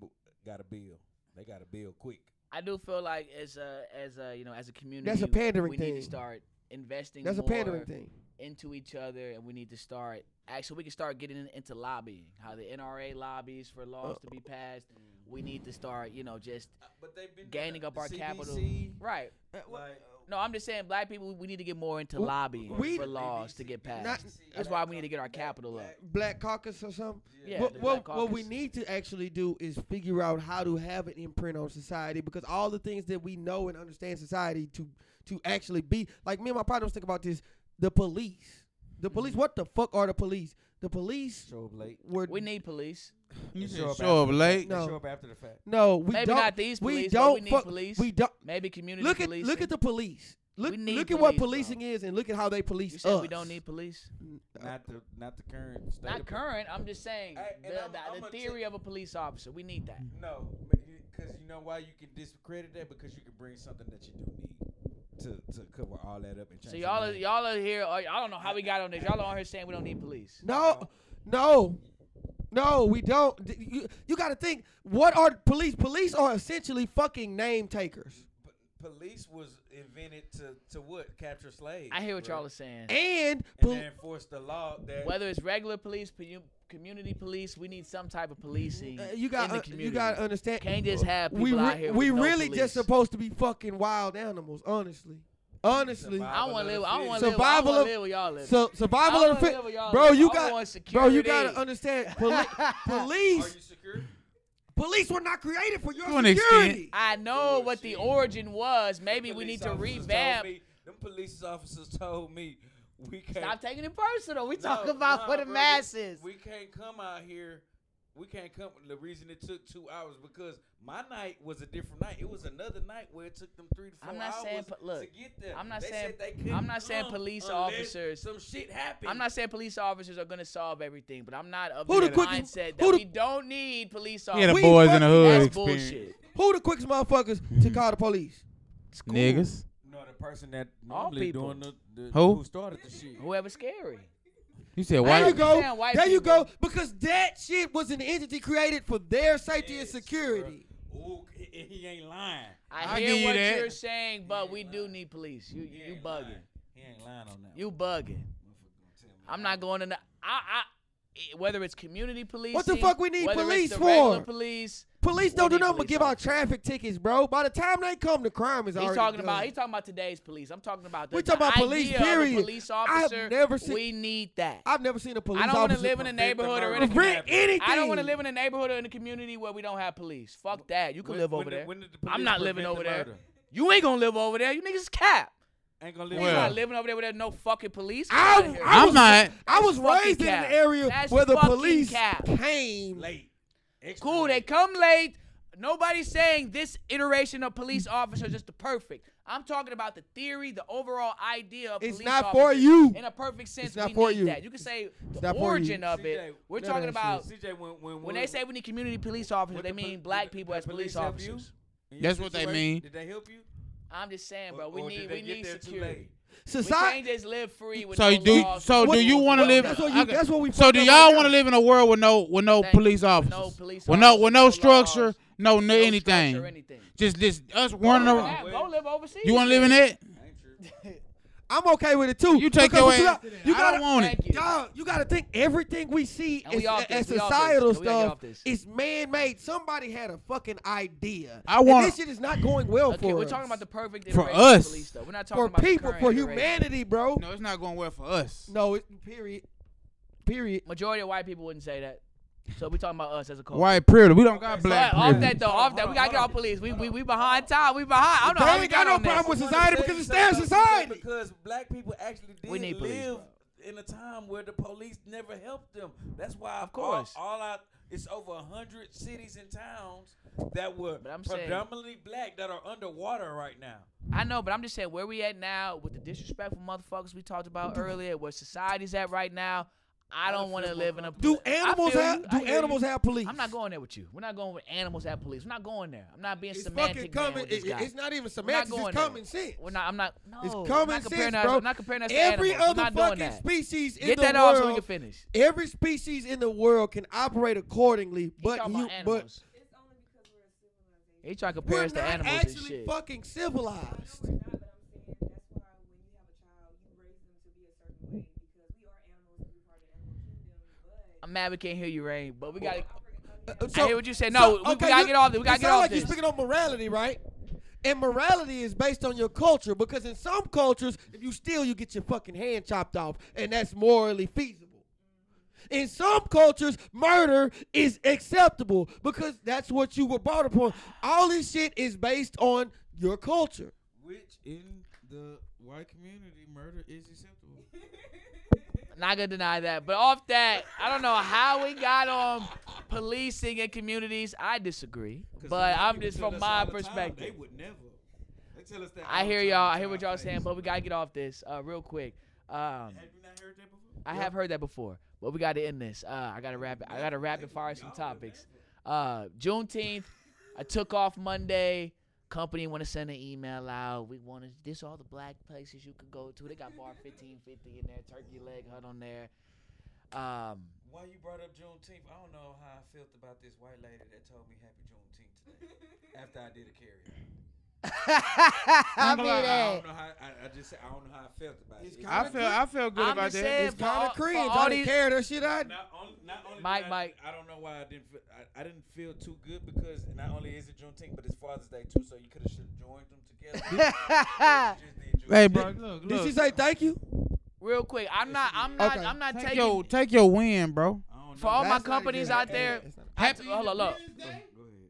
[SPEAKER 6] b- got a bill. They got a bill quick.
[SPEAKER 1] I do feel like as a as a you know as a community,
[SPEAKER 5] That's a pandering
[SPEAKER 1] we need
[SPEAKER 5] thing.
[SPEAKER 1] to start investing.
[SPEAKER 5] That's a
[SPEAKER 1] more
[SPEAKER 5] pandering thing.
[SPEAKER 1] into each other, and we need to start. Actually, we can start getting in- into lobbying. How the NRA lobbies for laws to be passed. We need to start, you know, just
[SPEAKER 6] Mm. But they've been
[SPEAKER 1] gaining up our capital.
[SPEAKER 6] Right.
[SPEAKER 1] Right.
[SPEAKER 6] uh,
[SPEAKER 1] No, I'm just saying, black people, we need to get more into
[SPEAKER 5] W-
[SPEAKER 1] lobbying
[SPEAKER 5] we-
[SPEAKER 1] for laws to get passed.
[SPEAKER 5] Not-
[SPEAKER 1] That's why we need to get our capital up.
[SPEAKER 5] Black caucus or something.
[SPEAKER 1] Yeah,
[SPEAKER 5] what,
[SPEAKER 1] the
[SPEAKER 5] what,
[SPEAKER 1] Black
[SPEAKER 5] what we
[SPEAKER 1] Caucus.
[SPEAKER 5] need to actually do is figure out how to have an imprint on society because all the things that we know and understand society to to actually be like me and my partner was thinking about this the police the police what the fuck are the police the police
[SPEAKER 6] Show up late.
[SPEAKER 5] were
[SPEAKER 1] Mm-hmm. We need police.
[SPEAKER 2] You
[SPEAKER 6] They
[SPEAKER 2] said
[SPEAKER 6] show up
[SPEAKER 2] show up
[SPEAKER 6] after-
[SPEAKER 2] late.
[SPEAKER 6] they
[SPEAKER 5] No.
[SPEAKER 6] Show up after the fact.
[SPEAKER 5] no we
[SPEAKER 1] Maybe
[SPEAKER 5] don't
[SPEAKER 1] not these
[SPEAKER 5] we
[SPEAKER 1] police, but
[SPEAKER 5] don't
[SPEAKER 1] we need
[SPEAKER 5] fuck,
[SPEAKER 1] police.
[SPEAKER 5] we don't
[SPEAKER 1] Maybe community
[SPEAKER 5] look at
[SPEAKER 1] policing.
[SPEAKER 5] look at the police look
[SPEAKER 1] We need
[SPEAKER 5] look at what
[SPEAKER 1] police, bro.
[SPEAKER 5] policing is and look at how they police
[SPEAKER 1] You said
[SPEAKER 5] us
[SPEAKER 1] we don't need police.
[SPEAKER 6] Not the not the current state.
[SPEAKER 1] Not
[SPEAKER 6] of-
[SPEAKER 1] current. I'm just saying
[SPEAKER 6] Hey,
[SPEAKER 1] the,
[SPEAKER 6] and I'm-
[SPEAKER 1] the-
[SPEAKER 6] I'm
[SPEAKER 1] the
[SPEAKER 6] a
[SPEAKER 1] theory
[SPEAKER 6] chick-
[SPEAKER 1] of a police officer. We need that.
[SPEAKER 6] No, because you know why you can discredit that because you can bring something that you do need to to cover all that up and change.
[SPEAKER 1] So
[SPEAKER 6] the
[SPEAKER 1] y'all are,
[SPEAKER 6] name.
[SPEAKER 1] y'all are here. I don't know how we got on this. Y'all are on here saying we don't need police.
[SPEAKER 5] No, no, no, we don't. D- You, you got to think. What are police? Police are essentially fucking name takers,
[SPEAKER 6] P- police was invented to to what capture slaves.
[SPEAKER 1] I hear what
[SPEAKER 6] bro.
[SPEAKER 1] y'all are saying.
[SPEAKER 5] and,
[SPEAKER 6] And
[SPEAKER 5] pol- uh,
[SPEAKER 6] they enforce the law that
[SPEAKER 1] Whether it's regular police, pu- community police, we need some type of policing.
[SPEAKER 5] uh, you got
[SPEAKER 1] in the
[SPEAKER 5] uh, you
[SPEAKER 1] community.
[SPEAKER 5] got to understand.
[SPEAKER 1] Can't just have people
[SPEAKER 5] we
[SPEAKER 1] out
[SPEAKER 5] re-
[SPEAKER 1] here.
[SPEAKER 5] we
[SPEAKER 1] with no
[SPEAKER 5] really
[SPEAKER 1] police.
[SPEAKER 5] just supposed to be fucking wild animals, honestly. Honestly,
[SPEAKER 6] Survival.
[SPEAKER 1] I don't want to live. I don't want to live.
[SPEAKER 5] Survival
[SPEAKER 1] Survival
[SPEAKER 5] of-
[SPEAKER 1] live where y'all live.
[SPEAKER 5] so
[SPEAKER 1] I
[SPEAKER 5] survival of the
[SPEAKER 1] wanna live
[SPEAKER 5] fit,
[SPEAKER 1] where y'all
[SPEAKER 5] bro.
[SPEAKER 1] live.
[SPEAKER 5] You
[SPEAKER 1] I
[SPEAKER 5] got,
[SPEAKER 1] want
[SPEAKER 5] bro. You
[SPEAKER 1] security.
[SPEAKER 5] got to understand. Poli-
[SPEAKER 6] Are
[SPEAKER 5] police,
[SPEAKER 6] you secure?
[SPEAKER 5] police were not created for your
[SPEAKER 2] To an extent.
[SPEAKER 5] security.
[SPEAKER 1] I know
[SPEAKER 6] Lord
[SPEAKER 1] what the
[SPEAKER 6] Jesus.
[SPEAKER 1] origin was. Maybe we
[SPEAKER 6] Police
[SPEAKER 1] need to
[SPEAKER 6] officers told
[SPEAKER 1] revamp.
[SPEAKER 6] Me, them police officers told me we can't
[SPEAKER 1] Stop taking it personal. We
[SPEAKER 6] No,
[SPEAKER 1] talk about
[SPEAKER 6] no,
[SPEAKER 1] for the
[SPEAKER 6] bro, we-
[SPEAKER 1] masses.
[SPEAKER 6] We can't come out here. We can't come. The reason it took two hours because my night was a different night. It was another night where it took them three to four
[SPEAKER 1] I'm not
[SPEAKER 6] hours
[SPEAKER 1] saying po- look,
[SPEAKER 6] to get there.
[SPEAKER 1] I'm not
[SPEAKER 6] They
[SPEAKER 1] saying-
[SPEAKER 6] said they couldn't
[SPEAKER 1] I'm not saying
[SPEAKER 6] come
[SPEAKER 1] police
[SPEAKER 6] unless
[SPEAKER 1] officers-
[SPEAKER 6] Some shit happened.
[SPEAKER 1] I'm not saying police officers are gonna solve everything, but I'm not of
[SPEAKER 5] Who
[SPEAKER 1] the
[SPEAKER 5] the quickest-
[SPEAKER 1] mindset
[SPEAKER 5] who
[SPEAKER 1] that
[SPEAKER 5] the-
[SPEAKER 1] we don't need police
[SPEAKER 2] He had a
[SPEAKER 1] officers.
[SPEAKER 5] We
[SPEAKER 2] boys in the
[SPEAKER 5] fucking-
[SPEAKER 2] hood
[SPEAKER 1] That's
[SPEAKER 2] experience.
[SPEAKER 1] bullshit.
[SPEAKER 5] Who the quickest motherfuckers to call the police?
[SPEAKER 1] It's cool.
[SPEAKER 2] Niggas.
[SPEAKER 6] No, the person that
[SPEAKER 1] All
[SPEAKER 6] normally
[SPEAKER 1] people.
[SPEAKER 6] doing the, the
[SPEAKER 2] Who?
[SPEAKER 6] started the shit.
[SPEAKER 1] Whoever's scary.
[SPEAKER 2] You said
[SPEAKER 5] There you
[SPEAKER 2] white.
[SPEAKER 5] go.
[SPEAKER 1] understand white
[SPEAKER 5] There you
[SPEAKER 1] people.
[SPEAKER 5] go. Because that shit was an entity created for their safety and security.
[SPEAKER 6] Ooh, he, he ain't lying.
[SPEAKER 1] I
[SPEAKER 2] I'll
[SPEAKER 1] hear
[SPEAKER 2] give you
[SPEAKER 1] what
[SPEAKER 2] that.
[SPEAKER 1] you're saying, but we do need police. You
[SPEAKER 6] He
[SPEAKER 1] you
[SPEAKER 6] ain't
[SPEAKER 1] bugging.
[SPEAKER 6] lying. He ain't lying on that.
[SPEAKER 1] You bugging. I'm not going to. n- I I. i- Whether it's community police.
[SPEAKER 5] the fuck we need police
[SPEAKER 1] it's the
[SPEAKER 5] for?
[SPEAKER 1] regular Police.
[SPEAKER 5] Police
[SPEAKER 1] We
[SPEAKER 5] don't do
[SPEAKER 1] need
[SPEAKER 5] nothing but
[SPEAKER 1] police
[SPEAKER 5] give out
[SPEAKER 1] officers.
[SPEAKER 5] traffic tickets, bro. By the time they come, the crime is
[SPEAKER 1] He's
[SPEAKER 5] already
[SPEAKER 1] talking
[SPEAKER 5] done.
[SPEAKER 1] about. He's talking about today's police. I'm talking about. The,
[SPEAKER 5] We talking
[SPEAKER 1] the
[SPEAKER 5] about police,
[SPEAKER 1] idea of a
[SPEAKER 5] period.
[SPEAKER 1] police
[SPEAKER 5] I have
[SPEAKER 1] officer.
[SPEAKER 5] never seen-
[SPEAKER 1] We need that.
[SPEAKER 5] I've never seen a police
[SPEAKER 1] I don't want to
[SPEAKER 5] officer
[SPEAKER 1] live in a
[SPEAKER 6] prevent the
[SPEAKER 1] neighborhood or
[SPEAKER 6] murder
[SPEAKER 1] in a
[SPEAKER 6] from
[SPEAKER 1] community.
[SPEAKER 5] prevent
[SPEAKER 6] happening.
[SPEAKER 5] anything.
[SPEAKER 1] I don't want to live in a neighborhood or in a community where we don't have police. Fuck that. You can
[SPEAKER 6] When-
[SPEAKER 1] live
[SPEAKER 6] when
[SPEAKER 1] over
[SPEAKER 6] the-
[SPEAKER 1] there.
[SPEAKER 6] when did the
[SPEAKER 1] I'm
[SPEAKER 6] police
[SPEAKER 1] not living
[SPEAKER 6] prevent
[SPEAKER 1] over
[SPEAKER 6] the
[SPEAKER 1] there.
[SPEAKER 6] murder?
[SPEAKER 1] You ain't gonna live over there. You niggas cap.
[SPEAKER 6] Ain't gonna
[SPEAKER 1] You
[SPEAKER 6] live.
[SPEAKER 1] Niggas
[SPEAKER 2] Well.
[SPEAKER 1] not living over there where there's no fucking police. Get outta
[SPEAKER 5] I,
[SPEAKER 1] here.
[SPEAKER 5] I
[SPEAKER 2] I'm
[SPEAKER 5] was,
[SPEAKER 2] not.
[SPEAKER 5] I was
[SPEAKER 1] fucking
[SPEAKER 5] raised in an
[SPEAKER 1] cap.
[SPEAKER 5] area
[SPEAKER 1] That's
[SPEAKER 5] where the
[SPEAKER 1] fucking
[SPEAKER 5] police
[SPEAKER 1] cap.
[SPEAKER 5] came.
[SPEAKER 6] late. Extra
[SPEAKER 1] cool. They
[SPEAKER 6] late.
[SPEAKER 1] come late. Nobody's saying this iteration of police officers is the perfect. I'm talking about the theory, the overall idea of
[SPEAKER 5] It's
[SPEAKER 1] police
[SPEAKER 5] not for
[SPEAKER 1] officers.
[SPEAKER 5] you.
[SPEAKER 1] In a perfect sense,
[SPEAKER 5] It's not
[SPEAKER 1] we
[SPEAKER 5] for
[SPEAKER 1] need
[SPEAKER 5] you.
[SPEAKER 1] that. You can say the
[SPEAKER 5] not for
[SPEAKER 1] origin
[SPEAKER 5] you.
[SPEAKER 1] of it.
[SPEAKER 6] CJ,
[SPEAKER 1] We're
[SPEAKER 5] none of
[SPEAKER 1] talking
[SPEAKER 5] that
[SPEAKER 1] about
[SPEAKER 6] CJ, when when
[SPEAKER 1] when they say we need community police officers,
[SPEAKER 6] What
[SPEAKER 1] they
[SPEAKER 6] the pol-
[SPEAKER 1] mean black
[SPEAKER 6] did the-
[SPEAKER 1] people
[SPEAKER 6] the
[SPEAKER 1] as police
[SPEAKER 6] help you?
[SPEAKER 1] officers.
[SPEAKER 6] In your
[SPEAKER 2] That's what they
[SPEAKER 6] situation,
[SPEAKER 2] mean.
[SPEAKER 6] Did they help you?
[SPEAKER 1] I'm just saying,
[SPEAKER 6] Or-
[SPEAKER 1] bro. We
[SPEAKER 6] or
[SPEAKER 1] need
[SPEAKER 6] did
[SPEAKER 1] we
[SPEAKER 6] they get
[SPEAKER 1] need
[SPEAKER 6] there too
[SPEAKER 1] security.
[SPEAKER 6] late?
[SPEAKER 1] We
[SPEAKER 5] Society.
[SPEAKER 1] can't just live free with
[SPEAKER 2] So
[SPEAKER 1] no
[SPEAKER 2] you do.
[SPEAKER 1] laws.
[SPEAKER 2] So
[SPEAKER 1] no
[SPEAKER 2] do you want to
[SPEAKER 1] rules.
[SPEAKER 2] live?
[SPEAKER 5] That's what you.
[SPEAKER 2] I got-
[SPEAKER 5] That's what we.
[SPEAKER 2] So
[SPEAKER 5] fucked
[SPEAKER 2] do
[SPEAKER 5] up
[SPEAKER 2] y'all
[SPEAKER 5] right
[SPEAKER 2] want to
[SPEAKER 5] now.
[SPEAKER 2] live in a world with no with no
[SPEAKER 1] Thank
[SPEAKER 2] police
[SPEAKER 1] you.
[SPEAKER 2] officers,
[SPEAKER 1] No police
[SPEAKER 2] with no
[SPEAKER 1] officers,
[SPEAKER 2] with no
[SPEAKER 1] no
[SPEAKER 2] structure,
[SPEAKER 1] laws,
[SPEAKER 2] no, n-
[SPEAKER 1] No structure
[SPEAKER 2] anything.
[SPEAKER 1] or anything.
[SPEAKER 2] Just this us running
[SPEAKER 1] Go
[SPEAKER 2] around.
[SPEAKER 1] live- Go live overseas.
[SPEAKER 2] You want to live in that?
[SPEAKER 5] I'm okay with it too.
[SPEAKER 2] You take
[SPEAKER 5] because
[SPEAKER 2] your
[SPEAKER 5] what
[SPEAKER 2] ass.
[SPEAKER 5] got-
[SPEAKER 2] You
[SPEAKER 5] You
[SPEAKER 2] I don't
[SPEAKER 5] gotta.
[SPEAKER 2] want it.
[SPEAKER 1] Thank you.
[SPEAKER 5] Dog, you gotta think everything we see
[SPEAKER 1] And
[SPEAKER 5] as,
[SPEAKER 1] we off
[SPEAKER 5] as
[SPEAKER 1] this, we off this.
[SPEAKER 5] societal
[SPEAKER 1] We gotta get
[SPEAKER 5] stuff
[SPEAKER 1] off this.
[SPEAKER 5] is man-made. Somebody had a fucking idea.
[SPEAKER 2] I
[SPEAKER 5] And
[SPEAKER 2] wanna-
[SPEAKER 5] this shit is not going well
[SPEAKER 1] Okay,
[SPEAKER 5] for
[SPEAKER 1] we're
[SPEAKER 5] us.
[SPEAKER 1] talking about the perfect
[SPEAKER 2] For
[SPEAKER 1] iteration of
[SPEAKER 2] us.
[SPEAKER 1] police, though. We're not talking
[SPEAKER 5] for
[SPEAKER 1] about the
[SPEAKER 5] people,
[SPEAKER 1] current
[SPEAKER 5] for
[SPEAKER 1] iteration.
[SPEAKER 5] humanity, bro.
[SPEAKER 2] No, it's not going well for us.
[SPEAKER 5] No, it, period. Period.
[SPEAKER 1] Majority of white people wouldn't say that. So we're talking about us as a culture.
[SPEAKER 2] White privilege. We don't got
[SPEAKER 1] So
[SPEAKER 2] black
[SPEAKER 1] off
[SPEAKER 2] privilege.
[SPEAKER 1] that though, off that we gotta get off police. We we, we behind time. We behind. I don't know
[SPEAKER 5] They
[SPEAKER 1] how
[SPEAKER 5] ain't
[SPEAKER 1] we
[SPEAKER 5] got
[SPEAKER 1] got
[SPEAKER 5] no
[SPEAKER 1] on this.
[SPEAKER 5] problem with
[SPEAKER 6] wanna
[SPEAKER 5] society
[SPEAKER 6] tell
[SPEAKER 5] because
[SPEAKER 6] you
[SPEAKER 5] it's their
[SPEAKER 6] something,
[SPEAKER 5] society.
[SPEAKER 6] Because black people actually did
[SPEAKER 1] We need police,
[SPEAKER 6] live in a time where the police never helped them. That's why, of
[SPEAKER 1] course.
[SPEAKER 6] all, all I It's over a hundred cities and towns that were
[SPEAKER 1] But I'm saying-
[SPEAKER 6] predominantly black that are underwater right now.
[SPEAKER 1] I know, but I'm just saying where we at now with the disrespectful motherfuckers we talked about earlier, where society's at right now. I don't want to live in a.
[SPEAKER 5] Do
[SPEAKER 1] pla- I
[SPEAKER 5] animals
[SPEAKER 1] feel
[SPEAKER 5] have
[SPEAKER 1] you. I
[SPEAKER 5] do
[SPEAKER 1] hear you.
[SPEAKER 5] animals have police?
[SPEAKER 1] I'm not going there with you. We're not going with animals at police. We're not going there. I'm not being
[SPEAKER 5] It's fucking
[SPEAKER 1] semantic. man
[SPEAKER 5] common.
[SPEAKER 1] with this
[SPEAKER 5] it-
[SPEAKER 1] guy.
[SPEAKER 5] it's not
[SPEAKER 1] We're
[SPEAKER 5] even
[SPEAKER 1] not
[SPEAKER 5] semantics.
[SPEAKER 1] going
[SPEAKER 5] It's
[SPEAKER 1] there.
[SPEAKER 5] common sense.
[SPEAKER 1] We're not. I'm not. No.
[SPEAKER 5] It's
[SPEAKER 1] I'm
[SPEAKER 5] common
[SPEAKER 1] not comparing
[SPEAKER 5] sense,
[SPEAKER 1] us,
[SPEAKER 5] bro.
[SPEAKER 1] I'm not comparing us to
[SPEAKER 5] Every
[SPEAKER 1] animals.
[SPEAKER 5] other
[SPEAKER 1] I'm not doing
[SPEAKER 5] fucking
[SPEAKER 1] that.
[SPEAKER 5] species in
[SPEAKER 1] Get
[SPEAKER 5] the
[SPEAKER 1] that
[SPEAKER 5] world.
[SPEAKER 1] off so we can finish.
[SPEAKER 5] Every species in the world can operate accordingly,
[SPEAKER 1] He
[SPEAKER 5] but
[SPEAKER 1] talking
[SPEAKER 5] you,
[SPEAKER 1] about
[SPEAKER 5] but
[SPEAKER 1] animals. He trying to
[SPEAKER 5] we're
[SPEAKER 1] compare us
[SPEAKER 5] not
[SPEAKER 1] to animals and
[SPEAKER 5] actually
[SPEAKER 1] shit.
[SPEAKER 5] fucking civilized. Uh,
[SPEAKER 1] I'm mad we can't hear you, Rain, but we got to.
[SPEAKER 5] Uh,
[SPEAKER 1] I hear what you said. No, we- we,
[SPEAKER 5] okay,
[SPEAKER 1] gotta
[SPEAKER 5] you-
[SPEAKER 1] get off this. We
[SPEAKER 5] you
[SPEAKER 1] gotta get
[SPEAKER 5] sound
[SPEAKER 1] off
[SPEAKER 5] like
[SPEAKER 1] this.
[SPEAKER 5] you're speaking on morality, right? And morality is based on your culture because in some cultures, if you steal, you get your fucking hand chopped off, and that's morally feasible. In some cultures, murder is acceptable because that's what you were brought upon. All this shit is based on your culture.
[SPEAKER 6] Which in the white community, murder is acceptable.
[SPEAKER 1] Not gonna deny that. But off that, I don't know how we got on policing in communities. I disagree, but I'm just from my
[SPEAKER 6] They
[SPEAKER 1] perspective.
[SPEAKER 6] would never. They tell us that.
[SPEAKER 1] I
[SPEAKER 6] all
[SPEAKER 1] hear
[SPEAKER 6] the time
[SPEAKER 1] y'all.
[SPEAKER 6] to
[SPEAKER 1] I hear what
[SPEAKER 6] our
[SPEAKER 1] y'all saying,
[SPEAKER 6] face.
[SPEAKER 1] but we gotta get off this uh, real quick. Um,
[SPEAKER 6] Have you not heard that before?
[SPEAKER 1] I have heard that before, but we got to end this. Uh, I got to rapid. I got to rapid fire some topics. Uh, Juneteenth, I took off Monday. Company want to send an email out. We want to. This all the black places you could go to. They got bar fifteen fifty in there, turkey leg hut on there. Um,
[SPEAKER 6] Why you brought up Juneteenth? I don't know how I felt about this white lady that told me Happy Juneteenth today after I did a carry.
[SPEAKER 1] I
[SPEAKER 6] I,
[SPEAKER 1] mean,
[SPEAKER 6] I
[SPEAKER 1] hey,
[SPEAKER 6] don't know how. I, I just said I don't know how I felt about it.
[SPEAKER 2] I feel I feel good
[SPEAKER 1] I'm
[SPEAKER 2] about
[SPEAKER 1] just
[SPEAKER 2] that.
[SPEAKER 1] saying,
[SPEAKER 2] It's-
[SPEAKER 1] for all-
[SPEAKER 5] Kind of
[SPEAKER 1] for
[SPEAKER 5] cringe.
[SPEAKER 1] all
[SPEAKER 5] I didn't
[SPEAKER 1] these-
[SPEAKER 5] care that shit. I
[SPEAKER 6] Not only, not only
[SPEAKER 1] Mike,
[SPEAKER 6] did I,
[SPEAKER 1] Mike.
[SPEAKER 6] I don't know why I didn't. Feel, I, I didn't feel too good because not only is it Juneteenth, but it's Father's Day too. So you could have joined them together.
[SPEAKER 5] Hey,
[SPEAKER 2] bro,
[SPEAKER 5] bro.
[SPEAKER 2] look,
[SPEAKER 5] Did
[SPEAKER 2] look.
[SPEAKER 5] she say thank you?
[SPEAKER 1] real quick, I'm not. I'm not.
[SPEAKER 5] Okay.
[SPEAKER 1] I'm not
[SPEAKER 2] take
[SPEAKER 1] taking.
[SPEAKER 2] your take your win, bro?
[SPEAKER 1] for all my
[SPEAKER 5] That's not
[SPEAKER 1] companies
[SPEAKER 5] even-
[SPEAKER 1] out there,
[SPEAKER 5] it's not-
[SPEAKER 1] I t- hold on, look.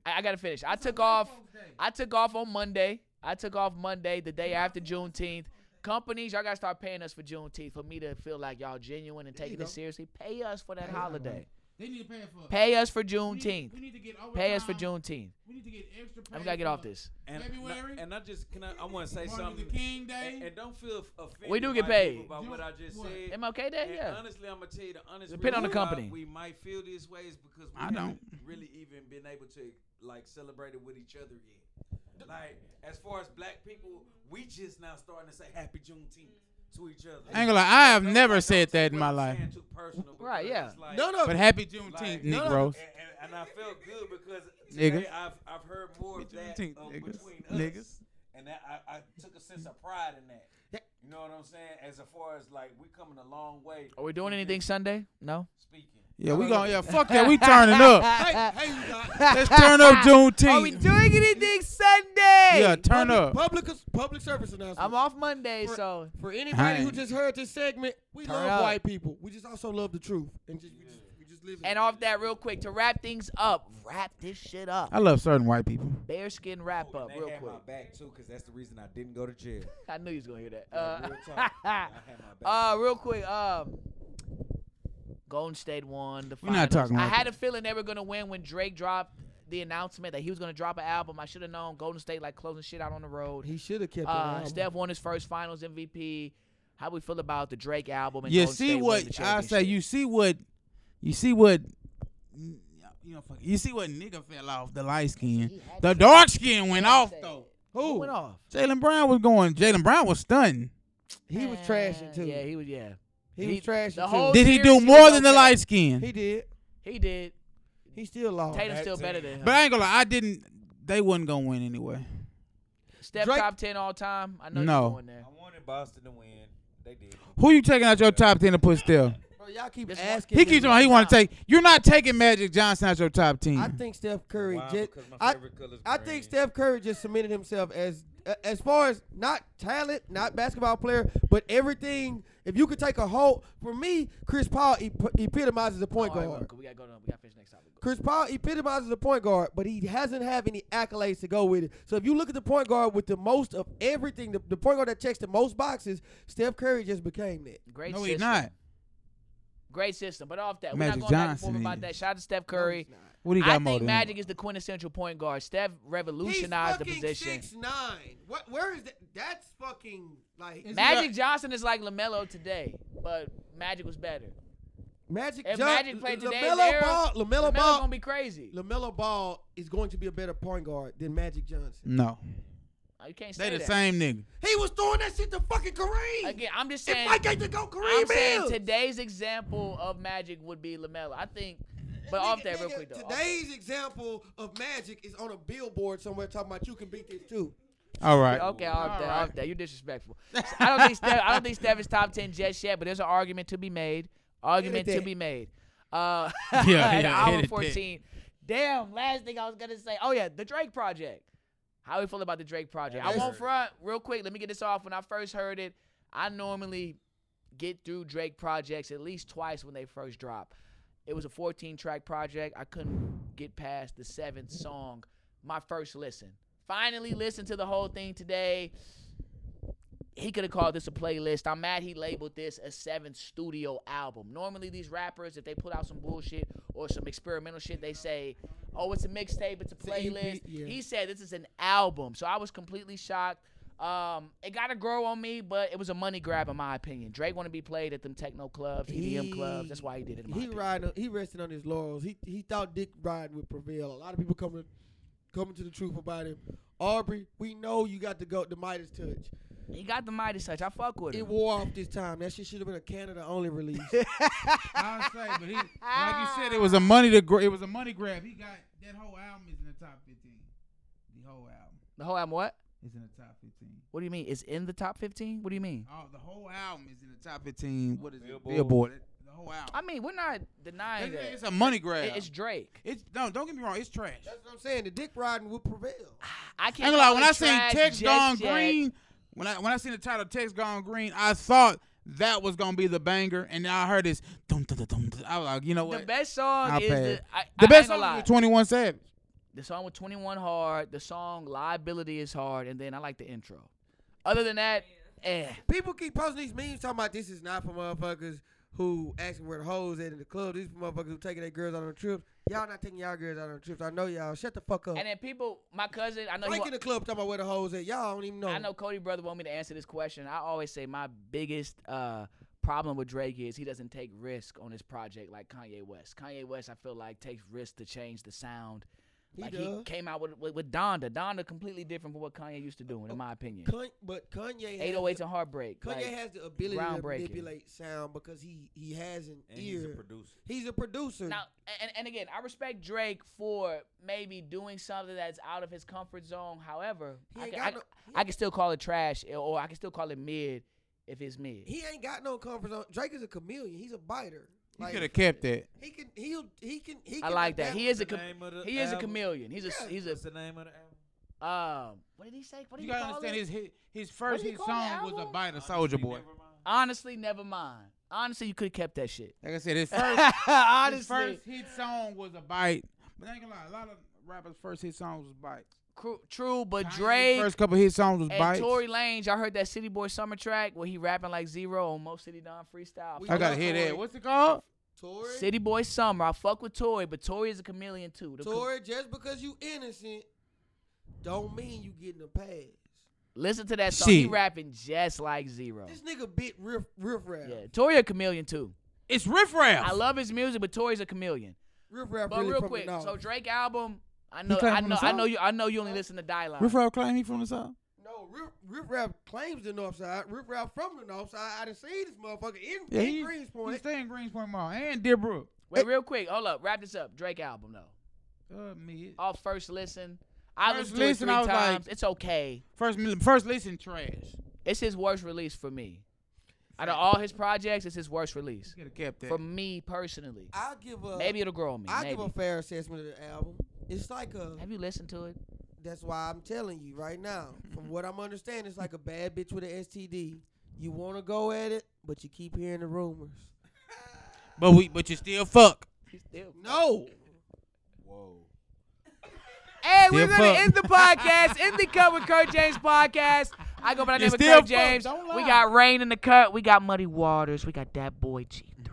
[SPEAKER 1] I, I gotta finish. I took off. I took off on Monday. I took off Monday, the day after Juneteenth. Companies, y'all gotta start paying us for Juneteenth for me to feel like y'all genuine and taking
[SPEAKER 5] go.
[SPEAKER 1] it seriously. Pay us for that holiday.
[SPEAKER 2] They need to pay for.
[SPEAKER 1] Pay us for
[SPEAKER 2] We need-
[SPEAKER 1] Juneteenth.
[SPEAKER 2] we need to get
[SPEAKER 1] Pay us for
[SPEAKER 2] overtime.
[SPEAKER 1] Juneteenth.
[SPEAKER 2] We need to get extra.
[SPEAKER 1] I'm
[SPEAKER 2] pay
[SPEAKER 1] gotta get
[SPEAKER 2] for
[SPEAKER 1] off this.
[SPEAKER 6] and,
[SPEAKER 2] February?
[SPEAKER 6] and I just can I, I want to say
[SPEAKER 2] Martin
[SPEAKER 6] something.
[SPEAKER 2] Luther King Day.
[SPEAKER 6] And, and don't feel f- offended.
[SPEAKER 1] We do get
[SPEAKER 6] by
[SPEAKER 1] paid.
[SPEAKER 6] people About
[SPEAKER 2] You-
[SPEAKER 6] what I just
[SPEAKER 2] what?
[SPEAKER 6] said.
[SPEAKER 1] MLK Day,
[SPEAKER 6] And
[SPEAKER 1] yeah.
[SPEAKER 6] honestly, I'm gonna tell you the honest.
[SPEAKER 1] Depend on the
[SPEAKER 6] reason why
[SPEAKER 1] company.
[SPEAKER 6] We might feel this way is because we
[SPEAKER 2] I
[SPEAKER 6] haven't
[SPEAKER 2] don't.
[SPEAKER 6] really even been able to like celebrate it with each other yet. Like as far as black people, we just now starting to say Happy Juneteenth to each other.
[SPEAKER 2] I ain't gonna lie, I have
[SPEAKER 6] Don't-
[SPEAKER 2] never
[SPEAKER 6] don't
[SPEAKER 2] said
[SPEAKER 6] take
[SPEAKER 2] that in
[SPEAKER 6] what
[SPEAKER 2] my
[SPEAKER 6] I'm
[SPEAKER 2] life.
[SPEAKER 6] saying too personal
[SPEAKER 1] Right,
[SPEAKER 6] because
[SPEAKER 1] yeah.
[SPEAKER 6] it's like-
[SPEAKER 5] None of
[SPEAKER 2] But happy Juneteenth,
[SPEAKER 6] Like-
[SPEAKER 2] Negroes.
[SPEAKER 6] and, and, and I felt good because
[SPEAKER 2] Nigga.
[SPEAKER 6] today I've I've heard more of that
[SPEAKER 2] Juneteenth,
[SPEAKER 6] uh,
[SPEAKER 2] niggas.
[SPEAKER 6] between us,
[SPEAKER 2] Niggas.
[SPEAKER 6] and that I, I took a sense of pride in that. You know what I'm saying? As far as like we coming a long way.
[SPEAKER 1] Are we doing
[SPEAKER 6] from
[SPEAKER 1] anything
[SPEAKER 6] just
[SPEAKER 1] Sunday? No.
[SPEAKER 6] Speaking.
[SPEAKER 2] Yeah, we gonna yeah. Fuck that, we turning up.
[SPEAKER 5] Hey, hey, you guys.
[SPEAKER 2] Let's turn up
[SPEAKER 1] Are we
[SPEAKER 2] Juneteenth.
[SPEAKER 1] doing anything Sunday?
[SPEAKER 2] Yeah, turn up.
[SPEAKER 5] Public public service announcement.
[SPEAKER 1] I'm off Monday,
[SPEAKER 5] For-
[SPEAKER 1] so
[SPEAKER 5] For anybody
[SPEAKER 2] Hey.
[SPEAKER 5] who just heard this segment, we
[SPEAKER 1] Turn
[SPEAKER 5] love
[SPEAKER 1] up.
[SPEAKER 5] white people. We just also love the truth, and just we just we just live. in
[SPEAKER 1] and
[SPEAKER 5] it.
[SPEAKER 1] off that real quick to wrap things up. Wrap this shit up.
[SPEAKER 2] I love certain white people.
[SPEAKER 1] Bearskin wrap
[SPEAKER 6] Oh, and
[SPEAKER 1] up
[SPEAKER 6] they
[SPEAKER 1] real
[SPEAKER 6] had
[SPEAKER 1] quick.
[SPEAKER 6] my back too, because that's the reason I didn't go to jail.
[SPEAKER 1] I knew you was gonna hear that.
[SPEAKER 6] Like,
[SPEAKER 1] Uh,
[SPEAKER 6] real talk, I had my back.
[SPEAKER 1] Uh, real quick, um, Golden State won the
[SPEAKER 2] We're
[SPEAKER 1] finals.
[SPEAKER 2] not talking
[SPEAKER 1] I
[SPEAKER 2] about
[SPEAKER 1] had a feeling they were gonna win when Drake dropped the announcement that he was gonna drop an album. I should have known Golden State like closing shit out on the road.
[SPEAKER 5] he should have kept.
[SPEAKER 1] Uh,
[SPEAKER 5] it
[SPEAKER 1] Steph won his first Finals MVP. How we feel about the Drake album? And
[SPEAKER 2] You
[SPEAKER 1] Golden
[SPEAKER 2] see
[SPEAKER 1] State winning
[SPEAKER 2] what
[SPEAKER 1] the
[SPEAKER 2] I say?
[SPEAKER 1] championship?
[SPEAKER 2] You see what? You see what? You know, fuck, you see what nigga fell off the light skin. The dark skin went off though.
[SPEAKER 1] Who
[SPEAKER 5] Who?
[SPEAKER 1] went off?
[SPEAKER 2] Jalen Brown was going. Jalen Brown was stunned.
[SPEAKER 5] He was
[SPEAKER 1] Uh,
[SPEAKER 5] trashing too.
[SPEAKER 1] Yeah, he was. Yeah,
[SPEAKER 5] he, was trashing
[SPEAKER 1] the
[SPEAKER 5] too.
[SPEAKER 1] whole-
[SPEAKER 2] Did he
[SPEAKER 1] Serious,
[SPEAKER 2] do
[SPEAKER 1] he
[SPEAKER 2] more
[SPEAKER 1] Oh, was
[SPEAKER 2] than the
[SPEAKER 1] okay.
[SPEAKER 2] light skin?
[SPEAKER 5] he did.
[SPEAKER 1] he did.
[SPEAKER 5] He still lost.
[SPEAKER 1] Tatum's
[SPEAKER 6] Oh, that
[SPEAKER 1] still
[SPEAKER 6] team.
[SPEAKER 1] better than him.
[SPEAKER 2] But I ain't gonna lie, I didn't. They wasn't gonna win anyway.
[SPEAKER 1] Steph
[SPEAKER 5] Drake-
[SPEAKER 1] top ten all time. I know
[SPEAKER 2] No.
[SPEAKER 1] you're going there.
[SPEAKER 6] I wanted Boston to win. They did.
[SPEAKER 2] Who you taking out your top ten to put still?
[SPEAKER 5] Bro, y'all keep
[SPEAKER 1] This one-
[SPEAKER 5] asking.
[SPEAKER 2] He
[SPEAKER 5] me.
[SPEAKER 2] keeps on. He want to take. You're not taking Magic Johnson out your top ten.
[SPEAKER 5] I think Steph Curry.
[SPEAKER 6] Why?
[SPEAKER 5] Just,
[SPEAKER 6] Because my
[SPEAKER 5] I,
[SPEAKER 6] favorite color's
[SPEAKER 5] I think
[SPEAKER 6] green.
[SPEAKER 5] Steph Curry just cemented himself as a- as far as not talent, not basketball player, but everything. If you could take a whole, for me, Chris Paul ep- epitomizes a point
[SPEAKER 1] Oh, all right,
[SPEAKER 5] guard.
[SPEAKER 1] look, we gotta go. To, we gotta finish next topic.
[SPEAKER 5] Chris Paul epitomizes a point guard, but he hasn't have any accolades to go with it. So if you look at the point guard with the most of everything, the, the point guard that checks the most boxes, Steph Curry just became that.
[SPEAKER 1] Great.
[SPEAKER 2] no,
[SPEAKER 1] system.
[SPEAKER 2] he's not.
[SPEAKER 1] Great system. But off that,
[SPEAKER 2] Magic
[SPEAKER 1] we're not going back and forth
[SPEAKER 2] Johnson
[SPEAKER 1] about
[SPEAKER 2] is.
[SPEAKER 1] that. Shout out to Steph Curry.
[SPEAKER 2] What do you
[SPEAKER 1] I
[SPEAKER 2] got more
[SPEAKER 1] think
[SPEAKER 2] than
[SPEAKER 1] Magic is the quintessential point guard. Steph revolutionized the position.
[SPEAKER 5] Six nine. What? Where is that? That's fucking like
[SPEAKER 2] Is-
[SPEAKER 1] Magic Johnson is like LaMelo today, but Magic was better.
[SPEAKER 5] Magic.
[SPEAKER 1] If
[SPEAKER 5] John-
[SPEAKER 1] Magic played today's
[SPEAKER 5] LaMelo
[SPEAKER 1] era,
[SPEAKER 5] Ball. LaMelo
[SPEAKER 1] LaMelo's
[SPEAKER 5] Ball.
[SPEAKER 1] going to be crazy.
[SPEAKER 5] LaMelo Ball is going to be a better point guard than Magic Johnson.
[SPEAKER 2] No,
[SPEAKER 1] You can't say
[SPEAKER 2] they the
[SPEAKER 1] that.
[SPEAKER 2] same nigga.
[SPEAKER 5] He was throwing that shit to fucking Kareem.
[SPEAKER 1] Again, I'm just
[SPEAKER 5] if
[SPEAKER 1] saying.
[SPEAKER 5] Mike ain't to go Kareem
[SPEAKER 1] I'm saying
[SPEAKER 5] Hill.
[SPEAKER 1] today's example of Magic would be LaMelo. I think. But
[SPEAKER 5] Nigga,
[SPEAKER 1] off that real
[SPEAKER 5] nigga,
[SPEAKER 1] quick, though. off-
[SPEAKER 5] Today's example of Magic is on a billboard somewhere talking about you can beat this too.
[SPEAKER 2] All right.
[SPEAKER 1] Okay, off
[SPEAKER 2] All
[SPEAKER 1] that,
[SPEAKER 2] right.
[SPEAKER 1] off that. You're disrespectful. I don't think Steph, I don't think Steph is top ten just yet, but there's an argument to be made. Argument
[SPEAKER 5] Hit it
[SPEAKER 1] to
[SPEAKER 5] that.
[SPEAKER 1] be made. Uh,
[SPEAKER 2] yeah,
[SPEAKER 1] at
[SPEAKER 2] hit
[SPEAKER 1] hour
[SPEAKER 2] it that.
[SPEAKER 1] 14. Damn, last thing I was gonna say. Oh yeah, the Drake project. How we feel about the Drake project? I
[SPEAKER 5] Yes.
[SPEAKER 1] won't front real quick. Let me get this off. When I first heard it, I normally get through Drake projects at least twice when they first drop. It was a 14 track project. I couldn't get past the seventh song. My first listen. Finally listened to the whole thing today. He could have called this a playlist. I'm mad he labeled this a seventh studio album. Normally, these rappers, if they put out some bullshit or some experimental shit, they say, oh, it's a mixtape, it's a
[SPEAKER 5] EP,
[SPEAKER 1] playlist.
[SPEAKER 5] E yeah.
[SPEAKER 1] He said this is an album. So I was completely shocked. Um, it got to grow on me, but it was a money grab, in my opinion. Drake want to be played at them techno clubs, EDM clubs. That's why he did it. In my
[SPEAKER 5] He
[SPEAKER 1] opinion.
[SPEAKER 5] riding. He rested on his laurels. He he thought Dick Ryan would prevail. A lot of people coming coming to the truth about him. Aubrey, we know you got to go the Midas touch.
[SPEAKER 1] He got the Midas touch. I fuck with
[SPEAKER 5] It
[SPEAKER 1] him.
[SPEAKER 5] wore off this time. That shit should have been a Canada only release.
[SPEAKER 2] I say, but he, like you said, it was a money to gra- it was a money grab. He got that whole album is in the top fifteen. The whole album
[SPEAKER 1] the whole album, what?
[SPEAKER 2] is in the top fifteen.
[SPEAKER 1] What do you mean? It's in the top 15? What do you mean?
[SPEAKER 2] Oh, the whole album is in the top fifteen. What is
[SPEAKER 6] Billboard.
[SPEAKER 2] it? Billboard. The whole album.
[SPEAKER 1] I mean, we're not denying
[SPEAKER 2] It's,
[SPEAKER 1] that.
[SPEAKER 2] it's a money grab.
[SPEAKER 1] It- It's Drake.
[SPEAKER 2] It's no, don't get me wrong, it's trash.
[SPEAKER 5] That's what I'm saying. The Dick Riding will prevail.
[SPEAKER 1] I can't.
[SPEAKER 2] I ain't gonna lie,
[SPEAKER 1] call
[SPEAKER 2] when
[SPEAKER 1] it
[SPEAKER 2] I seen
[SPEAKER 1] trash
[SPEAKER 2] Text
[SPEAKER 1] just
[SPEAKER 2] Gone
[SPEAKER 1] yet.
[SPEAKER 2] Green, when I when I seen the title Text Gone Green, I thought that was gonna be the banger, and then I heard this. Dum, dum, dum, dum, dum. I was like, you know
[SPEAKER 1] the
[SPEAKER 2] what?
[SPEAKER 1] best song
[SPEAKER 2] I'll
[SPEAKER 1] is
[SPEAKER 2] pay
[SPEAKER 1] the,
[SPEAKER 2] it.
[SPEAKER 1] I,
[SPEAKER 2] the
[SPEAKER 1] I ain't
[SPEAKER 2] best
[SPEAKER 1] gonna
[SPEAKER 2] song
[SPEAKER 1] lie.
[SPEAKER 2] is Twenty One Savage.
[SPEAKER 1] the song with 21 hard. The song Liability is hard, and then I like the intro. Other than that, eh.
[SPEAKER 5] People keep posting these memes talking about this is not for motherfuckers who asking where the hoes at in the club. These for motherfuckers who taking their girls out on trips. Y'all not taking y'all girls out on trips. I know y'all. Shut the fuck up.
[SPEAKER 1] And then people, my cousin, I know he,
[SPEAKER 5] Frank
[SPEAKER 1] wa-
[SPEAKER 5] in the club talking about where the hoes at. Y'all don't even know.
[SPEAKER 1] I know Cody brother want me to answer this question. I always say my biggest uh, problem with Drake is he doesn't take risk on his project like Kanye West. Kanye West, I feel like takes risk to change the sound.
[SPEAKER 5] He
[SPEAKER 1] like he
[SPEAKER 5] does.
[SPEAKER 1] came out with, with with Donda. Donda completely different from what Kanye used to do, in my opinion.
[SPEAKER 5] Kun- but Kanye has,
[SPEAKER 1] 808s
[SPEAKER 5] the,
[SPEAKER 1] and heartbreak.
[SPEAKER 5] Kanye
[SPEAKER 1] oh like,
[SPEAKER 5] has the ability to
[SPEAKER 1] groundbreaking.
[SPEAKER 5] manipulate sound because he he has an
[SPEAKER 6] And
[SPEAKER 5] ear.
[SPEAKER 6] he's a producer.
[SPEAKER 5] He's a producer.
[SPEAKER 1] Now, and, and again, I respect Drake for maybe doing something that's out of his comfort zone. However,
[SPEAKER 5] He
[SPEAKER 1] I
[SPEAKER 5] ain't
[SPEAKER 1] can, I,
[SPEAKER 5] got no-
[SPEAKER 1] I can still call it trash, or I can still call it mid if it's mid.
[SPEAKER 5] he ain't got no comfort zone. Drake is a chameleon. He's a biter.
[SPEAKER 2] You
[SPEAKER 5] Like
[SPEAKER 2] could have kept that.
[SPEAKER 5] he can he'll he can he
[SPEAKER 1] I
[SPEAKER 5] can
[SPEAKER 1] like that.
[SPEAKER 5] adapt.
[SPEAKER 1] He is a
[SPEAKER 6] the
[SPEAKER 1] cham-
[SPEAKER 6] name of the
[SPEAKER 1] he is a
[SPEAKER 2] Um,
[SPEAKER 6] album?
[SPEAKER 1] chameleon. He's a
[SPEAKER 5] Yeah.
[SPEAKER 1] he's
[SPEAKER 6] What's
[SPEAKER 1] a
[SPEAKER 6] the name of the album?
[SPEAKER 1] um. What did he say? What did he
[SPEAKER 2] You gotta
[SPEAKER 1] call
[SPEAKER 2] understand
[SPEAKER 1] it?
[SPEAKER 2] his hit, his first
[SPEAKER 1] did he
[SPEAKER 2] hit
[SPEAKER 1] call the
[SPEAKER 2] song was a
[SPEAKER 1] album?
[SPEAKER 2] bite of Soldier
[SPEAKER 6] Honestly,
[SPEAKER 2] Boy.
[SPEAKER 6] never mind.
[SPEAKER 1] Honestly, never mind. Honestly, you could have kept that shit.
[SPEAKER 2] Like I said, his first
[SPEAKER 1] Honestly,
[SPEAKER 2] his first hit song was a bite. But I ain't gonna lie, a lot of rappers' first hit songs was bites.
[SPEAKER 1] Cru- true, but
[SPEAKER 2] Kanye's
[SPEAKER 1] Drake
[SPEAKER 2] first couple hit songs was
[SPEAKER 1] and
[SPEAKER 2] bites.
[SPEAKER 1] Tory Lanez. Y'all heard that City Boy Summer track where he rapping like Zero on Most City Don freestyle.
[SPEAKER 5] We
[SPEAKER 2] I gotta
[SPEAKER 5] love
[SPEAKER 2] hear
[SPEAKER 5] Tory.
[SPEAKER 2] that. What's it called?
[SPEAKER 5] Tory,
[SPEAKER 1] City Boy Summer. I fuck with Tory, but Tory is a chameleon too. The co-
[SPEAKER 5] Tory, just because you innocent, don't mean you getting a pass.
[SPEAKER 1] listen to that song. He
[SPEAKER 2] Shit.
[SPEAKER 1] rapping just like Zero.
[SPEAKER 5] This nigga bit riff riff rap.
[SPEAKER 1] Yeah, Tory a chameleon too.
[SPEAKER 2] It's Riff Raff.
[SPEAKER 1] I love his music, but Tory's a chameleon.
[SPEAKER 5] Riff rap.
[SPEAKER 1] But
[SPEAKER 5] really
[SPEAKER 1] real
[SPEAKER 5] from
[SPEAKER 1] quick,
[SPEAKER 5] the north.
[SPEAKER 1] so Drake album. I know,
[SPEAKER 2] came
[SPEAKER 1] I
[SPEAKER 2] from the
[SPEAKER 1] know, I know
[SPEAKER 2] South?
[SPEAKER 1] you. I know you only listen to Die Line.
[SPEAKER 2] Riff Raff claimed he from the south.
[SPEAKER 5] No, Riff, Riff Rap claims the North Side. Riff Rap from the North Side. I done seen this motherfucker in,
[SPEAKER 2] Yeah,
[SPEAKER 5] in
[SPEAKER 2] he,
[SPEAKER 5] Greens
[SPEAKER 2] he
[SPEAKER 5] Point.
[SPEAKER 2] stay in Greenspoint Mall and Deerbrook.
[SPEAKER 1] Wait, real quick, hold up, wrap this up. Drake album though.
[SPEAKER 2] Uh, mid.
[SPEAKER 1] Off first listen. I
[SPEAKER 2] First
[SPEAKER 1] listened to it
[SPEAKER 2] listen,
[SPEAKER 1] three
[SPEAKER 2] I was like-
[SPEAKER 1] times. it's okay.
[SPEAKER 2] First, first listen, trash.
[SPEAKER 1] It's his worst release for me. Out of all his projects, it's his worst release
[SPEAKER 2] Could have kept that.
[SPEAKER 1] for me personally.
[SPEAKER 5] I'll give a
[SPEAKER 1] Maybe it'll grow on me.
[SPEAKER 5] I'll
[SPEAKER 1] maybe.
[SPEAKER 5] give a fair assessment of the album. It's like a
[SPEAKER 1] Have you listened to it?
[SPEAKER 5] that's why I'm telling you right now. From what I'm understanding, it's like a bad bitch with an STD. You want to go at it, but you keep hearing the rumors.
[SPEAKER 2] but we, but you still fuck.
[SPEAKER 5] No,
[SPEAKER 1] Hey, we're
[SPEAKER 2] Still
[SPEAKER 1] gonna
[SPEAKER 2] fuck.
[SPEAKER 1] end the podcast. End the cut with Kurt James podcast. I go by the
[SPEAKER 2] You
[SPEAKER 1] name of
[SPEAKER 2] still
[SPEAKER 1] Kurt
[SPEAKER 2] fuck,
[SPEAKER 1] James.
[SPEAKER 2] don't
[SPEAKER 1] We
[SPEAKER 2] lie.
[SPEAKER 1] got Rain in the cut. We got Muddy Waters. We got that boy G3.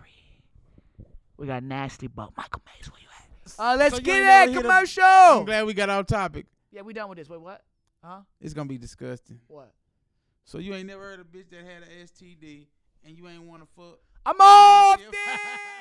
[SPEAKER 1] We got Nasty Bo. Michael Mays, where you at? Uh, let's
[SPEAKER 2] So you
[SPEAKER 1] get
[SPEAKER 2] ain't
[SPEAKER 1] that
[SPEAKER 2] gotta hit
[SPEAKER 1] commercial.
[SPEAKER 2] I'm glad we got off topic.
[SPEAKER 1] yeah, we done with this. Wait, what? Huh?
[SPEAKER 2] It's gonna be disgusting.
[SPEAKER 1] What?
[SPEAKER 2] So you ain't never heard a bitch that had a STD and you ain't want to fuck.
[SPEAKER 1] I'm off this.